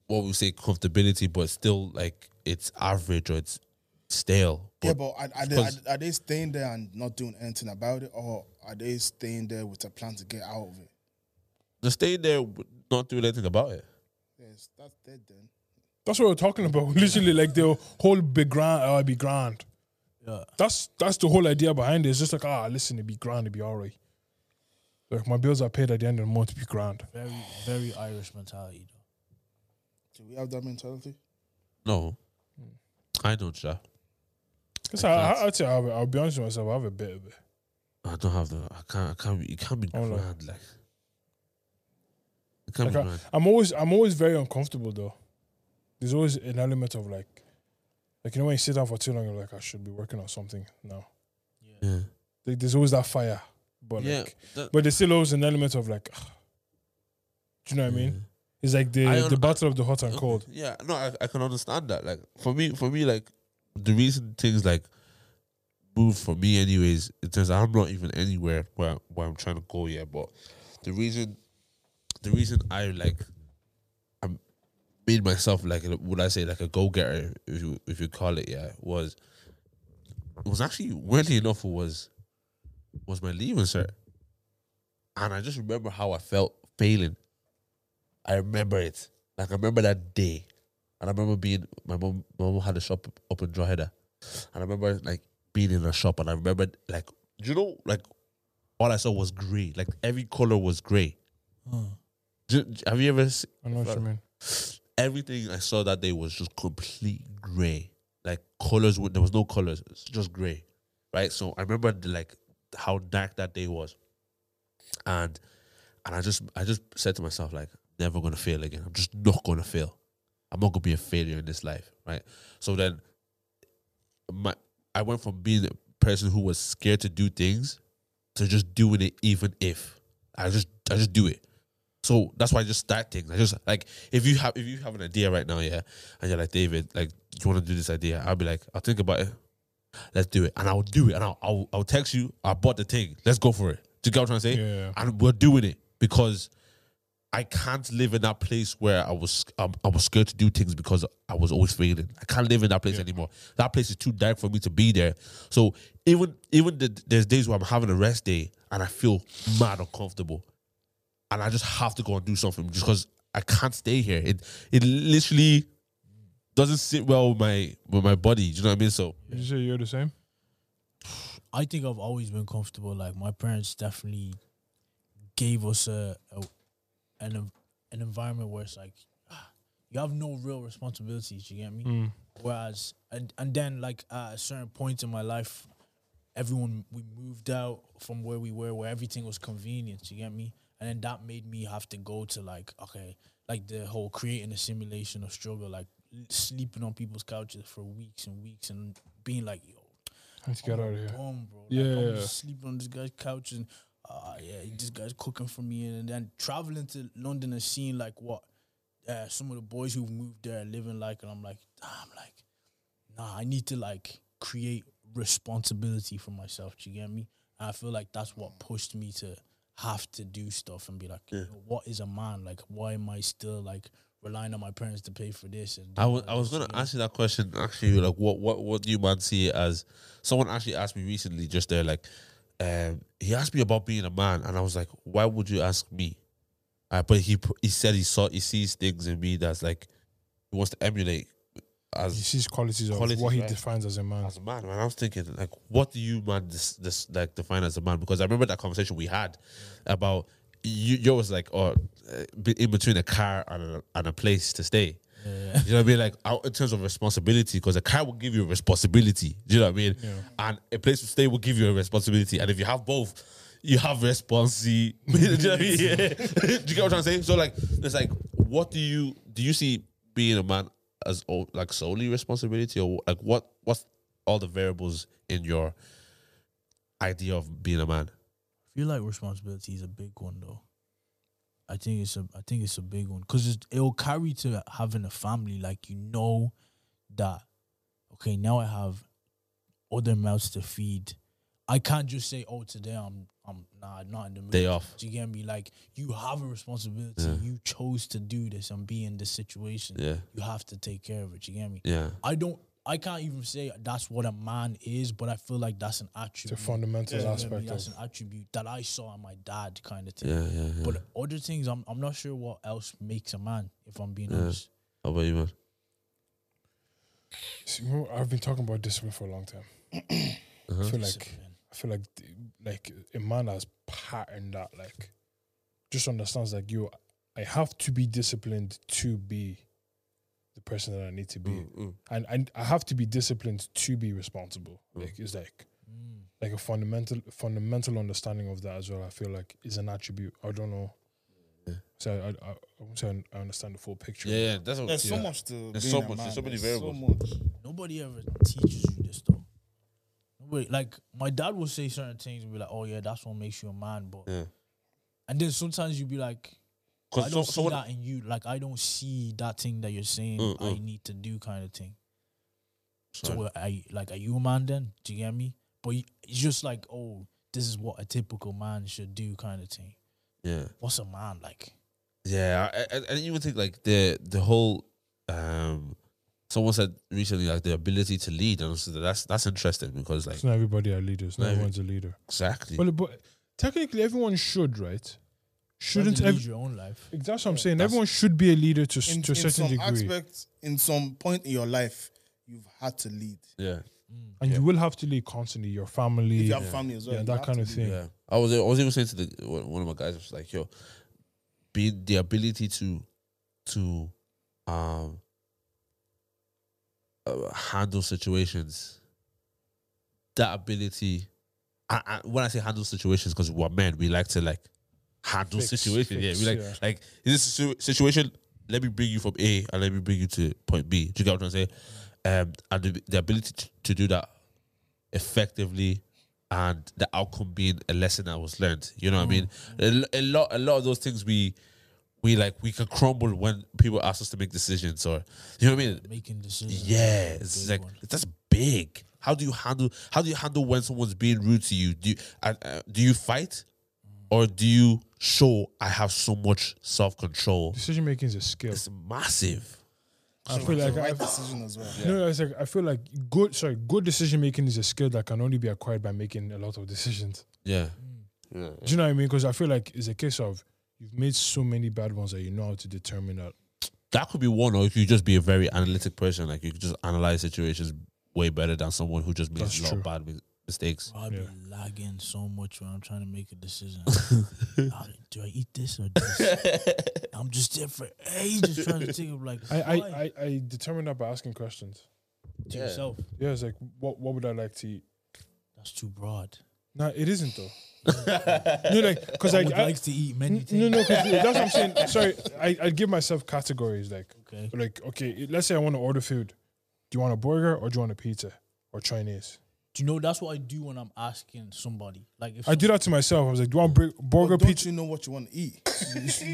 what we say comfortability, but still like it's average or it's stale.
yeah, but are, are, they, are,
because-
are they staying there and not doing anything about it, or are they staying there with a plan to get out of it?
just stay there, with not doing anything about it.
Yes, that's dead then.
that's what we're talking about. [LAUGHS] Literally, like the whole be grand, oh, it'd be grand.
Yeah.
That's that's the whole idea behind it. It's just like ah, listen, it'd be grand, it'd be alright. Like my bills are paid at the end of the month, it'd be grand.
Very very Irish mentality. Though.
Do we have that mentality?
No, I don't, Sha.
'Cause I, I, I'll, tell you, I'll, I'll be honest with myself, I have a bit of it.
I don't have that. I can't. I can't. Be, it can't be
Oh, no.
grand. Like it can't
Like,
be grand.
I, am always I'm always very uncomfortable though. There's always an element of like, like you know when you sit down for too long, you're like I should be working on something now.
Yeah,
Like, there's always that fire, but
yeah.
like,
that-
but there's still always an element of like, ah. do you know what I mean? It's like the
I un-
the battle of the hot and
Okay.
cold.
Yeah, no, I, I can understand that. Like for me, for me, like the reason things like move for me, anyways, in terms of I'm not even anywhere where where I'm trying to go yet. But the reason, the reason I like, I made myself like a- would I say like a go getter if you if you call it yeah was it was actually weirdly enough it was was my leaving cert, and I just remember how I felt failing. I remember it. Like I remember that day, and I remember being my mom. My mom had a shop up in Drogheda, and I remember like being in a shop, and I remember like do you know like all I saw was gray. Like every color was gray. Do- do- have you ever? s-
I know what you
Fair.
mean.
Everything I saw that day was just complete gray. Like colors, were- there was no colors. It's just gray, right? So I remember the, like how dark that day was, and and I just I just said to myself like, never gonna fail again. I'm just not gonna fail. I'm not gonna be a failure in this life, right? So then, my I went from being a person who was scared to do things to just doing it, even if I just I just do it. So that's why I just start things. I just like if you have if you have an idea right now, yeah, and you're like David, like you want to do this idea, I'll be like, I'll think about it. Let's do it, and I'll do it, and I'll I'll, I'll text you. I bought the thing. Let's go for it. Do you get what I'm trying to say?
Yeah.
And we're doing it because I can't live in that place where I was um, I was scared to do things because I was always failing. I can't live in that place anymore. That place is too dark for me to be there. So even even the, there's days where I'm having a rest day and I feel mad uncomfortable, and I just have to go and do something just because I can't stay here. It it literally doesn't sit well with my with my body. Do you know what I mean? So
Did you say you're the same?
I think I've always been comfortable. Like my parents definitely gave us a, a an en- an environment where it's like [SIGHS] ah, you have no real responsibilities. You get me? Whereas and and then like at a certain point in my life, everyone we moved out from where we were, where everything was convenient. You get me? And then that made me have to go to like okay, like the whole creating a simulation of struggle, like sleeping on people's couches for weeks and weeks, and being like yo.
Let's get
I'm
out of
a
here.
bum, bro. Like,
Yeah.
I'm just sleeping on this guy's couch and ah, yeah, this guy's cooking for me, and then traveling to London and seeing like what uh, some of the boys who moved there are living like, and I'm like, damn, like, nah, I need to like create responsibility for myself. Do you get me? And I feel like that's what pushed me to have to do stuff and be like, you know, what is a man? Like, why am I still like relying on my parents to pay for this? And
I was I was gonna ask you that question actually. Like, what what what do you man see as? Someone actually asked me recently, just there, like, um, he asked me about being a man, and I was like, why would you ask me? Uh, but he pr- he said he saw he sees things in me that's like he wants to emulate
He
as
sees qualities of
Qualities,
what he
right.
defines as a man.
as a man. And I was thinking, like, what do you man this, this like define as a man? Because I remember that conversation we had about you. You was like, oh, uh, be- in between a car and a, and a place to stay. You know what I mean? Like out in terms of responsibility, because a car will give you a responsibility. Do you know what I mean? And a place to stay will give you a responsibility. And if you have both, you have responsibility. [LAUGHS] do you know what I mean? Yeah. [LAUGHS] do you get what I'm saying? So like, it's like, what do you do? You see being a man as o- like solely responsibility, or like what? What's all the variables in your idea of being a man?
feel like responsibility is a big one though. I think it's a I think it's a big one because it'll carry to having a family. Like you know that okay now I have other mouths to feed. I can't just say oh today I'm I'm nah not in the mood.
Day off.
Do you get me? Like you have a responsibility.
Yeah.
You chose to do this and be in this situation.
Yeah.
You have to take care of it. You get me?
Yeah.
I don't. I can't even say that's what a man is, but I feel like that's an
It's a
attribute.
fundamental
Yeah,
aspect
that's
of
an attribute that I saw in my dad kind of thing.
Yeah. Yeah. yeah.
But other things, I'm I'm not sure what else makes a man. If I'm being honest,
How about you, man?
See, you know, I've been talking about discipline for a
[CLEARS THROAT]
long time.
Uh-huh.
I feel like
Discipline.
I feel like th- like a man has patterned that like just understands like you I have to be disciplined to be the person that I need to be.
Mm.
And and I have to be disciplined to be responsible. Like it's like
Mm.
like a fundamental fundamental understanding of that as well. I feel like is an attribute. I don't know. So I I, I won't say I understand the full picture.
Yeah. Yeah. That's what.
There's so
yeah.
much to.
There's
being
so
a
much,
man,
there's so many
there's
variables.
So much.
nobody ever teaches you this though. Nobody like my dad will say certain things and be like, "Oh yeah, that's what makes you a man," but
Yeah.
and then sometimes you'd be like,
Cause
"I
so-
don't see
someone-
that in you." Like I don't see that thing that you're saying.
Mm,
I
mm.
need to do kind of thing. So
Sorry.
what, are you, like, are you a man then? Do you get me? But you- it's just like, oh, this is what a typical man should do, kind of thing.
Yeah.
What's a man like?
Yeah, I, I, I even think like the the whole um someone said recently like the ability to lead and I said, that's that's interesting because like
It's not everybody are leaders. Not
Not every-
everyone's a leader.
exactly
Well, but technically, everyone should, right? Shouldn't
Lead
ev-
your own life?
That's what I'm saying.
That's-
Everyone should be a leader to, s-
In,
to a
in
certain
some
degree,
aspect, in some point in your life, you've had to lead.
yeah
Mm.
and
yeah.
you will have to lead constantly. Your family,
If you have
yeah,
family as well, you
that
have
kind
to
of
lead.
thing.
yeah I was I was even saying to the one one of my guys I was like yo be the ability to to um uh, handle situations that ability I, I, when I say handle situations because we're men we like to like handle
Fix,
situations
fix,
yeah we like
yeah.
Like, is this situ- situation? Let me bring you from A and let me bring you to point B. Do you get what I'm saying? Um, and the, the ability to, to do that effectively, and the outcome being a lesson that was learned. You know what I mean? A,
Mm.
l- a lot, a lot of those things we, we like, we can crumble when people ask us to make decisions, or you know what I mean?
Making decisions.
Yeah,
Big
it's like
one.
that's big. How do you handle? How do you handle when someone's being rude to you? Do you, uh, uh, do you fight? or do you show I have so much self control?
Decision making is a skill.
It's massive.
I feel
the
like
right
I've,
decision as well.
no, it's like I feel like good. Sorry, good decision making is a skill that can only be acquired by making a lot of decisions.
Yeah. Mm. Yeah.
Do you know what I mean? Because I feel like it's a case of you've made so many bad ones that you know how to determine that.
That could be one, or if you just be a very analytic person, like you could just analyze situations way better than someone who just makes
That's
a lot
true.
of bad mi- mistakes.
I'll
Yeah.
be lagging so much when I'm trying to make
[LAUGHS]
a decision. Ah, do I eat this or this? I'm just there for ages trying to think of like
I I,
why?
I, I determine that by asking questions.
to
Yeah.
yourself.
Yeah, it's like what what would I like to eat?
That's too broad.
No, it isn't though. no, like because
I
I,
would
I
like to eat many things.
no no 'cause that's what I'm saying.
[LAUGHS]
Sorry, I I give myself categories like
Okay.
like okay, let's say I want to order food. Do you want a burger or do you want a pizza or Chinese?
Do you know that's what I do when I'm asking somebody? Like if
I do that to myself. I was like, do you want bur-
But
burger
don't
pizza?
you know what you want to eat?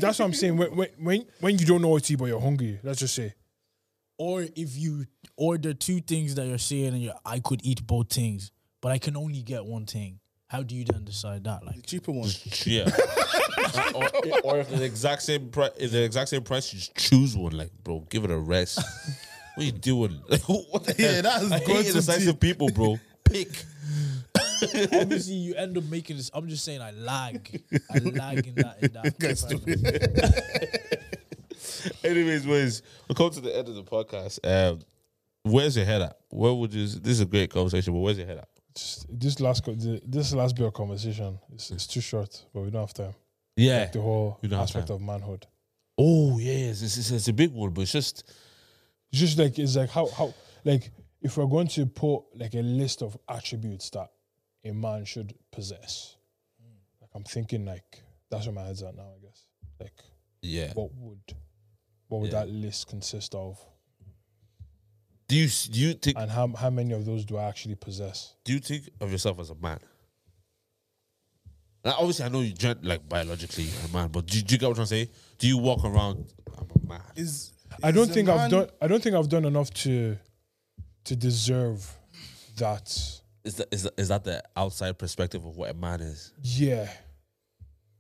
That's what I'm saying. When, when when when you don't know what to eat but you're hungry, let's just say.
or if you order two things that you're saying and you're, I could eat both things, but I can only get one thing. How do you then decide that?
[LAUGHS]
The
Like
cheaper one.
Yeah. [LAUGHS] or, or if the exact same pri- if the exact same price, you just choose one. Like, bro, give it a rest. what you doing? [LAUGHS] Like, what the
Yeah, that is
I
going
hate
to
indecisive people,
[LAUGHS]
bro. Pick.
obviously you end up making this. I'm just saying I lag. I lag in that
[LAUGHS]
in that.
Anyways, boys, we come to the end of the podcast. Um, where's your head at? Where would you? This is a great conversation, but where's your head at?
Just this last co- the- this last bit of conversation is it's too short, but we don't have time.
Yeah.
The whole
We don't have
aspect
time.
of manhood.
Oh yes, it's, it's, it's a big one, but it's just
It's just like it's like how how like if we're going to put like a list of attributes that a man should possess. Like I'm thinking like that's where my head's at now, I guess. Like
yeah.
what would what would
Yeah.
that list consist of?
Do you s- do you think
And how how many of those do I actually possess?
do you think of yourself as a man? Now, obviously, I know you gen- like biologically you're a man, but do, you- do you get what I'm saying? Do you walk around? I'm a man.
Is
I don't
is a
think I've
man-
done. I don't think I've done enough to, to deserve that.
Is that is that, is that the outside perspective of what a man is?
Yeah,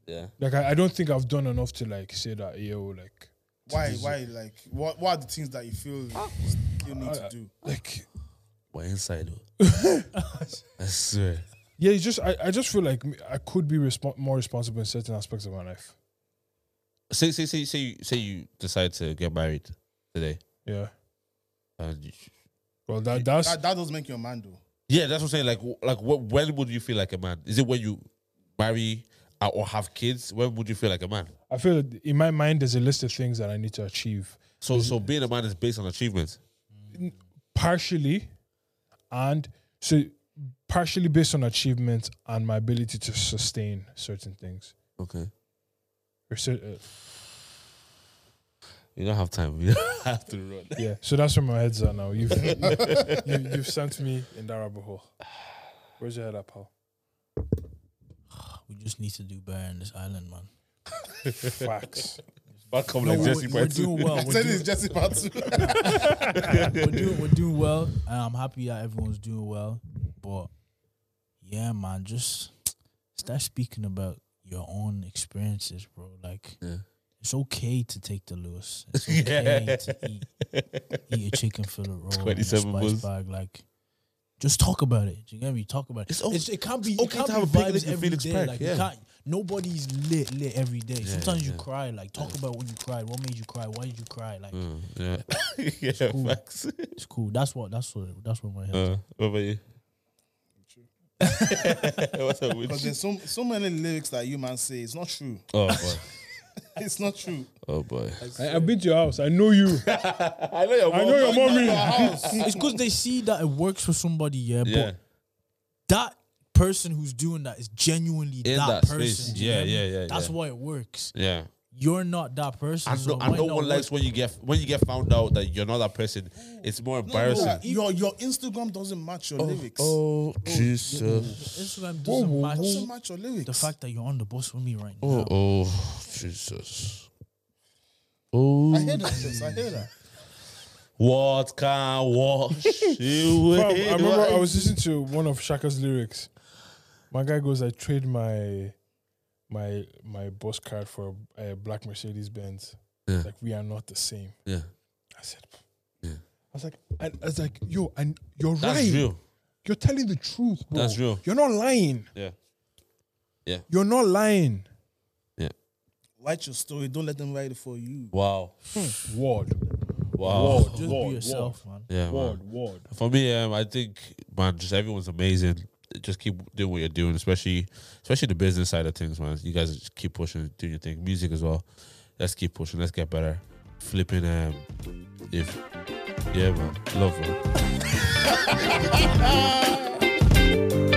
Yeah.
like I, I don't think I've done enough to like say that. Yo, like,
Why? Why? Like, what? What are the things that you feel you need to do?
like,
We're inside though. [LAUGHS] I swear.
yeah. It's just I, I just feel like m- I could be respo- more responsible in certain aspects of my life.
Say say say say you, say you decide to get married today.
Yeah.
And you-
Well, that that's
That, that doesn't make you a man, though.
Yeah, that's what I'm saying. Like, w- like, what, when would you feel like a man? Is it when you marry uh, or have kids? When would you feel like a man?
I feel that in my mind there's a list of things that I need to achieve
So, so being a man is based on achievements.
partially, and so partially based on achievement and my ability to sustain certain things.
Okay,
Or cer- uh,
you don't have time. [LAUGHS] You have to run. [LAUGHS]
Yeah, so that's where my head's at now. You've you, you've sent me in that rabbit hole. Where's your head at, pal?
We just need to do better in this island, man.
Facts.
Back come
No,
like
we're,
Jesse
we're
Prince.
doing
[LAUGHS]
well.
[LAUGHS] I
We're
said it's
doing,
Jesse Patu.
we're doing we're doing well. And I'm happy that everyone's doing well. But yeah, man, just start speaking about your own experiences, bro. Like
Yeah.
it's okay to take the
[LAUGHS]
loose. It's okay to eat, eat a chicken fillet roll, and a
27
spice
bucks.
bag. Like just talk about it. You get me? Talk about it.
It's o-
It's- it can't be.
it's
it
okay
can't
to have a
be
big
vibes
lick in
every
Felix
day.
Park,
like
yeah.
you can't. Nobody's lit lit every day. Sometimes you
yeah.
cry. Like talk about when you cried. What made you cry? Why did you cry? Like
Mm, yeah, [LAUGHS] yeah, facts.
it's cool. That's what. That's what. That's what my head.
Uh, what about you? [LAUGHS] What's up
Because
with you?
there's so so many lyrics that you man say it's not true.
Oh boy,
It's not true.
oh boy.
I, have been to your house. I know you.
I know your
I know your
[LAUGHS]
mommy.
It's because they see that it works for somebody, yeah.
Yeah,
But that person who's doing that is genuinely
In
that,
that space.
person.
Yeah,
you know what I mean?
yeah, yeah,
That's
yeah.
why it works.
yeah.
You're not that person.
I
so
know.
it
I
might
know
not
one likes
work.
when you get when you get found out that you're not that person. It's more embarrassing.
No, your your Instagram doesn't match your lyrics.
Oh, Jesus.
Instagram doesn't match
Doesn't match your lyrics.
the fact that you're on the bus with me right now.
Oh, oh, Jesus. Oh,
I hear that. Yes, I hear that.
what can
[LAUGHS]
wash
Fam,
away?
I remember I was listening to one of Shaka's lyrics. My guy goes, "I trade my my my boss card for a, a black Mercedes Benz.
Yeah.
Like we are not the same.
Yeah.
I said. "Pff."
Yeah.
I was like, I, I was like, yo, and you're
That's
right.
real.
You're telling the truth, bro.
That's real.
You're not lying.
Yeah.
You're not lying.
Write your story. Don't let them write it for you.
Wow.
Word,
Wow.
word,
Just
word,
be yourself, man.
Yeah.
Word,
Man.
word.
For me, um, I think man, just everyone's amazing. Just keep doing what you're doing, especially especially the business side of things, man. You guys just keep pushing, doing your thing. Music as well. Let's keep pushing. Let's get better. Flipping. Um, if yeah, man. Love, man.